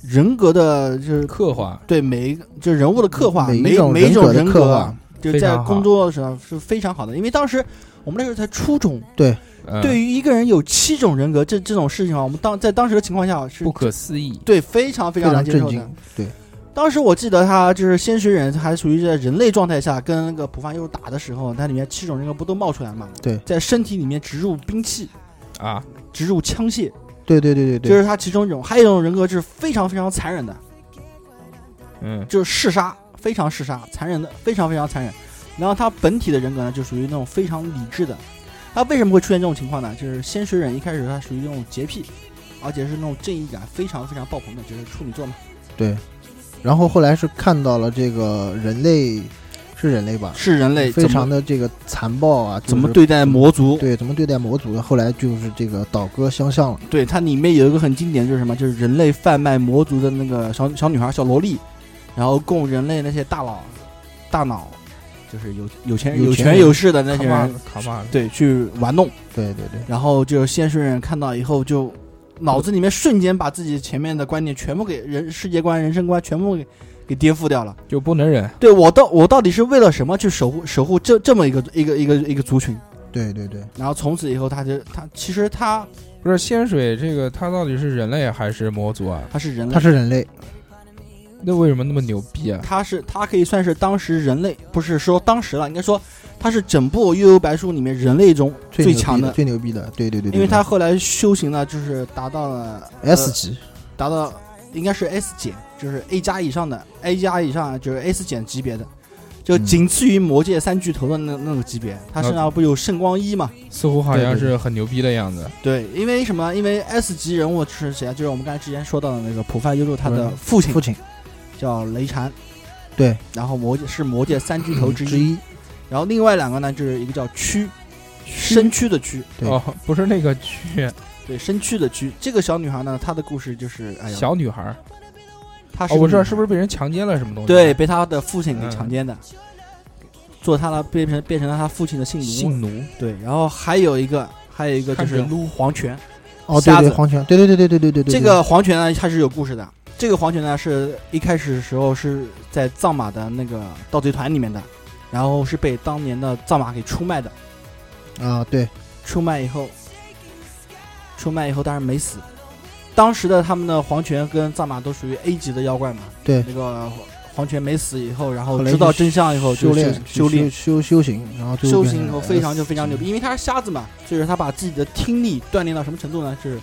[SPEAKER 3] 人格的，就是
[SPEAKER 6] 刻画
[SPEAKER 3] 对每一个就是人物的刻画，
[SPEAKER 2] 每
[SPEAKER 3] 每
[SPEAKER 2] 一种
[SPEAKER 3] 每一种
[SPEAKER 2] 人
[SPEAKER 3] 人
[SPEAKER 2] 格的刻
[SPEAKER 3] 格
[SPEAKER 2] 画
[SPEAKER 3] 啊，就
[SPEAKER 6] 非
[SPEAKER 3] 是在
[SPEAKER 6] 常好
[SPEAKER 3] 工作的时候是非常好的。因为当时我们那时候才初中，
[SPEAKER 2] 嗯
[SPEAKER 6] 呃
[SPEAKER 3] 对于一个人有七种人格这这种事情啊，我们当在当时的情况下是
[SPEAKER 6] 不可思议，
[SPEAKER 3] 对非常非
[SPEAKER 2] 非
[SPEAKER 3] 常
[SPEAKER 2] 常
[SPEAKER 3] 难接
[SPEAKER 2] 震
[SPEAKER 3] 受的
[SPEAKER 2] 惊。。对，
[SPEAKER 3] 当时我记得他就是仙水忍，还属于在人类状态下跟那个普凡优打的时候，它里面七种人格不都冒出来嘛？
[SPEAKER 2] 对
[SPEAKER 3] 在身体里面植入兵器，
[SPEAKER 6] 啊，
[SPEAKER 3] 植入枪械，
[SPEAKER 2] 对对对对
[SPEAKER 3] 这
[SPEAKER 2] 对，
[SPEAKER 3] 是他其中一种。还有一种人格是非常非常残忍的，
[SPEAKER 6] 嗯，
[SPEAKER 3] 就是嗜杀，非常嗜杀，残忍的，非常非常残忍。然后他本体的人格呢，就属于那种非常理智的。他为什么会出现这种情况呢？就是仙水忍一开始他属于那种洁癖，而且是那种正义感非常非常爆棚的，就是处女座嘛，
[SPEAKER 2] 然后后来是看到了这个人类，是人类吧？
[SPEAKER 3] 是人类怎
[SPEAKER 2] 非
[SPEAKER 3] 么
[SPEAKER 2] 常的这个残暴啊，
[SPEAKER 3] 怎么
[SPEAKER 2] 就是
[SPEAKER 3] 对待魔族，
[SPEAKER 2] 对怎么对待魔族的？后来就是这个倒戈相向了。
[SPEAKER 3] 对，它里面有一个很经典，就是什么，就是人类贩卖魔族的那个小小女孩、小萝莉，然后供人类那些大佬、大脑，就是有有钱人、
[SPEAKER 2] 有
[SPEAKER 3] 有
[SPEAKER 2] 钱
[SPEAKER 3] 权
[SPEAKER 2] 人
[SPEAKER 3] 有势的那
[SPEAKER 6] 卡
[SPEAKER 3] 些
[SPEAKER 6] 玛
[SPEAKER 3] 人，
[SPEAKER 6] 卡玛，
[SPEAKER 3] 对，去玩弄。
[SPEAKER 2] 对对对，
[SPEAKER 3] 然后就现实人看到以后，就脑子里面瞬间把自己前面的观念全部给人世界观、人生观全部给给颠覆掉了。
[SPEAKER 6] 就不能忍，
[SPEAKER 3] 对我到我到底是为了什么去守护守护这这么一个一个一个一个族群？
[SPEAKER 2] 对对对，
[SPEAKER 3] 然后从此以后，他就他其实他
[SPEAKER 6] 不是仙水这个，他到底是人类还是魔族啊？
[SPEAKER 3] 他是人类
[SPEAKER 2] 他。是人类，
[SPEAKER 6] 那为什么那么牛逼啊？
[SPEAKER 3] 他是他可以算是当时人类，不是说当时了，应该说他是整部《悠悠白书》里面人类中
[SPEAKER 2] 最牛逼
[SPEAKER 3] 强
[SPEAKER 2] 最牛逼的，对对对，对
[SPEAKER 3] 因为他
[SPEAKER 2] 对
[SPEAKER 3] 后来修行呢，就是达到了
[SPEAKER 2] S
[SPEAKER 3] 呃
[SPEAKER 2] 级，
[SPEAKER 3] 达到应该是 S 减，就是 A 加以上的 A 加以上就是 S 减级别的，就
[SPEAKER 2] 嗯
[SPEAKER 3] 仅次于魔界三巨头的那那个级别。他身上不有圣光一嘛？
[SPEAKER 6] 似乎好像
[SPEAKER 2] 对对
[SPEAKER 6] 是很牛逼的样子。
[SPEAKER 3] 对，因为什么？因为 S 级人物是谁啊？就是我们刚才之前说到的那个普发优助，他的父亲
[SPEAKER 2] 父亲
[SPEAKER 4] 嗯
[SPEAKER 3] 叫雷禅，
[SPEAKER 2] 对，嗯
[SPEAKER 3] 然后魔界是魔界三巨头之
[SPEAKER 2] 之
[SPEAKER 3] 一，
[SPEAKER 2] 一，
[SPEAKER 3] 然后另外两个呢，就是一个叫蛆，身躯的蛆，
[SPEAKER 2] 对
[SPEAKER 6] 哦，不是那个 [LAUGHS] 去
[SPEAKER 3] 对，身躯的蛆。这个小女孩呢，她的故事就是，哎呀，
[SPEAKER 6] 小女孩儿，
[SPEAKER 3] 她是
[SPEAKER 6] 哦，我知道
[SPEAKER 3] 女
[SPEAKER 6] 是不是被人强奸了什么东西？
[SPEAKER 3] 对，被她的父亲给强
[SPEAKER 6] 嗯
[SPEAKER 3] 奸的，做她了变成变成了她父亲的性奴，
[SPEAKER 6] 性嗯奴，
[SPEAKER 3] 对，然后还有一个还有一个就
[SPEAKER 6] 看
[SPEAKER 3] 是
[SPEAKER 6] 着撸
[SPEAKER 3] 黄泉，
[SPEAKER 2] 哦，对
[SPEAKER 3] 瞎
[SPEAKER 2] 对，
[SPEAKER 3] 子
[SPEAKER 2] 黄泉，对对对对对对对对，
[SPEAKER 3] 这个黄泉呢它是有故事的。这个黄泉呢是一开始的时候是在藏马的那个盗贼团里面的，然后是被当年的藏马给出卖的。
[SPEAKER 2] 啊，对，
[SPEAKER 3] 出卖以后，出卖以后当然没死。当时的他们的黄泉跟藏马都属于 A 级的妖怪嘛。
[SPEAKER 2] 对
[SPEAKER 3] 那个黄泉没死以后，然后
[SPEAKER 2] 后来
[SPEAKER 3] 知道
[SPEAKER 2] 就
[SPEAKER 3] 真相以后就
[SPEAKER 2] 修炼
[SPEAKER 3] 修炼
[SPEAKER 2] 修修修行，然后就
[SPEAKER 3] 修
[SPEAKER 2] 变
[SPEAKER 3] 行以
[SPEAKER 2] 成呃
[SPEAKER 3] 后
[SPEAKER 2] 了
[SPEAKER 3] 非常就非常牛逼，因为他是瞎子嘛，所以说他把自己的听力锻炼到什么程度呢？就是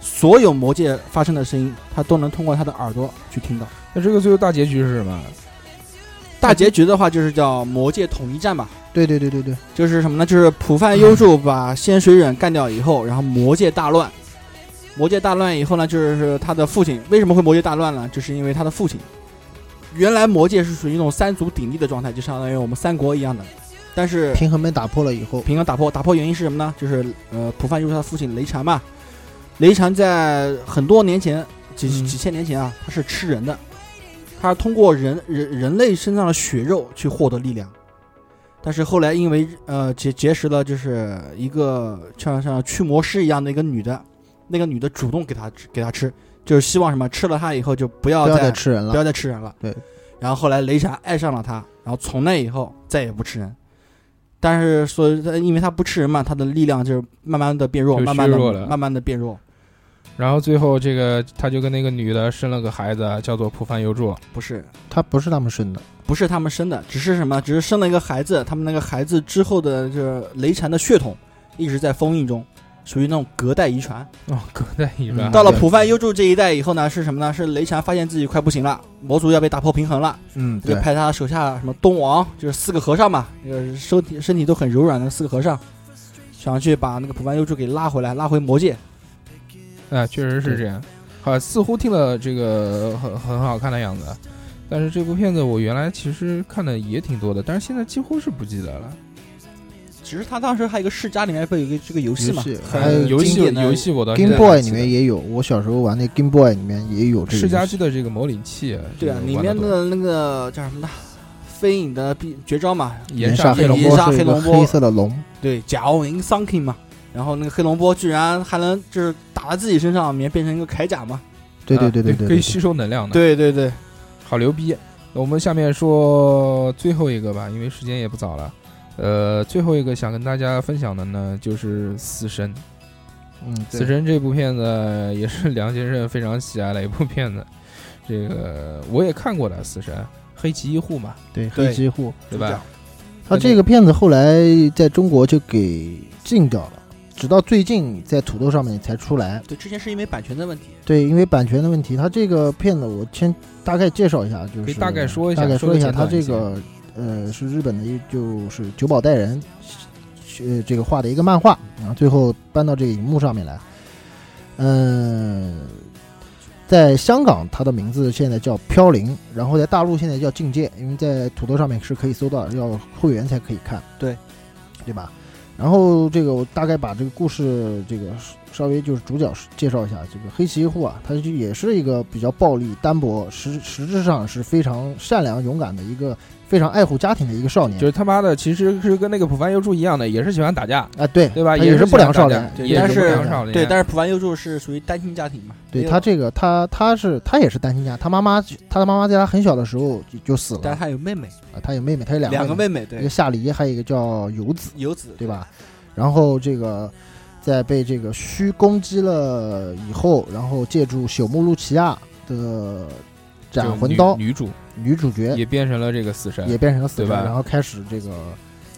[SPEAKER 3] 所有魔界发生的声音，他都能通过他的耳朵去听到。
[SPEAKER 6] 那这个最后大结局是什么？
[SPEAKER 3] 大结局的话，就是叫魔界统一战吧，
[SPEAKER 2] 对对对对对，
[SPEAKER 3] 就是什么呢？就是普范优助把仙水忍干掉以后，然后魔界大乱。魔界大乱以后呢，就是他的父亲为什么会魔界大乱呢？就是因为他的父亲。原来魔界是属于那种三足鼎立的状态，就相当于我们三国一样的，但 [LAUGHS] 是
[SPEAKER 2] 平衡被打破了以后，
[SPEAKER 3] 平衡打破，打破原因是什么呢？就是呃，普范就是他父亲雷禅嘛。雷禅在很多年前，几
[SPEAKER 6] 嗯
[SPEAKER 3] 几千年前啊，他是吃人的，他是通过人人人类身上的血肉去获得力量。但是后来因为呃结结识了就是一个像像驱魔师一样的一个女的，那个女的主动给他吃给他吃，就是希望什么吃了他以后就不
[SPEAKER 4] 哦
[SPEAKER 3] 要
[SPEAKER 2] 不要
[SPEAKER 3] 再
[SPEAKER 2] 再吃人
[SPEAKER 3] 不
[SPEAKER 2] 了，
[SPEAKER 3] 要再吃人了。
[SPEAKER 2] 对。
[SPEAKER 3] 然后后来雷禅爱上了他，然后从那以后再也不吃人。但是所以他因为他不吃人嘛，他的力量就是慢慢的变弱，
[SPEAKER 6] 就
[SPEAKER 3] 慢慢
[SPEAKER 6] 虚弱
[SPEAKER 3] 的
[SPEAKER 6] 了
[SPEAKER 3] 慢慢的变弱。
[SPEAKER 6] 然后最后这个他就跟那个女的生了个孩子，叫做浦饭优助。
[SPEAKER 3] 不是
[SPEAKER 2] 他不是他
[SPEAKER 4] [LAUGHS]
[SPEAKER 2] 们生的， [LAUGHS]
[SPEAKER 3] 不是他们生的，只是什么？只是生了一个孩子，他们那个孩子之后的就是雷禅的血统一直在封印中，属于那种隔代遗传。
[SPEAKER 6] 哦， [LAUGHS] 隔代遗传。
[SPEAKER 3] 到了
[SPEAKER 6] 对
[SPEAKER 3] 普范优助这一代以后呢，是什么呢？是雷禅发现自己快不行了，魔族要被打破平衡了，
[SPEAKER 2] 嗯，
[SPEAKER 3] 就
[SPEAKER 2] 对，
[SPEAKER 3] 派他手下什么东王，就是四个和尚嘛，就是身体身体都很柔软的四个和尚，想去把那个普凡优助给拉回来，拉回魔界。
[SPEAKER 6] 啊，确实是这样。好，似乎听了这个很很好看的样子，但是这部片子我原来其实看的也挺多的，但是现在几乎是不记得了。
[SPEAKER 3] 其实他当时还有一个世家里面不有一个这个游戏
[SPEAKER 2] 游
[SPEAKER 3] 嘛，
[SPEAKER 2] 戏
[SPEAKER 3] 很
[SPEAKER 2] 还有
[SPEAKER 6] 游戏
[SPEAKER 3] 呃经典的
[SPEAKER 6] 游戏我倒是
[SPEAKER 2] Game
[SPEAKER 6] 现在
[SPEAKER 2] Boy
[SPEAKER 6] 还
[SPEAKER 2] 里
[SPEAKER 6] 记得
[SPEAKER 2] 面也有，我小时候玩那 Game Boy 里面也有这个
[SPEAKER 6] 世嘉
[SPEAKER 2] 游戏
[SPEAKER 6] 机的这个模拟器，
[SPEAKER 3] 对啊，
[SPEAKER 6] 这个
[SPEAKER 3] 里
[SPEAKER 6] 嗯玩得
[SPEAKER 3] 面
[SPEAKER 6] 多
[SPEAKER 3] 的那个叫什么呢？飞影的必绝招嘛，
[SPEAKER 6] 岩
[SPEAKER 2] 上黑龙
[SPEAKER 3] 岩
[SPEAKER 2] 波
[SPEAKER 3] 上
[SPEAKER 2] 是
[SPEAKER 3] 黑
[SPEAKER 2] 一个
[SPEAKER 3] 龙波
[SPEAKER 2] 黑色的龙，
[SPEAKER 3] 对，甲奥银 s u n k i n 嘛。然后那个黑龙波居然还能就是打在自己身上，里面变成一个铠甲嘛。
[SPEAKER 2] 对对
[SPEAKER 6] 啊
[SPEAKER 2] 对对对
[SPEAKER 6] 可以
[SPEAKER 2] 对，
[SPEAKER 6] 吸收能量的，
[SPEAKER 3] 对对对，
[SPEAKER 6] 好牛逼。那我们下面说最后一个吧，因为时间也不早了。呃，最后一个想跟大家分享的呢，就是《死神》。
[SPEAKER 2] 嗯，
[SPEAKER 6] 《死
[SPEAKER 2] 对
[SPEAKER 6] 神》这部片子也是 [LAUGHS] 梁先生非常喜爱的一部片子，这个我也看过的《死神》，黑崎一护嘛，
[SPEAKER 2] 对
[SPEAKER 3] 对
[SPEAKER 2] 黑崎护，
[SPEAKER 6] 对吧？
[SPEAKER 2] 他这个片子后来在中国就给禁掉了，直到最近在土豆上面才出来。
[SPEAKER 3] 对，之前是因为版权的问题。
[SPEAKER 2] 对，因为版权的问题，他这个片子我先大概介绍一下，就
[SPEAKER 6] 可以
[SPEAKER 2] 是
[SPEAKER 6] 大概说一下
[SPEAKER 2] 大概
[SPEAKER 6] 说
[SPEAKER 2] 说一
[SPEAKER 6] 得
[SPEAKER 2] 下，
[SPEAKER 6] 简短
[SPEAKER 2] 他
[SPEAKER 6] 一
[SPEAKER 2] 这
[SPEAKER 6] 些
[SPEAKER 2] 个呃是日本的一，就是久保带人，呃这个画的一个漫画，然后最后搬到这个荧幕上面来。嗯、在香港它的名字现在叫飘零，然后在大陆现在叫境界，因为在土豆上面是可以搜到的，要会员才可以看，
[SPEAKER 3] 对
[SPEAKER 2] 对吧？然后这个我大概把这个故事这个稍微就是主角介绍一下，这个黑崎一护啊，他就也是一个比较暴力、单薄，实实质上是非常善良、勇敢的一个非常爱护家庭的一个少年。
[SPEAKER 6] 就是他妈的，其实是跟那个浦饭优助一样的，也是喜欢打架，
[SPEAKER 2] 啊，对
[SPEAKER 6] 对吧？
[SPEAKER 2] 他
[SPEAKER 6] 也
[SPEAKER 2] 也
[SPEAKER 6] 是
[SPEAKER 2] 不良
[SPEAKER 6] 喜欢打
[SPEAKER 2] 少
[SPEAKER 6] 架
[SPEAKER 2] 年，
[SPEAKER 6] 对
[SPEAKER 3] 也
[SPEAKER 6] 也不
[SPEAKER 3] 是不
[SPEAKER 6] 良
[SPEAKER 3] 良
[SPEAKER 6] 少年。
[SPEAKER 3] 对，但是普凡优助是属于单亲家庭嘛。
[SPEAKER 2] 啊对
[SPEAKER 3] 没有
[SPEAKER 2] 他，这个，他他是他也是单亲家，他妈妈他的妈妈在他很小的时候就就死了
[SPEAKER 3] 但是他有妹妹，
[SPEAKER 2] 啊，他有妹妹，他有两
[SPEAKER 3] 两个
[SPEAKER 2] 妹
[SPEAKER 3] 妹妹，
[SPEAKER 2] 妹，一个
[SPEAKER 3] 对，
[SPEAKER 2] 夏梨，还有一个叫游子，
[SPEAKER 3] 游子，
[SPEAKER 2] 对吧？然后这个在被这个虚攻击了以后，然后借助朽木露琪亚的
[SPEAKER 6] 就
[SPEAKER 2] 斩魂
[SPEAKER 6] 女
[SPEAKER 2] 刀，
[SPEAKER 6] 女主
[SPEAKER 2] 女主角
[SPEAKER 6] 也变成了这个死神，
[SPEAKER 2] 也变成了死
[SPEAKER 6] 对
[SPEAKER 2] 神，
[SPEAKER 6] 吧
[SPEAKER 2] 然后开始这个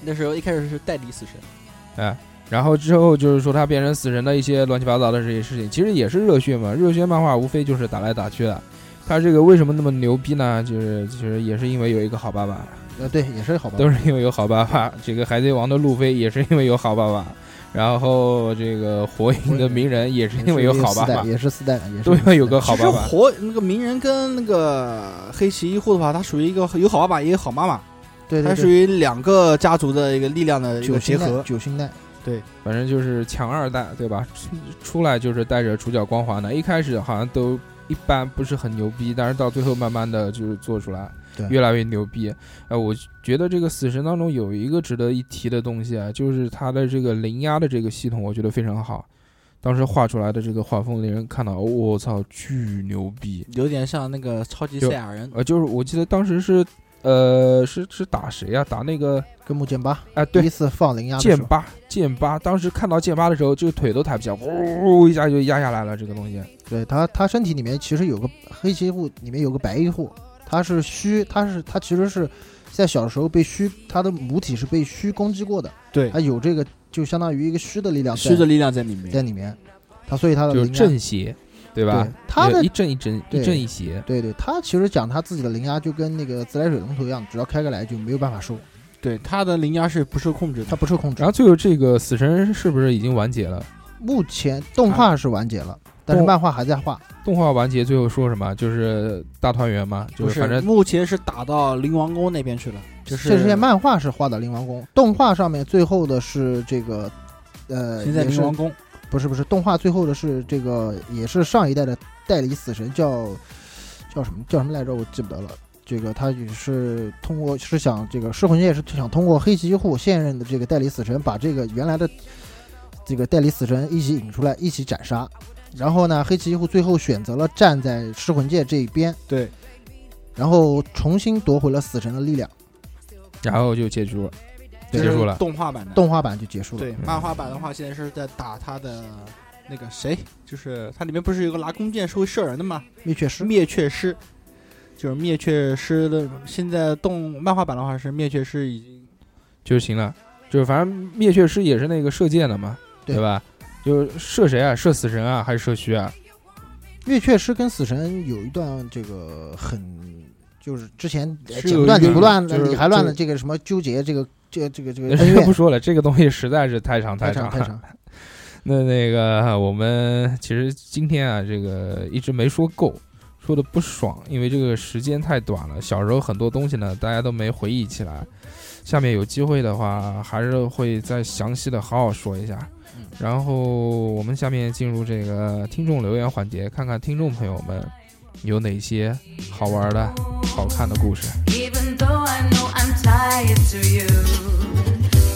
[SPEAKER 3] 那时候一开始是代理死神，
[SPEAKER 6] 哎，然后之后就是说他变成死神的一些乱七八糟的这些事情，其实也是热血嘛。热血漫画无非就是啊 [LAUGHS] 打来打去的。他这个为什么那么牛逼呢？就是其实也是因为有一个好爸爸，
[SPEAKER 2] 呃，对，也是好爸爸。
[SPEAKER 6] 都是因为有好爸爸。 [LAUGHS] 这个《海贼王》的路飞也是因为有好爸爸，然后这个《火影》的鸣人也是因为有好爸爸，
[SPEAKER 2] 也是四代，也是四代也是
[SPEAKER 6] 都要有个
[SPEAKER 2] 四
[SPEAKER 6] 好
[SPEAKER 3] 其实
[SPEAKER 6] 爸爸。
[SPEAKER 3] 活那个鸣人跟那个黑崎一护的话，他属于一个有好爸爸也有好妈妈，
[SPEAKER 2] 代对
[SPEAKER 3] 他
[SPEAKER 2] 对
[SPEAKER 3] 属
[SPEAKER 2] 对，
[SPEAKER 3] 于两个家族的一个力量的一
[SPEAKER 2] 九
[SPEAKER 3] 个结
[SPEAKER 2] 星代
[SPEAKER 3] 合。
[SPEAKER 2] 九星代，
[SPEAKER 6] 反正就是强二代，对吧？出出来就是带着主角光环的，一开始好像都一般不是很牛逼，但是到最后慢慢的就是做出来
[SPEAKER 2] 对，
[SPEAKER 6] 越来越牛逼。呃，我觉得这个死神当中有一个值得一提的东西啊，就是它的这个灵压的这个系统，我觉得非常好。当时画出来的这个画风，令人看到，哦我、操，巨牛逼！
[SPEAKER 3] 有点像那个超级
[SPEAKER 6] 就
[SPEAKER 3] 赛亚人，
[SPEAKER 6] 呃，就是我记得当时是，呃，是是打谁啊？打那个，
[SPEAKER 2] 跟木剑八
[SPEAKER 6] 哎、
[SPEAKER 2] 第
[SPEAKER 6] 对
[SPEAKER 2] 一，次放灵压的时
[SPEAKER 6] 剑
[SPEAKER 2] 候，
[SPEAKER 6] 八，剑八，当时看到剑八的时候，就腿都抬不起来，呜一下就压下来了。这个东西，
[SPEAKER 2] 对他，他身体里面其实有个黑崎护，里面有个白衣护，他是虚，他是他其实是在小时候被虚，他的母体是被虚攻击过的，
[SPEAKER 3] 对
[SPEAKER 2] 他有这个就相当于一个虚的力量在
[SPEAKER 3] 虚的力量在里
[SPEAKER 2] 在
[SPEAKER 3] 面。
[SPEAKER 2] 里面，他所以他的
[SPEAKER 6] 就是
[SPEAKER 2] 灵压
[SPEAKER 6] 正邪，对吧？
[SPEAKER 2] 对他的
[SPEAKER 6] 一正一正
[SPEAKER 2] 对
[SPEAKER 6] 一正一邪，
[SPEAKER 2] 对对，他其实讲他自己的灵压就跟那个自来水龙头一样，只要开开来就没有办法收，
[SPEAKER 3] 对，他的灵压是不受控制
[SPEAKER 2] 他
[SPEAKER 3] 的。
[SPEAKER 2] 不受控制
[SPEAKER 6] 然。后最后这个死神是不是已经完结了？
[SPEAKER 2] 目前动画是完结
[SPEAKER 3] 啊
[SPEAKER 2] 了，但是
[SPEAKER 6] 动
[SPEAKER 2] 漫画还在画。
[SPEAKER 6] 动画完结最后说什么？就是大团圆嘛，就
[SPEAKER 3] 不
[SPEAKER 6] 反
[SPEAKER 2] 嗯
[SPEAKER 6] 正
[SPEAKER 3] 目前是打到灵王宫那边去了，就是
[SPEAKER 2] 这是漫画是画的灵王宫，动画上面最后的是这个，呃，
[SPEAKER 3] 现在
[SPEAKER 2] 也
[SPEAKER 3] 灵
[SPEAKER 2] 是
[SPEAKER 3] 王宫
[SPEAKER 2] 不是不是，动画最后的是这个，也是上一代的代理死神叫叫什么叫什么来着，我记不得了。这个他也是通过是想这个噬魂夜是想通过黑崎一护现任的这个代理死神，把这个原来的这个代理死神一起引出来，一起斩杀。然后呢，黑崎一护最后选择了站在噬魂界这一边，
[SPEAKER 3] 对，
[SPEAKER 2] 然后重新夺回了死神的力量。
[SPEAKER 6] 然后就结束了，
[SPEAKER 3] 就
[SPEAKER 6] 结
[SPEAKER 3] 是
[SPEAKER 6] 束了。
[SPEAKER 3] 动画版的。
[SPEAKER 2] 动画版就结束了。
[SPEAKER 3] 对，
[SPEAKER 6] 嗯
[SPEAKER 3] 漫画版的话，现在是在打他的那个谁，就是它里面不是有个拿弓箭是会射人的吗？
[SPEAKER 2] 灭却师
[SPEAKER 3] 灭却师，就是灭却师的。现在动漫画版的话是灭却师已经
[SPEAKER 6] 就行了。就是反正灭却师也是那个射箭的嘛，
[SPEAKER 2] 对
[SPEAKER 6] 对吧？就是射谁啊？射死神啊，还是射虚啊？
[SPEAKER 2] 月确师跟死神有一段这个很，就是之前呃
[SPEAKER 6] 是
[SPEAKER 2] 剪
[SPEAKER 6] 有
[SPEAKER 2] 不
[SPEAKER 6] 一
[SPEAKER 2] 断理
[SPEAKER 6] 段
[SPEAKER 2] 不乱
[SPEAKER 6] 就是
[SPEAKER 2] 理还乱的
[SPEAKER 6] 就
[SPEAKER 2] 这个什么纠结，这个这个这个这
[SPEAKER 6] [LAUGHS]
[SPEAKER 2] 个恩
[SPEAKER 6] 哎不
[SPEAKER 2] 怨
[SPEAKER 6] 说了，这个东西实在是太长
[SPEAKER 2] 太
[SPEAKER 6] 长
[SPEAKER 2] 长太长。
[SPEAKER 6] [LAUGHS] 那那个，我们其实今天啊，这个一直没说够，说的不爽，因为这个时间太短了。小时候很多东西呢，大家都没回忆起来。下面有机会的话，还是会再详细的好好说一下。然后我们下面进入这个听众留言环节，看看听众朋友们有哪些好玩的、好看的故事。
[SPEAKER 8] Even though I know I'm tied to you,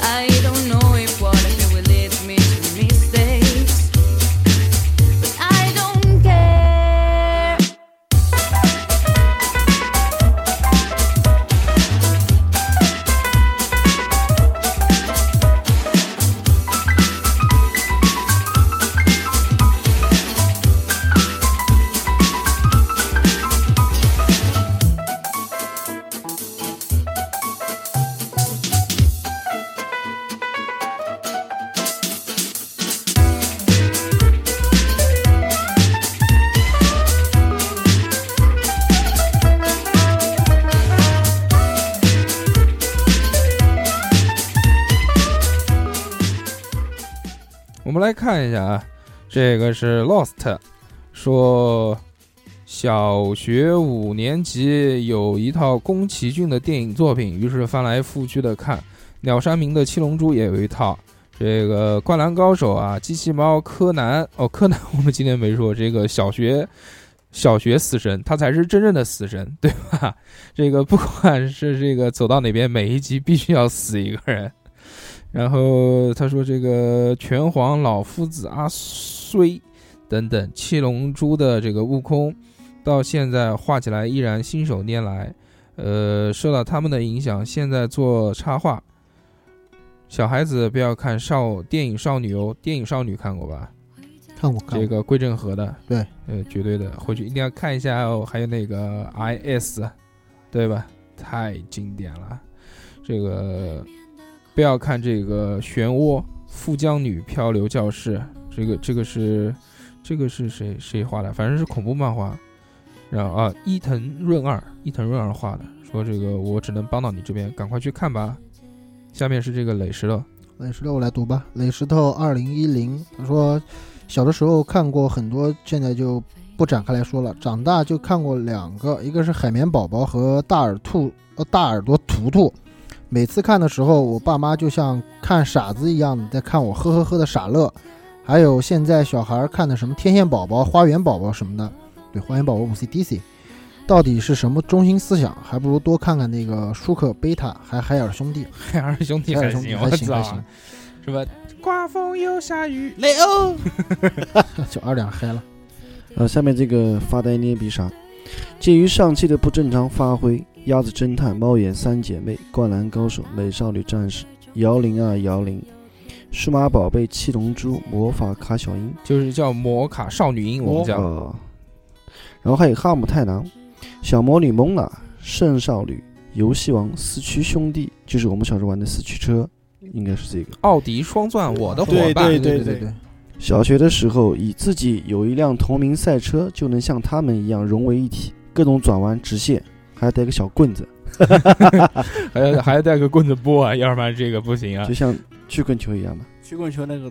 [SPEAKER 8] I don't know if what I do will lead me to mistakes. But I don't care.
[SPEAKER 6] 我们来看一下啊，这个是 Lost 说，小学五年级有一套宫崎骏的电影作品，于是翻来覆去的看。鸟山明的《七龙珠》也有一套，这个《灌篮高手》啊，《机器猫》、柯南哦，柯南我们今天没说，这个小学。 [LAUGHS] 小学死神，他才是真正的死神，对吧？这个不管是这个走到哪边，每一集必须要死一个人。然后他说这个拳皇老夫子阿衰等等，七龙珠的这个悟空，到现在画起来依然信手拈来，呃，受到他们的影响，现在做插画。小孩子不要看少电影少女哦，电影少女看过吧？
[SPEAKER 2] 看过看
[SPEAKER 6] 这
[SPEAKER 2] 过，
[SPEAKER 6] 个归正和的，
[SPEAKER 2] 对，
[SPEAKER 6] 呃，绝对的，回去一定要看一下哦。还有那个 I S，对吧？太经典了。这个不要看这个漩涡、富江女、漂流教室，这个这个是这个是谁谁画的？反正是恐怖漫画。然后啊，伊藤润二，伊藤润二画的，说这个我只能帮到你这边，赶快去看吧。下面是这个磊石 [LAUGHS] 头，
[SPEAKER 2] 磊石头我来读吧。磊石头二零一零，他说小的时候看过很多，现在就不展开来说了。长大就看过两个，一个是海绵宝宝和大耳兔，呃大耳朵图图。每次看的时候，我爸妈就像看傻子一样地在看我呵呵呵的傻乐。还有现在小孩看的什么天线宝宝、花园宝宝什么的，对，花园宝宝五 C D C，到底是什么中心思想？还不如多看看那个舒克贝塔，还海尔兄
[SPEAKER 6] [LAUGHS]
[SPEAKER 2] 弟。
[SPEAKER 6] 海尔兄弟
[SPEAKER 2] 海
[SPEAKER 6] 还
[SPEAKER 2] 尔兄弟
[SPEAKER 6] 行，
[SPEAKER 2] 还
[SPEAKER 6] 我
[SPEAKER 2] 行还
[SPEAKER 6] 操
[SPEAKER 2] 行，，
[SPEAKER 6] 是吧？刮风又下雨，
[SPEAKER 3] 雷欧，
[SPEAKER 2] 小二两嗨了。
[SPEAKER 9] 呃，下面这个发呆捏鼻傻，鉴于上期的不正常发挥，鸭子侦探、猫眼三姐妹、灌篮高手、美少女战士、摇铃啊摇铃、数码宝贝、七龙珠、魔法卡小樱，
[SPEAKER 6] 就是叫摩卡少女樱，我们
[SPEAKER 9] 啊、
[SPEAKER 6] 叫
[SPEAKER 9] 然后还有哈姆太郎、小魔女蒙娜、圣少女、游戏王、四驱兄弟，就是我们小时候玩的四驱车，应该是这个。
[SPEAKER 6] 奥迪双钻，我的伙
[SPEAKER 4] 对
[SPEAKER 6] 伴。
[SPEAKER 4] 对
[SPEAKER 2] 对
[SPEAKER 4] 对
[SPEAKER 2] 对对，
[SPEAKER 9] 小学的时候，以自己有一辆同名赛车，就能像他们一样融为一体，各种转弯直线，还带个小棍子，
[SPEAKER 6] 还要还要带个棍子拨啊，要不然这个不行啊
[SPEAKER 9] 就。像曲棍球一样嘛。
[SPEAKER 3] 曲棍球那个
[SPEAKER 6] 嗯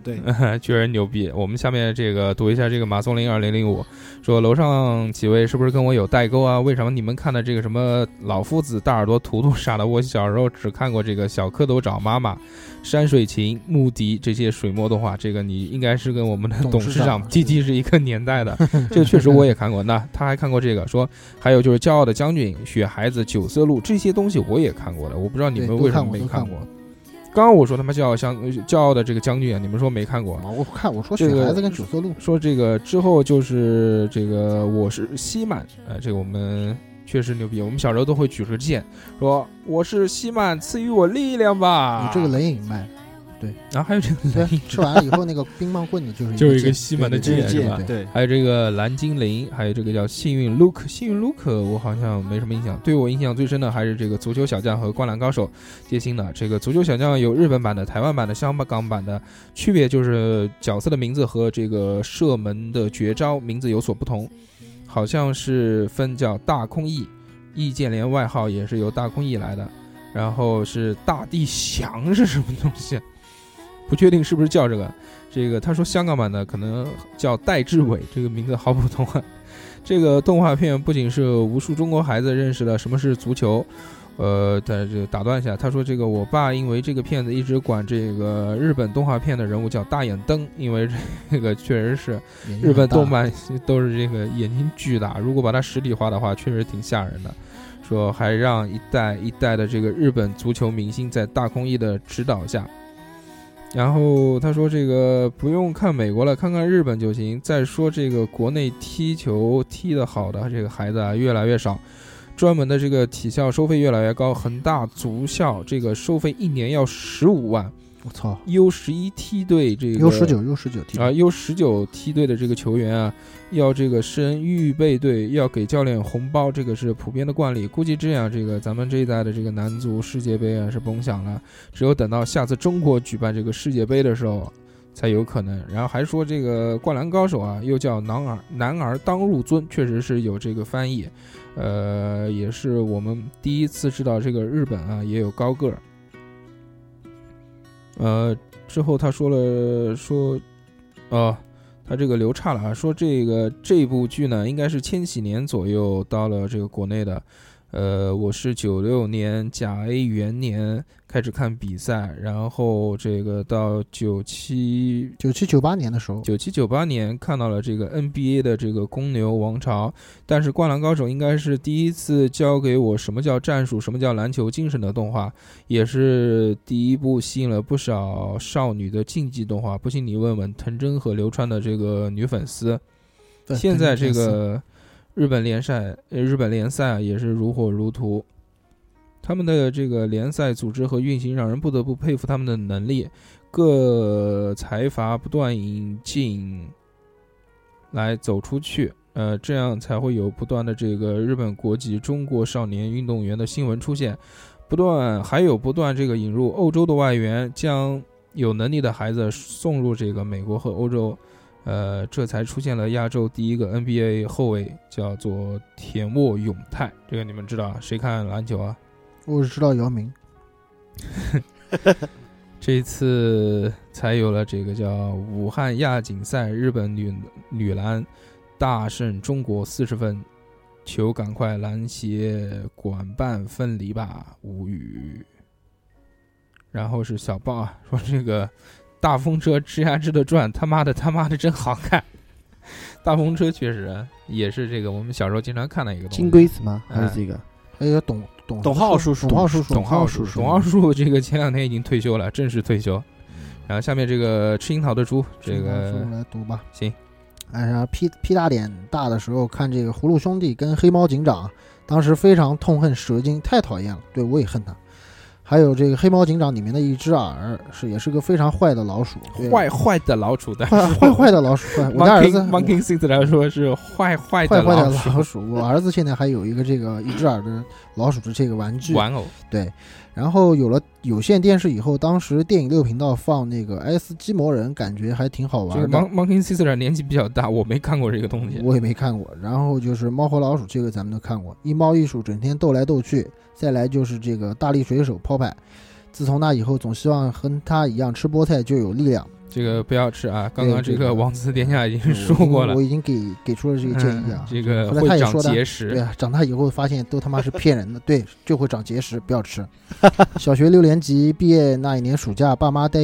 [SPEAKER 6] [LAUGHS]
[SPEAKER 3] 对，
[SPEAKER 6] 确实牛逼。我们下面这个读一下这个马松林二零零五说，楼上几位是不是跟我有代沟啊？为什么你们看的这个什么老夫子、大耳朵、图图啥的，我小时候只看过这个小蝌蚪找妈妈、山水情、牧笛这些水墨动画。这个你应该是跟我们的
[SPEAKER 2] 董
[SPEAKER 6] 董
[SPEAKER 2] 事
[SPEAKER 6] 事
[SPEAKER 2] 长
[SPEAKER 6] 长 T T 是一个年代的，这个确实我也看过。那他还看过这个，说还有就是《骄傲的将军》《雪孩子》《九色鹿》这些东西我也看过的，我不知道你
[SPEAKER 2] 对
[SPEAKER 6] 们
[SPEAKER 2] 都
[SPEAKER 6] 为什
[SPEAKER 2] 看
[SPEAKER 6] 么
[SPEAKER 2] 过
[SPEAKER 6] 没
[SPEAKER 2] 都
[SPEAKER 6] 看
[SPEAKER 2] 看过。
[SPEAKER 6] 刚刚我说他妈骄傲相呃骄傲的这个将军啊，你们说没看过？
[SPEAKER 2] 啊，我看我说
[SPEAKER 6] 这
[SPEAKER 2] 雪
[SPEAKER 6] 个
[SPEAKER 2] 孩子跟九色鹿，
[SPEAKER 6] 说这个之后就是这个我是西曼，呃，这个我们确实牛逼，我们小时候都会举着剑说我是西曼，赐予我力量吧。
[SPEAKER 2] 有这个，哎冷饮卖，
[SPEAKER 6] 然后还有这个
[SPEAKER 2] 对
[SPEAKER 6] 啊雷，
[SPEAKER 2] 吃完了以后那个冰棒棍子就是
[SPEAKER 6] 就是一
[SPEAKER 2] 一
[SPEAKER 6] 个西门的
[SPEAKER 2] 对对
[SPEAKER 6] 剑
[SPEAKER 2] 对
[SPEAKER 6] 是吧
[SPEAKER 2] 对对
[SPEAKER 3] 对，
[SPEAKER 6] 还有这个蓝精灵，还有这个叫幸运 Luke，幸运 Luke 我好像没什么印象。对我印象最深的还是这个足球小将和灌篮高手接新的。这个足球小将有日本版的、台湾版的、香港版的，区别就是角色的名字和这个射门的绝招名字有所不同。好像是分叫大空翼，易建联外号也是由大空翼来的，然后是大地翔是什么东西，啊不确定是不是叫这个。这个他说香港版的可能叫戴志伟，这个名字好普通啊。这个动画片不仅是无数中国孩子认识了什么是足球，呃，在这打断一下，他说这个我爸因为这个片子一直管这个日本动画片的人物叫大眼瞪，因为这个确实是
[SPEAKER 2] 眼睛
[SPEAKER 6] 日本
[SPEAKER 2] 很大
[SPEAKER 6] 动漫都是这个眼睛巨大，如果把它实体化的话，确实挺吓人的。说还让一代一代的这个日本足球明星在大空翼的指导下，然后他说这个不用看美国了，看看日本就行。再说这个国内踢球踢得好的这个孩子啊，越来越少。专门的这个体校收费越来越高，恒大足校这个收费一年要十五万
[SPEAKER 2] 我操
[SPEAKER 6] ，U 十一梯队这个
[SPEAKER 2] ，U 十九 U 十九 T
[SPEAKER 6] 啊，U 十九梯队的这个球员啊，要这个升预备队，要给教练红包，这个是普遍的惯例。估计这样，这个咱们这一代的这个男足世界杯啊是甭想了，只有等到下次中国举办这个世界杯的时候才有可能。然后还说这个《灌篮高手》啊，又叫《男儿男儿当入樽》，确实是有这个翻译，呃，也是我们第一次知道这个日本啊也有高个儿。呃，之后他说了说哦，他这个留岔了啊，说这个这部剧呢，应该是千禧年左右到了这个国内的。呃，我是九六年甲 A 元年开始看比赛，然后这个到九七
[SPEAKER 2] 九七九八年的时候，
[SPEAKER 6] 九七九八年看到了这个 NBA 的这个公牛王朝，但是《灌篮高手》应该是第一次教给我什么叫战术，什么叫篮球精神的动画，也是第一部吸引了不少少女的竞技动画。不信你问问藤真和流川的这个女粉丝，
[SPEAKER 2] 对
[SPEAKER 6] 现在这
[SPEAKER 2] 藤井健司
[SPEAKER 6] 个日本联赛，呃，日本联赛啊也是如火如荼。他们的这个联赛组织和运行，让人不得不佩服他们的能力。各财阀不断引进来走出去，呃，这样才会有不断的这个日本国籍中国少年运动员的新闻出现，不断还有不断这个引入欧洲的外援，将有能力的孩子送入这个美国和欧洲。呃，这才出现了亚洲第一个 NBA 后卫，叫做田默永泰。这个你们知道啊？谁看篮球啊？
[SPEAKER 2] 我只知道姚明，
[SPEAKER 4] [LAUGHS]
[SPEAKER 6] 这一次才有了这个叫武汉亚锦赛，日本女女篮大胜中国四十分，求赶快篮协管办分离吧，无语。然后是小豹啊，说这个大风车吱呀吱的转，他妈的他妈的真好看。 [LAUGHS] 大风车确实也是这个我们小时候经常看的一个东西。
[SPEAKER 9] 金龟子吗？还
[SPEAKER 6] 哎
[SPEAKER 9] 是这个？
[SPEAKER 2] 还有董董
[SPEAKER 3] 董浩叔叔
[SPEAKER 2] 董浩叔叔，
[SPEAKER 6] 董浩
[SPEAKER 9] 叔
[SPEAKER 6] 董浩叔这个前两天已经退休了，正式退休。然后下面这个吃嗯樱桃的猪，这
[SPEAKER 2] 叔
[SPEAKER 6] 个
[SPEAKER 2] 叔来读吧。
[SPEAKER 6] 行，
[SPEAKER 2] 哎呀，屁屁大点大的时候看这个《葫芦兄弟》跟《黑猫警长》，当时非常痛恨蛇精，太讨厌了，对我也恨他。还有这个《黑猫警长》里面的一只耳，是也是个非常坏的老鼠，对
[SPEAKER 6] 坏坏的老鼠的
[SPEAKER 2] 坏坏坏的老鼠，坏我家儿
[SPEAKER 6] Monkey
[SPEAKER 2] 子
[SPEAKER 6] Monkey Six 来说是坏坏
[SPEAKER 2] 坏
[SPEAKER 6] 的
[SPEAKER 2] 坏的
[SPEAKER 6] 老鼠
[SPEAKER 2] 老鼠，我儿子现在还有一个这个一只耳的老鼠的这个玩具，
[SPEAKER 6] 玩偶，
[SPEAKER 2] 然后有了有线电视以后，当时电影六频道放那个《爱斯基摩人》，感觉还挺好
[SPEAKER 6] 这个
[SPEAKER 2] 玩的。
[SPEAKER 6] Mon Monkey Six 年纪比较大，我没看过这个东西。
[SPEAKER 2] 我也没看过，然后就是《猫和老鼠》，这个咱们都看过，一猫一鼠整天斗来斗去，再来就是这个大力水手抛牌。自从那以后，总希望和他一样吃菠菜就有力量。
[SPEAKER 6] 这个不要吃啊！刚刚这
[SPEAKER 2] 对
[SPEAKER 6] 个
[SPEAKER 2] 对
[SPEAKER 6] 王子殿下已经 [LAUGHS] 说过了
[SPEAKER 2] 我，已经给给出了这个建
[SPEAKER 6] [LAUGHS]
[SPEAKER 2] 议啊
[SPEAKER 6] 嗯。这个
[SPEAKER 2] 后来他
[SPEAKER 6] 会
[SPEAKER 2] 也
[SPEAKER 6] 长
[SPEAKER 2] 说的
[SPEAKER 6] 结
[SPEAKER 2] 对
[SPEAKER 6] 石。
[SPEAKER 2] 啊，长大以后发现都他妈是骗人的，对，就会长结石，不要吃。 [LAUGHS] 小学六年级毕业那一年暑假，爸妈带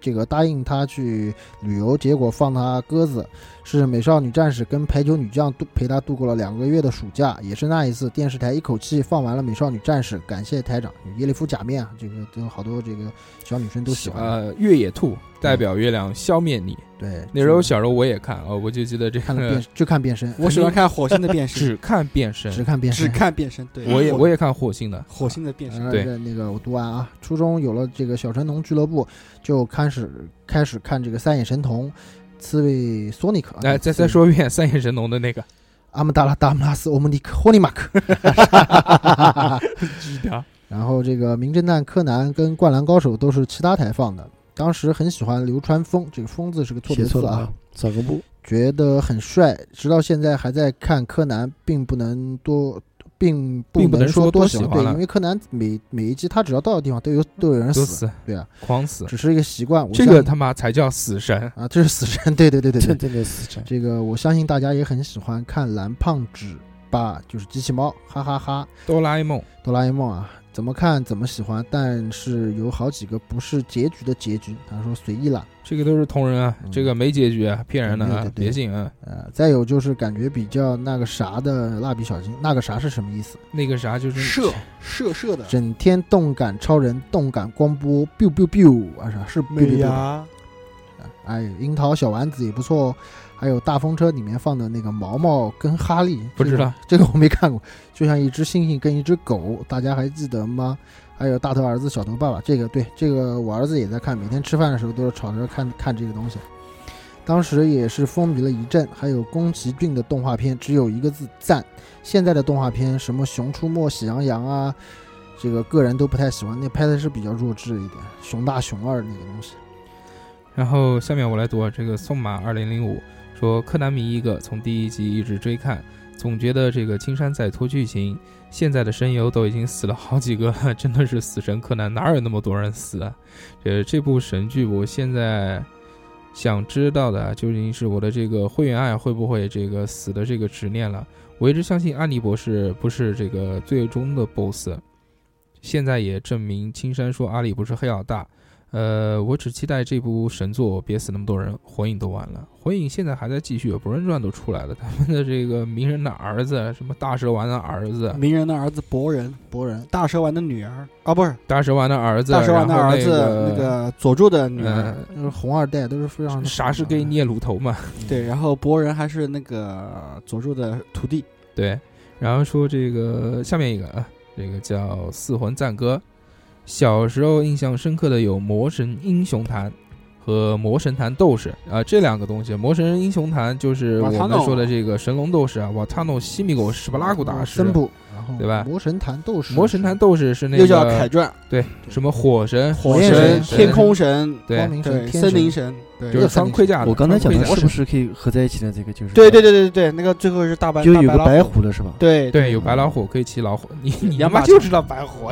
[SPEAKER 2] 这个答应他去旅游，结果放他鸽子，是美少女战士跟排球女将度陪他度过了两个月的暑假，也是那一次电视台一口气放完了美少女战士，感谢台长。耶利夫假面啊，这个都有好多这个小女生都喜欢的，
[SPEAKER 6] 呃，越野兔代表月亮消灭你。
[SPEAKER 2] 对，
[SPEAKER 6] 那时候
[SPEAKER 2] 就
[SPEAKER 6] 小时候我也看哦，我就记得这
[SPEAKER 2] 看了
[SPEAKER 6] 个
[SPEAKER 2] 变就看变身，
[SPEAKER 3] 我喜欢看火星的变身，
[SPEAKER 6] 只看变身，
[SPEAKER 2] [LAUGHS] 只看变身
[SPEAKER 3] 只，看变身。对，
[SPEAKER 6] 我也嗯我也看火星的，
[SPEAKER 3] 火星的变身。
[SPEAKER 2] 然后
[SPEAKER 6] 对
[SPEAKER 2] 嗯这那个我读完啊，初中有了这个小神童俱乐部，就开始开始看这个三眼神童、刺猬索尼克。
[SPEAKER 6] 哎来，再再
[SPEAKER 2] 刺猬
[SPEAKER 6] 说一遍《三眼神农》的那个，
[SPEAKER 2] 阿姆达拉达姆拉斯欧姆尼克霍尼马
[SPEAKER 6] [LAUGHS]
[SPEAKER 2] 克。
[SPEAKER 6] 知道？
[SPEAKER 2] 然后这个《名侦探柯南》跟《灌篮高手》都是其他台放的，当时很喜欢流川枫，这个“枫”字是个错别
[SPEAKER 9] 写错
[SPEAKER 2] 字
[SPEAKER 9] 了
[SPEAKER 2] 啊
[SPEAKER 9] 啊，，找个不
[SPEAKER 2] 觉得很帅，直到现在还在看柯南，并不能多。并
[SPEAKER 6] 并不能
[SPEAKER 2] 能
[SPEAKER 6] 说
[SPEAKER 2] 多
[SPEAKER 6] 多
[SPEAKER 2] 喜
[SPEAKER 6] 喜
[SPEAKER 2] 欢，
[SPEAKER 6] 欢
[SPEAKER 2] 对，
[SPEAKER 6] 了嗯
[SPEAKER 2] 因为柯南每每一集他只要到的地方都有都有人
[SPEAKER 6] 都
[SPEAKER 2] 死，
[SPEAKER 6] 死，
[SPEAKER 2] 对啊，
[SPEAKER 6] 狂死，
[SPEAKER 2] 只是一个习惯。我
[SPEAKER 6] 这
[SPEAKER 2] 相
[SPEAKER 6] 个
[SPEAKER 2] 信
[SPEAKER 6] 他妈才叫死神。
[SPEAKER 2] 啊，这是死神， [LAUGHS] 对对对对
[SPEAKER 9] 这
[SPEAKER 2] 对，
[SPEAKER 9] 真的死神。
[SPEAKER 2] 这个我相信大家也很喜欢看蓝胖子吧，就是机器猫，哈哈哈
[SPEAKER 6] 哆啦 A 梦，
[SPEAKER 2] 哆啦 A 梦啊，怎么看怎么喜欢，但是有好几个不是结局的结局，他说随意啦，
[SPEAKER 6] 这个都是同人啊，
[SPEAKER 2] 嗯
[SPEAKER 6] 这个没结局啊，骗人的
[SPEAKER 2] 对
[SPEAKER 6] 啊
[SPEAKER 2] 对，对
[SPEAKER 6] 别信啊。
[SPEAKER 2] 呃，再有就是感觉比较那个啥的蜡笔小新，那个啥是什么意思？
[SPEAKER 6] 那个啥就是
[SPEAKER 3] 射射射的，
[SPEAKER 2] 整天动感超人，动感光波，biu biu biu 啊啥是 biu biu biu 吧
[SPEAKER 3] 呀，
[SPEAKER 2] 哎，樱桃小丸子也不错哦，还有大风车里面放的那个毛毛跟哈利，
[SPEAKER 6] 不知道
[SPEAKER 2] [LAUGHS] 这个我没看过，就像一只猩猩跟一只狗，大家还记得吗？还有大头儿子小头爸爸，这个对，这个我儿子也在看，每天吃饭的时候都是吵着看看这个东西。当时也是风靡了一阵，还有宫崎骏的动画片只有一个字赞。现在的动画片什么《熊出没》《喜羊羊》啊，这个个人都不太喜欢，那拍的是比较弱智一点，《熊大熊二》那个东西。
[SPEAKER 6] 然后下面我来读啊，这个宋马二零零五说柯南迷一个，从第一集一直追看，总觉得这个青山在拖剧情，现在的声优都已经死了好几个了， [LAUGHS] 真的是死神柯南哪有那么多人死啊？这这部神剧我现在。想知道的啊究竟是我的这个会员爱会不会这个死的这个执念了？我一直相信安妮博士不是这个最终的 BOSS，现在也证明青山说阿里不是黑老大，呃，我只期待这部神作别死那么多人。火影都完了，火影现在还在继续，《博人传》都出来了。他们的这个鸣人的儿子，什么大蛇丸的儿子，
[SPEAKER 3] 鸣人的儿子博人，
[SPEAKER 2] 博人，
[SPEAKER 3] 大蛇丸的女儿啊，不是
[SPEAKER 6] 大蛇丸的儿子，
[SPEAKER 3] 大蛇丸的
[SPEAKER 6] 然后
[SPEAKER 3] 儿子
[SPEAKER 6] 那
[SPEAKER 3] 那个嗯佐助的女儿，
[SPEAKER 6] 呃，
[SPEAKER 2] 就是红二代都是非常嗯
[SPEAKER 6] 啥是给捏乳头嘛？ [LAUGHS]
[SPEAKER 3] 对，然后博人还是那个佐助的徒弟，
[SPEAKER 6] 对，然后说这个下面一个啊，这个叫四魂赞歌。小时候印象深刻的有《魔神英雄坛》和《魔神坛斗士》啊、这两个东西。《魔神英雄坛》就是我们
[SPEAKER 3] Watano
[SPEAKER 6] 说的这个神龙斗士啊，瓦塔诺、西米狗、史巴拉古达
[SPEAKER 2] 森
[SPEAKER 6] 什、
[SPEAKER 2] 普，然后
[SPEAKER 6] 对吧
[SPEAKER 2] 魔神坛斗士，
[SPEAKER 6] 魔神坛斗士是那个
[SPEAKER 3] 又叫凯传、
[SPEAKER 6] 对什么火神、
[SPEAKER 3] 火
[SPEAKER 2] 焰
[SPEAKER 3] 神、
[SPEAKER 2] 神
[SPEAKER 3] 天空神、
[SPEAKER 2] 光
[SPEAKER 6] 对，
[SPEAKER 2] 明神、
[SPEAKER 3] 对
[SPEAKER 2] 天
[SPEAKER 3] 森林
[SPEAKER 2] 神，
[SPEAKER 3] 神，对
[SPEAKER 6] 就是穿盔甲的。
[SPEAKER 9] 我刚才讲
[SPEAKER 6] 穿
[SPEAKER 9] 的
[SPEAKER 6] 盔甲
[SPEAKER 9] 是不是可以合在一起的？这个就是
[SPEAKER 3] 对对对对对，那个最后是大白，
[SPEAKER 9] 就
[SPEAKER 3] 大
[SPEAKER 9] 有个
[SPEAKER 3] 老
[SPEAKER 9] 白虎了是吧？
[SPEAKER 3] 对
[SPEAKER 6] 对，有白老虎可以骑老虎，你你他
[SPEAKER 3] 两
[SPEAKER 6] 妈
[SPEAKER 3] 把
[SPEAKER 6] 就
[SPEAKER 3] 知道白虎，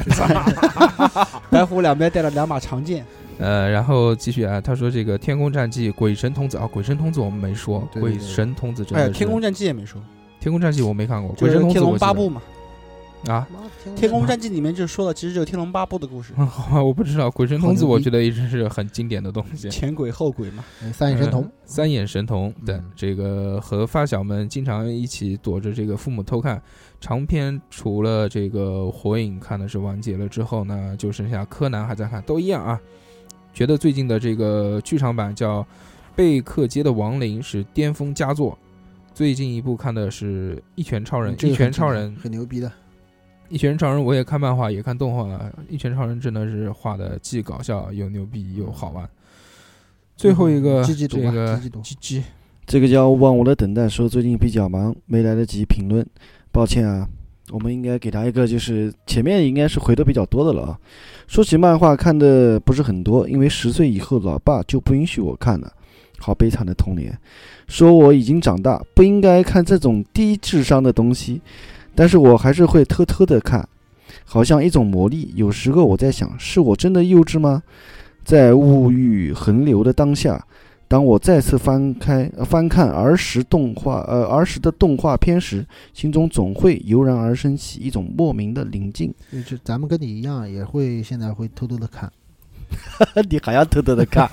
[SPEAKER 3] 白虎两边带了两把长剑，
[SPEAKER 6] 呃，然后继续啊，他说这个天空战记、鬼神童子啊，鬼神童子我们没说，
[SPEAKER 2] 对对对
[SPEAKER 6] 鬼神童子真
[SPEAKER 3] 哎
[SPEAKER 6] 的
[SPEAKER 3] 呀，
[SPEAKER 6] 是
[SPEAKER 3] 天空战记也没说，
[SPEAKER 6] 天空战记我没看过，
[SPEAKER 3] 就
[SPEAKER 6] 鬼
[SPEAKER 3] 是
[SPEAKER 6] 神童
[SPEAKER 3] 天
[SPEAKER 6] 子我
[SPEAKER 3] 龙
[SPEAKER 6] 记得
[SPEAKER 3] 八部嘛，
[SPEAKER 6] 啊， [LAUGHS]
[SPEAKER 2] 妈
[SPEAKER 3] 天
[SPEAKER 2] 神
[SPEAKER 3] 空战记里面就说了，其实就是天龙八部的故事，
[SPEAKER 6] 嗯好吧，我不知道，鬼神童子
[SPEAKER 9] 好牛逼
[SPEAKER 6] 我觉得一直是很经典的东西。
[SPEAKER 3] 前鬼后鬼嘛，
[SPEAKER 2] 哎三眼神童
[SPEAKER 6] 嗯，三眼神童，对、
[SPEAKER 2] 嗯
[SPEAKER 6] 这个和发小们经常一起躲着这个父母偷看长篇，除了这个火影看的是完结了之后呢，就剩下柯南还在看，都一样啊。觉得最近的这个剧场版叫《贝克街的亡灵》是巅峰佳作，最近一部看的是《一拳超人》，
[SPEAKER 2] 嗯这
[SPEAKER 6] 一
[SPEAKER 2] 个
[SPEAKER 6] 拳
[SPEAKER 2] 很
[SPEAKER 6] 超
[SPEAKER 2] 经
[SPEAKER 6] 人
[SPEAKER 2] 典》很牛逼的，
[SPEAKER 6] 一拳超人我也看漫画，也看动画。一拳超人真的是画的既搞笑又牛逼又好玩。最后一个，
[SPEAKER 2] 嗯积极读
[SPEAKER 6] 这
[SPEAKER 2] 吧
[SPEAKER 6] 个
[SPEAKER 2] 积极读
[SPEAKER 6] GG，
[SPEAKER 9] 这个叫忘我的等待说最近比较忙，没来得及评论，抱歉啊。我们应该给他一个，就是前面应该是回的比较多的了啊。说起漫画看的不是很多，因为十岁以后老爸就不允许我看了，好悲惨的童年。说我已经长大，不应该看这种低智商的东西，但是我还是会偷偷的看，好像一种魔力。有时候我在想，是我真的幼稚吗？在物欲横流的当下，当我再次翻开、呃翻看儿时动画，呃儿时的动画片时，心中总会油然而生起一种莫名的宁静。
[SPEAKER 2] 就是咱们跟你一样，也会现在会偷偷的看，
[SPEAKER 9] 你还要偷偷的看？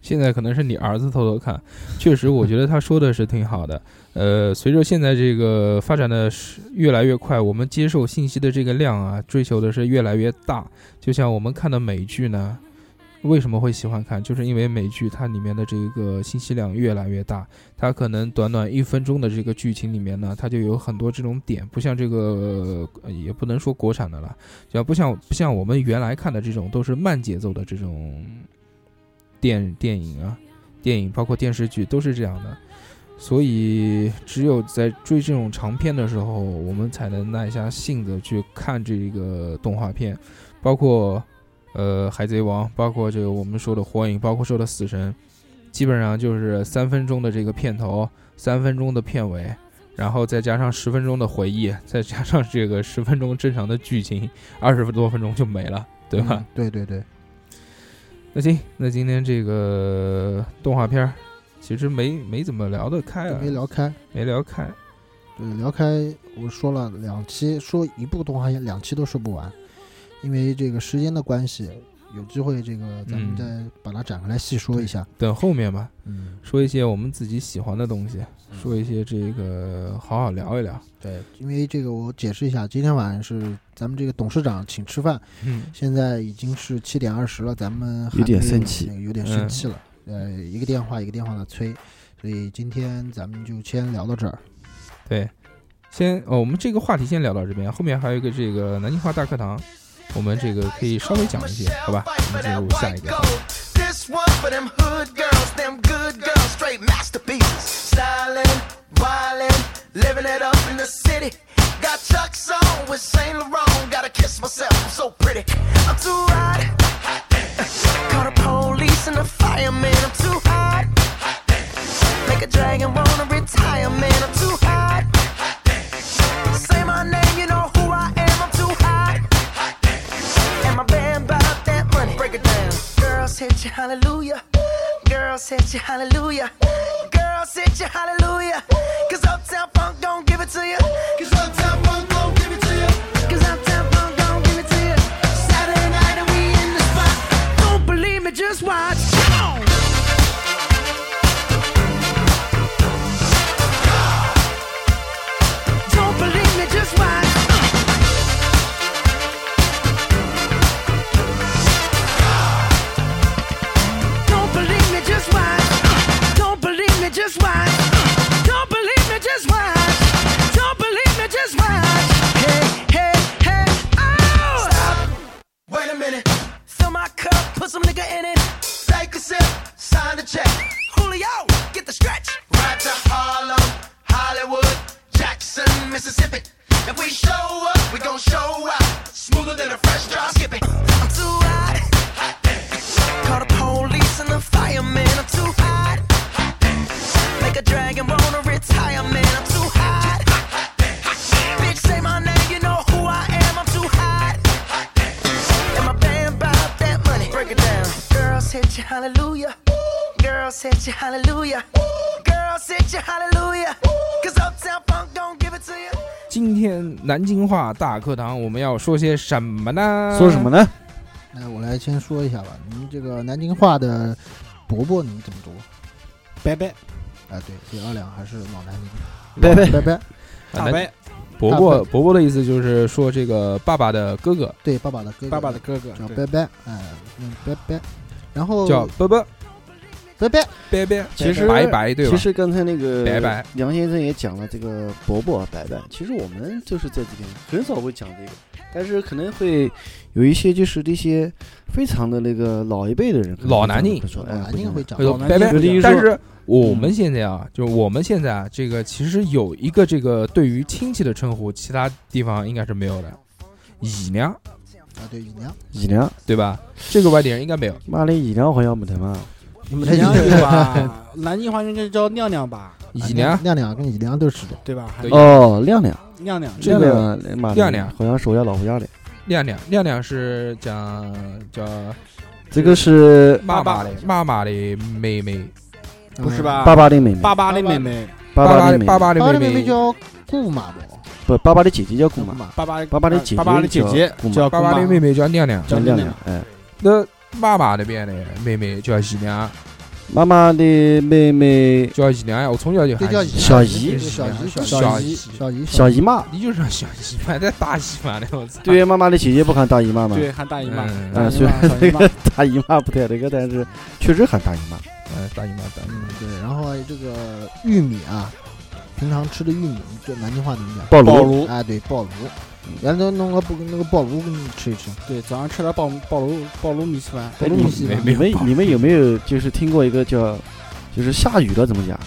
[SPEAKER 6] 现在可能是你儿子偷偷看，确实，我觉得他说的是挺好的。呃，随着现在这个发展的是越来越快，我们接受信息的这个量啊，追求的是越来越大。就像我们看的美剧呢，为什么会喜欢看？就是因为美剧它里面的这个信息量越来越大，它可能短短一分钟的这个剧情里面呢，它就有很多这种点，不像这个、呃也不能说国产的了，要不像不像我们原来看的这种都是慢节奏的这种电电影啊，电影包括电视剧都是这样的。所以，只有在追这种长片的时候，我们才能耐下性子去看这个动画片，包括呃《海贼王》，包括这个我们说的《火影》，包括说的《死神》，基本上就是三分钟的这个片头，三分钟的片尾，然后再加上十分钟的回忆，再加上这个十分钟正常的剧情，二十多分钟就没了，对吧？
[SPEAKER 2] 嗯？对对对，
[SPEAKER 6] 那行，那今天这个动画片儿其实没没怎么聊得开
[SPEAKER 2] 都
[SPEAKER 6] 啊，
[SPEAKER 2] 没聊开。
[SPEAKER 6] 没聊开。
[SPEAKER 2] 对，聊开我说了两期，说一部动画片两期都说不完，因为这个时间的关系，有机会这个咱们
[SPEAKER 6] 嗯
[SPEAKER 2] 再把它展开来细说一下。
[SPEAKER 6] 等后面吧，
[SPEAKER 2] 嗯，
[SPEAKER 6] 说一些我们自己喜欢的东西，说一些这个好好聊一聊。
[SPEAKER 2] 对，因为这个我解释一下，今天晚上是咱们这个董事长请吃饭，
[SPEAKER 6] 嗯，
[SPEAKER 2] 现在已经是七点二十了，咱们还
[SPEAKER 9] 有点
[SPEAKER 2] 没
[SPEAKER 9] 生气嗯
[SPEAKER 2] 那个有点生气了。呃，一个电话一个电话的催，所以今天咱们就先聊到这儿。
[SPEAKER 6] 对，先哦，我们这个话题先聊到这边，后面还有一个这个南京话大课堂，我们这个可以稍微讲一些，好吧？我们进入下一个。
[SPEAKER 5] This one for them hood girls, them good girls, straight masterpieces. Stylin', wildin', living it up in the city. Got Chuck's on with Saint Laurent. Gotta kiss myself, I'm so pretty. I'm too hot. Call the police and the fireman. I'm too hot. Make a dragon wanna retire, man. I'm too hot. Say my name, you know who I am. I'm too hot. And my band bought that money. Break it down. Girls hit you, hallelujah. Girls hit you, hallelujah. Girls hit you, hallelujah. Cause Uptown Funk don't give it to you. Cause Uptown Funk don't give it to you. Cause Uptown Funk don't give it to you. Saturday night and we in the spot. Don't believe me, just watch. Come on. Don't believe me, just watch. Don't believe me, just watch. Don't believe me, just watch. Don't believe me, just watch. Don't believe me, just watch. Hey, hey, hey, oh! Stop. Wait a minute. Fill my cup, put some nigga in it. Take a sip, sign the check. Julio, get the stretch. Right to Harlem, Hollywood, Jackson, Mississippi. If hit you hallelujah. Girls hit you hallelujah. Cause Uptown Funk don't give it to you.
[SPEAKER 6] 今天南京话大课堂我们要说些什么呢？
[SPEAKER 9] 说什么？呢？
[SPEAKER 2] 那我来先说一下吧，你们这个南京话的“伯伯”你们怎么读？
[SPEAKER 4] 拜拜，
[SPEAKER 2] 啊，对，这二两还是老南京，
[SPEAKER 9] 拜拜
[SPEAKER 2] 拜拜。
[SPEAKER 4] 大
[SPEAKER 6] 啊南
[SPEAKER 4] 白，
[SPEAKER 6] 伯
[SPEAKER 2] 大
[SPEAKER 6] 伯
[SPEAKER 2] 伯
[SPEAKER 6] 伯伯的意思就是说这个爸爸的哥哥
[SPEAKER 2] 对，爸爸的哥哥，
[SPEAKER 4] 爸爸的哥哥，
[SPEAKER 2] 叫
[SPEAKER 4] 对
[SPEAKER 2] 拜拜，哎，嗯，拜拜。然后
[SPEAKER 6] 叫伯伯
[SPEAKER 2] 拜拜，
[SPEAKER 6] 伯伯，
[SPEAKER 9] 其实
[SPEAKER 6] 白白对吧
[SPEAKER 9] 其？实刚才那个
[SPEAKER 6] 白白
[SPEAKER 9] 梁先生也讲了这个伯伯啊白白，其实我们就是在这边很少会讲这个，但是可能会有一些就是这些非常的那个老一辈的人可能
[SPEAKER 6] 老
[SPEAKER 9] 会
[SPEAKER 6] 南
[SPEAKER 9] 这么
[SPEAKER 6] 京
[SPEAKER 9] 会说，哎，
[SPEAKER 2] 南
[SPEAKER 9] 会这
[SPEAKER 2] 京
[SPEAKER 9] 么
[SPEAKER 2] 会讲
[SPEAKER 6] 哎，呦
[SPEAKER 9] 老南
[SPEAKER 6] 拜
[SPEAKER 9] 京
[SPEAKER 6] 拜
[SPEAKER 9] 有的一说
[SPEAKER 6] 但是我们现在啊，就是我们现在啊，这个其实有一个这个对于亲戚的称呼，其他地方应该是没有的，姨娘
[SPEAKER 2] 啊，对，姨娘，
[SPEAKER 9] 姨娘，
[SPEAKER 6] 对吧？这个外地人应该没有。
[SPEAKER 9] 妈的姨娘好像没得嘛，
[SPEAKER 4] 你们这
[SPEAKER 2] 娘
[SPEAKER 4] 对吧？南京话应该叫亮亮吧，
[SPEAKER 6] 姨娘，
[SPEAKER 2] 亮亮跟姨啊娘都是的。
[SPEAKER 4] 对吧？还
[SPEAKER 6] 对
[SPEAKER 9] 哦亮亮
[SPEAKER 4] 亮亮，
[SPEAKER 6] 这
[SPEAKER 9] 亮
[SPEAKER 6] 个
[SPEAKER 9] 亮妈的
[SPEAKER 6] 亮亮
[SPEAKER 9] 好像是我家老婆家的，
[SPEAKER 6] 亮亮，亮亮是讲叫
[SPEAKER 9] 这个是
[SPEAKER 6] 妈
[SPEAKER 4] 爸
[SPEAKER 6] 妈的妈妈的妹妹，
[SPEAKER 4] 不是吧？
[SPEAKER 9] 爸爸的妹妹，
[SPEAKER 4] 爸爸的妹妹，
[SPEAKER 9] 爸爸
[SPEAKER 6] 的
[SPEAKER 9] 的妹妹，
[SPEAKER 6] 爸爸
[SPEAKER 2] 嗯？爸
[SPEAKER 6] 的
[SPEAKER 2] 的妹妹
[SPEAKER 6] 妹，
[SPEAKER 2] 叫顾马伯，
[SPEAKER 9] 不爸爸的姐姐叫姑
[SPEAKER 2] 顾
[SPEAKER 9] 妈，
[SPEAKER 2] 马，
[SPEAKER 4] 爸爸
[SPEAKER 9] 爸爸的姐姐
[SPEAKER 4] 爸爸的姐姐
[SPEAKER 9] 叫姑妈
[SPEAKER 4] 叫
[SPEAKER 6] 爸爸的妹
[SPEAKER 4] 妹，
[SPEAKER 6] 妹叫亮亮，
[SPEAKER 9] 叫亮亮，哎。
[SPEAKER 6] 那妈妈那边的妹妹叫姨娘，
[SPEAKER 9] 妈妈的妹妹
[SPEAKER 6] 叫姨娘呀，我从小就
[SPEAKER 2] 对，
[SPEAKER 6] 喊
[SPEAKER 2] 叫
[SPEAKER 6] 姨娘
[SPEAKER 9] 小
[SPEAKER 2] 姨，
[SPEAKER 9] 姨
[SPEAKER 2] 小姨，
[SPEAKER 6] 小
[SPEAKER 2] 姨，
[SPEAKER 6] 姨
[SPEAKER 2] 小姨，
[SPEAKER 9] 小
[SPEAKER 2] 姨，
[SPEAKER 9] 姨妈，
[SPEAKER 6] 你就是小姨妈，在大姨妈的，我操！
[SPEAKER 9] [LAUGHS] 对妈妈的姐姐不喊大姨妈吗？
[SPEAKER 4] 对，喊大姨妈，
[SPEAKER 6] 嗯
[SPEAKER 9] 啊，
[SPEAKER 4] 大姨
[SPEAKER 9] 虽
[SPEAKER 4] 妈
[SPEAKER 9] 然
[SPEAKER 4] 小
[SPEAKER 9] 这
[SPEAKER 4] 姨妈
[SPEAKER 9] 个 [LAUGHS] 大姨妈不太那个，但是确实喊大姨妈。
[SPEAKER 6] 嗯，大姨妈，大姨
[SPEAKER 2] 嗯，对。然后这个玉米啊，平常吃的玉米，这南京话怎么讲？
[SPEAKER 9] 暴
[SPEAKER 4] 暴
[SPEAKER 9] 炉，
[SPEAKER 4] 炉，
[SPEAKER 2] 啊，对，爆炉。原来都弄个不那个爆炉给你吃一
[SPEAKER 6] [LAUGHS]
[SPEAKER 2] 吃，
[SPEAKER 4] 对，早上吃了爆爆炉爆炉米吃饭，
[SPEAKER 9] 哎，
[SPEAKER 2] 暴
[SPEAKER 9] 你
[SPEAKER 2] 炉
[SPEAKER 9] 们
[SPEAKER 2] 西吧
[SPEAKER 9] 你们你们有没有就是听过一个叫，就是下雨了怎么讲？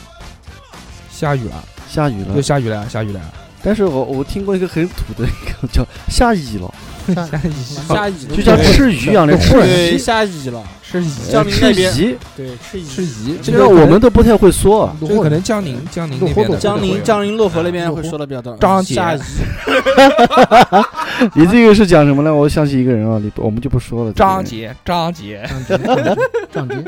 [SPEAKER 6] 下雨了，
[SPEAKER 9] 下雨
[SPEAKER 6] 又
[SPEAKER 9] 了，
[SPEAKER 6] 下雨了，下雨了，
[SPEAKER 9] 但是我我听过一个很土的一个叫下雨了，
[SPEAKER 2] 下
[SPEAKER 6] 下雨了，
[SPEAKER 4] 下蚁
[SPEAKER 9] 就像吃鱼一样 [LAUGHS] 的吃
[SPEAKER 4] 对
[SPEAKER 9] 鱼，
[SPEAKER 4] 下蚁了，
[SPEAKER 6] 吃
[SPEAKER 9] 哎
[SPEAKER 6] 鱼，
[SPEAKER 4] 江宁那
[SPEAKER 9] 吃
[SPEAKER 4] 边
[SPEAKER 9] 鱼，
[SPEAKER 4] 对吃蚁。
[SPEAKER 6] 吃鱼，
[SPEAKER 9] 这
[SPEAKER 6] 这
[SPEAKER 9] 个
[SPEAKER 6] 个
[SPEAKER 9] 我们都不太
[SPEAKER 4] [LAUGHS]
[SPEAKER 9] 会说。
[SPEAKER 6] 这个可能江宁江宁那边的
[SPEAKER 4] 江宁江宁漯河那边
[SPEAKER 6] 漯
[SPEAKER 4] 会
[SPEAKER 6] 河
[SPEAKER 4] 说的比较多，
[SPEAKER 6] 张姐
[SPEAKER 4] 下蚁
[SPEAKER 9] 你这个是讲什么呢？我想起一个人啊，你我们就不说了。这个
[SPEAKER 6] 张
[SPEAKER 9] 人
[SPEAKER 6] 杰张杰
[SPEAKER 2] 酱汁。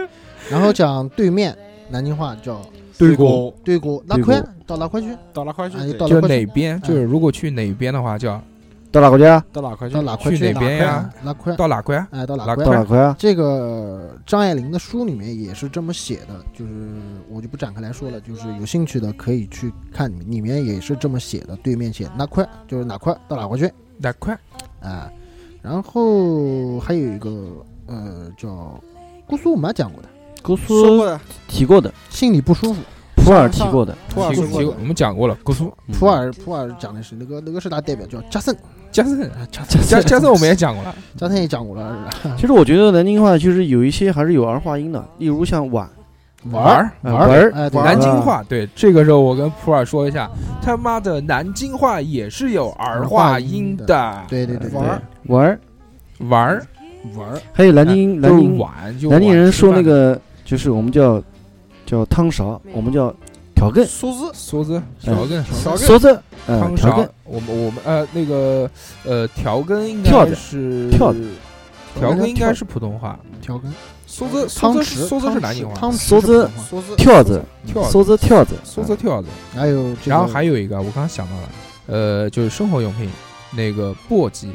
[SPEAKER 2] 然后讲对面南京话叫
[SPEAKER 6] 对过，
[SPEAKER 4] 过
[SPEAKER 2] 对锅，哪
[SPEAKER 9] 对锅
[SPEAKER 2] 块到哪块去？
[SPEAKER 4] 到哪块去
[SPEAKER 2] 哎？
[SPEAKER 4] 对
[SPEAKER 2] 到
[SPEAKER 6] 就是哪边，就是如果去哪边的话，叫
[SPEAKER 9] 到哪国家？
[SPEAKER 4] 到哪块去
[SPEAKER 2] 到？哪块
[SPEAKER 6] 去哪边呀
[SPEAKER 2] 啊？哪块？
[SPEAKER 6] 到哪块？
[SPEAKER 2] 哎，到哪
[SPEAKER 6] 哪
[SPEAKER 2] 块
[SPEAKER 9] 到？哪国家？
[SPEAKER 2] 这个张爱玲的书里面也是这么写的，就是我就不展开来说了，就是有兴趣的可以去看，里面也是这么写的。对面写哪块就是哪块到哪块去
[SPEAKER 6] 哪块？
[SPEAKER 2] 啊。然后还有一个呃叫姑苏，我们还讲过的，
[SPEAKER 9] 姑
[SPEAKER 4] 说过
[SPEAKER 9] 苏
[SPEAKER 4] 的，
[SPEAKER 9] 提过的，
[SPEAKER 2] 心里不舒服。
[SPEAKER 9] 普洱提过的，
[SPEAKER 4] 土耳
[SPEAKER 6] 提
[SPEAKER 4] 其
[SPEAKER 6] 过提过，我们讲过了，姑 [LAUGHS] 苏
[SPEAKER 9] 嗯
[SPEAKER 2] 普洱普洱讲的是那个那个是他代表叫加森，
[SPEAKER 6] 加森
[SPEAKER 2] 啊加
[SPEAKER 6] 加加森我们也讲过了，
[SPEAKER 2] 加森也讲过了，
[SPEAKER 9] 其实我觉得南京话就是有一些还是有儿化音的，例如像碗
[SPEAKER 2] 玩
[SPEAKER 6] 儿
[SPEAKER 2] 玩
[SPEAKER 9] 玩儿
[SPEAKER 2] 哎，对
[SPEAKER 9] 玩儿
[SPEAKER 6] 南京话，对，这个时候我跟普洱说一下，他妈的南京话也是有儿化音的，
[SPEAKER 2] 对对对，
[SPEAKER 9] 玩儿碗儿，
[SPEAKER 6] 玩儿
[SPEAKER 2] 玩儿，
[SPEAKER 9] 还有南京南
[SPEAKER 6] 哎就是
[SPEAKER 9] 京
[SPEAKER 6] 碗，就
[SPEAKER 9] 南京人
[SPEAKER 6] 碗吃
[SPEAKER 9] 说那
[SPEAKER 6] 饭
[SPEAKER 9] 个就是我们叫叫汤勺，我们叫调羹，
[SPEAKER 4] 数字
[SPEAKER 6] 勺子、调羹、
[SPEAKER 9] 勺子，嗯，
[SPEAKER 6] 汤
[SPEAKER 9] 调
[SPEAKER 6] 勺
[SPEAKER 9] 羹，，
[SPEAKER 6] 我们我们呃那个呃调羹应
[SPEAKER 9] 跳
[SPEAKER 6] 该
[SPEAKER 9] 子
[SPEAKER 6] 是
[SPEAKER 9] 跳子
[SPEAKER 6] 调羹应
[SPEAKER 9] 跳
[SPEAKER 6] 该
[SPEAKER 9] 子
[SPEAKER 6] 是普通话，
[SPEAKER 2] 调羹，
[SPEAKER 6] 梭子
[SPEAKER 2] 汤
[SPEAKER 6] 梭
[SPEAKER 2] 匙
[SPEAKER 6] 子梭子是
[SPEAKER 2] 汤
[SPEAKER 6] 南
[SPEAKER 2] 匙
[SPEAKER 6] 京话，
[SPEAKER 2] 汤匙
[SPEAKER 9] 梭
[SPEAKER 2] 是
[SPEAKER 9] 子
[SPEAKER 2] 普通话
[SPEAKER 4] 数字
[SPEAKER 9] 跳子，
[SPEAKER 6] 跳子
[SPEAKER 9] 勺子嗯跳子，
[SPEAKER 6] 梭子跳子，
[SPEAKER 2] 还有这个
[SPEAKER 6] 然后还有一个我刚刚想到了，呃就是生活用品那个簸箕，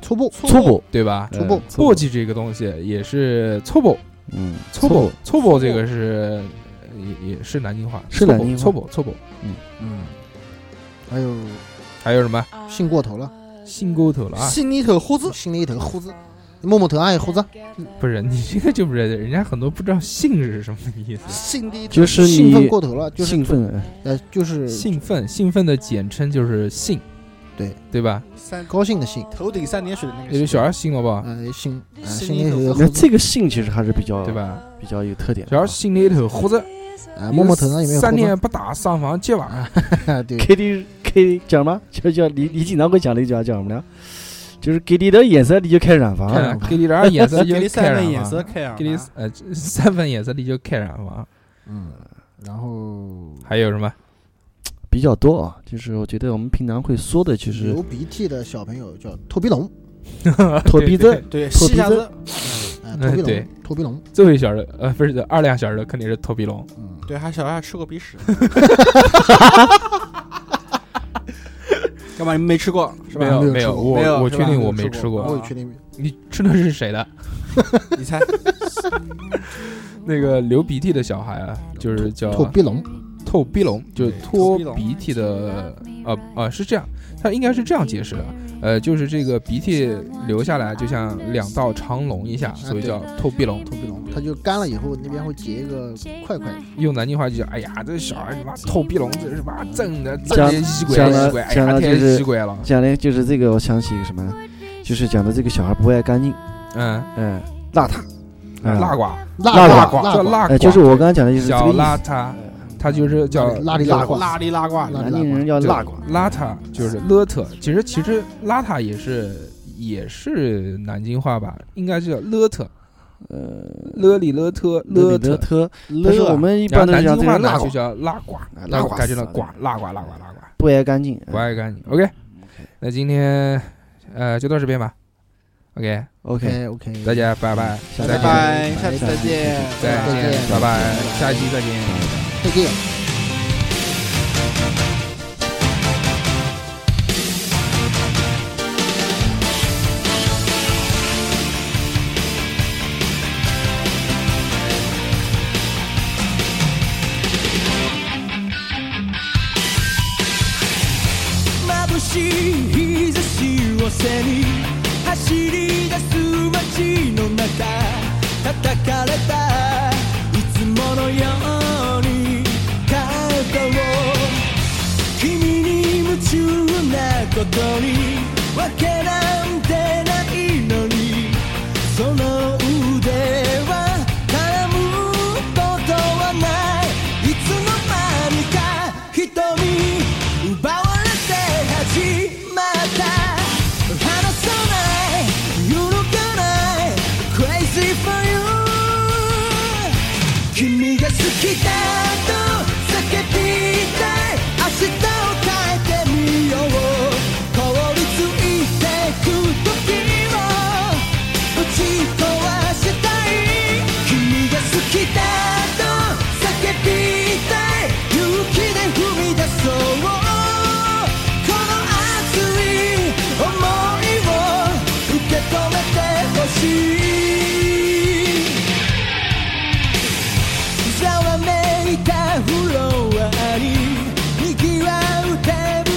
[SPEAKER 2] 粗布，
[SPEAKER 9] 嗯粗布，
[SPEAKER 6] 对吧？
[SPEAKER 9] 嗯
[SPEAKER 2] 粗布
[SPEAKER 6] 簸，箕这个东西也是搓布。
[SPEAKER 9] 嗯，
[SPEAKER 6] 搓
[SPEAKER 9] 布
[SPEAKER 6] 布，搓布这个是呃也也是南京话，
[SPEAKER 9] 是南京话
[SPEAKER 6] 搓布搓布。
[SPEAKER 2] 嗯，还有
[SPEAKER 6] 还有什么
[SPEAKER 2] 哎信过头了，
[SPEAKER 6] 新沟头了啊？
[SPEAKER 4] 心里头胡子，
[SPEAKER 2] 信了一头胡子，摸摸头啊，有胡子，
[SPEAKER 6] 不是你这个就不是，人家很多不知道姓是什么意思。
[SPEAKER 4] 心里头
[SPEAKER 9] 就是
[SPEAKER 2] 兴奋
[SPEAKER 9] 你
[SPEAKER 2] 过头了，就是
[SPEAKER 9] 兴奋，哎
[SPEAKER 2] 呃就是
[SPEAKER 6] 兴奋，兴奋的简称就是兴，
[SPEAKER 2] 对
[SPEAKER 6] 对吧？
[SPEAKER 4] 三
[SPEAKER 2] 高兴的兴，
[SPEAKER 4] 头顶三点水的那
[SPEAKER 6] 也
[SPEAKER 4] 个
[SPEAKER 6] 就
[SPEAKER 4] 心，
[SPEAKER 6] 小孩兴了吧，
[SPEAKER 2] 呃兴，呃
[SPEAKER 4] 信了
[SPEAKER 2] 信了
[SPEAKER 4] 一
[SPEAKER 2] 一
[SPEAKER 4] 头
[SPEAKER 2] 头
[SPEAKER 9] 那
[SPEAKER 2] 胡子，
[SPEAKER 9] 这个性其实还是比较
[SPEAKER 6] 对吧？
[SPEAKER 9] 比较有特点的
[SPEAKER 6] 小
[SPEAKER 9] 啊。
[SPEAKER 6] 孩兴了一头胡子，
[SPEAKER 2] 啊摸摸头上有没有
[SPEAKER 6] 三
[SPEAKER 2] 胡
[SPEAKER 6] 天不打上房啊揭瓦，
[SPEAKER 2] 子， [LAUGHS] 对，
[SPEAKER 9] 给你给你讲嘛，就叫你你经常会讲的一句话叫什么呢？就是给你的眼色你就开染房
[SPEAKER 6] 看
[SPEAKER 9] 了，
[SPEAKER 6] 给你点儿颜色就
[SPEAKER 4] 给
[SPEAKER 6] 开
[SPEAKER 4] 你三
[SPEAKER 6] 染
[SPEAKER 4] 分颜色
[SPEAKER 6] 房，
[SPEAKER 4] 开啊，
[SPEAKER 6] 给你呃三分颜色你就开染房。
[SPEAKER 2] 嗯，然后
[SPEAKER 6] 还有什么？
[SPEAKER 9] 比较多啊。就是我觉得我们平常会说的就是
[SPEAKER 2] 流鼻涕的小朋友叫臭鼻龙，
[SPEAKER 9] 脱鼻
[SPEAKER 6] 对
[SPEAKER 9] 子
[SPEAKER 6] 对，
[SPEAKER 4] 对
[SPEAKER 9] 脱
[SPEAKER 4] 吸
[SPEAKER 9] 鼻
[SPEAKER 4] 一下
[SPEAKER 9] 子
[SPEAKER 4] 子，
[SPEAKER 2] 哎、哎，托比
[SPEAKER 6] 对
[SPEAKER 2] 龙，托比龙，
[SPEAKER 6] [LAUGHS] 最后一小时，呃，不是二两小时的肯定是托比龙。
[SPEAKER 2] 嗯，
[SPEAKER 3] 对，还小孩还吃过鼻屎，干嘛你们没吃过是
[SPEAKER 6] 没
[SPEAKER 3] 吧？
[SPEAKER 6] 有
[SPEAKER 2] 没有
[SPEAKER 6] 没
[SPEAKER 2] 吃
[SPEAKER 6] 有，
[SPEAKER 2] 过
[SPEAKER 3] 没有
[SPEAKER 6] 我我
[SPEAKER 3] 是
[SPEAKER 6] 确
[SPEAKER 3] 吧
[SPEAKER 6] 定
[SPEAKER 3] 没
[SPEAKER 6] 我
[SPEAKER 3] 有
[SPEAKER 6] 没
[SPEAKER 3] 吃
[SPEAKER 6] 吃
[SPEAKER 3] 过
[SPEAKER 2] 我
[SPEAKER 6] 过。
[SPEAKER 2] 也确定，
[SPEAKER 6] 你吃的是谁的？
[SPEAKER 3] 你猜，
[SPEAKER 6] 那个流鼻涕的小孩啊，就是叫
[SPEAKER 2] 托比龙，
[SPEAKER 6] 透鼻龙，就是
[SPEAKER 3] 对
[SPEAKER 6] 拖
[SPEAKER 3] 脱鼻龙
[SPEAKER 6] 鼻涕的，呃呃，是这样，它应该是这样解释的，呃，就是这个鼻涕流下来就像两道长龙一下，所以叫透鼻龙。
[SPEAKER 2] 托比龙，它就干了以后那边会结一个块块，
[SPEAKER 6] 用南京话就叫，哎呀，这小孩他妈透鼻龙，这是妈真的真
[SPEAKER 9] 讲
[SPEAKER 6] 的吸鬼
[SPEAKER 9] 讲
[SPEAKER 6] 吸
[SPEAKER 9] 了
[SPEAKER 6] 鬼，哎
[SPEAKER 9] 讲
[SPEAKER 6] 呀，
[SPEAKER 9] 了
[SPEAKER 6] 太
[SPEAKER 9] 就是
[SPEAKER 6] 吸鬼了。
[SPEAKER 9] 讲的就是这个，我想起一个什么呢？就是讲的这个小孩不爱干净，
[SPEAKER 6] 嗯，
[SPEAKER 9] 哎，邋遢，哎
[SPEAKER 6] 辣瓜，
[SPEAKER 9] 辣
[SPEAKER 2] 拉
[SPEAKER 6] 瓜
[SPEAKER 2] 拉
[SPEAKER 6] 叫
[SPEAKER 2] 拉
[SPEAKER 6] 辣瓜，
[SPEAKER 9] 哎，就是我刚才讲的，就是这
[SPEAKER 6] 小
[SPEAKER 9] 个意
[SPEAKER 6] 邋
[SPEAKER 9] 思。
[SPEAKER 6] 遢，
[SPEAKER 9] 嗯
[SPEAKER 6] 他就是叫
[SPEAKER 2] 拉里拉挂，
[SPEAKER 3] 拉里拉挂，
[SPEAKER 2] 拉
[SPEAKER 9] 南京人叫
[SPEAKER 6] 就
[SPEAKER 9] 辣瓜，
[SPEAKER 6] 邋遢就是邋遢，其实其实邋遢也是也是南京话吧，应该是叫邋遢，
[SPEAKER 9] 呃，
[SPEAKER 6] 勒里勒特勒
[SPEAKER 9] 勒
[SPEAKER 6] 特。啊
[SPEAKER 9] 特，但是
[SPEAKER 3] 勒
[SPEAKER 9] 我们一
[SPEAKER 6] 然后
[SPEAKER 9] 般都
[SPEAKER 6] 南
[SPEAKER 9] 是
[SPEAKER 6] 京
[SPEAKER 9] 讲这
[SPEAKER 6] 话
[SPEAKER 9] 个
[SPEAKER 6] 呢就
[SPEAKER 9] 辣瓜，
[SPEAKER 6] 叫拉呱，
[SPEAKER 9] 哎拉呱嗯
[SPEAKER 6] 改成
[SPEAKER 9] 死
[SPEAKER 6] 了
[SPEAKER 9] 了
[SPEAKER 6] 呱拉呱拉呱拉呱，
[SPEAKER 9] 不爱干净。哎
[SPEAKER 6] 不爱干净。OK，那
[SPEAKER 9] 嗯
[SPEAKER 6] 今天呃就到这边吧。OK，
[SPEAKER 9] OK，
[SPEAKER 2] ，OK OK，
[SPEAKER 6] 大家拜拜，
[SPEAKER 9] 下次
[SPEAKER 6] 再
[SPEAKER 9] 拜
[SPEAKER 6] 见
[SPEAKER 3] 拜，下次再见， [LAUGHS]
[SPEAKER 6] 再
[SPEAKER 2] 再
[SPEAKER 6] 见，
[SPEAKER 2] 见
[SPEAKER 6] 拜拜，下期再见。
[SPEAKER 2] 再见。
[SPEAKER 4] 眩しい日差しを背に走り出す街の中叩かれたいつものように肩を君に夢中なことにわけなんてないのにその腕は絡むことはないいつの間にか瞳奪われて始まった離さない揺るがない Crazy for you 君が好きだと叫びたい明日を変えてみよう凍りついてく時を打ち壊したい君が好きだと叫びたい勇気で踏み出そうこの熱い想いを受け止めてほしいざわめいたフロアににぎわうテーブ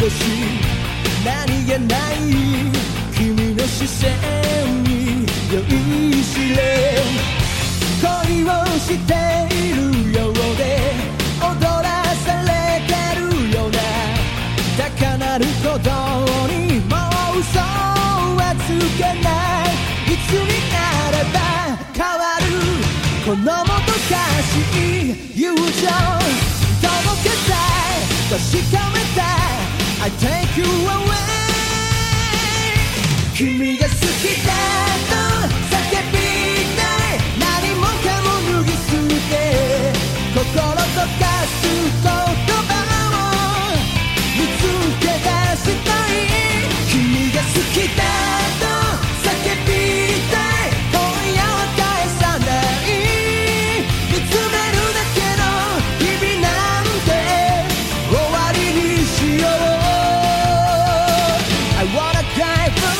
[SPEAKER 4] ル越し何気ない君の視線に酔いしれ恋をしているようで踊らされてるような高鳴ることにもう嘘はつけないいつになれば変わるこのもどかしい友情届けたい確かめたい I take you away 君が好きだと叫びたい何もかも脱ぎ捨て心溶かす言葉を見つけ出したい君が好きだと叫びたい今夜は返さない見つめるだけの日々なんて終わりにしよう I wanna die for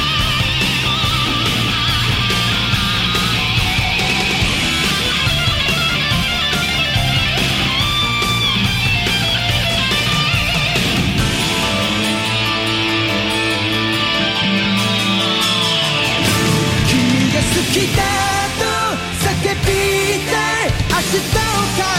[SPEAKER 4] you「君が好きだと叫びたい」「明日を変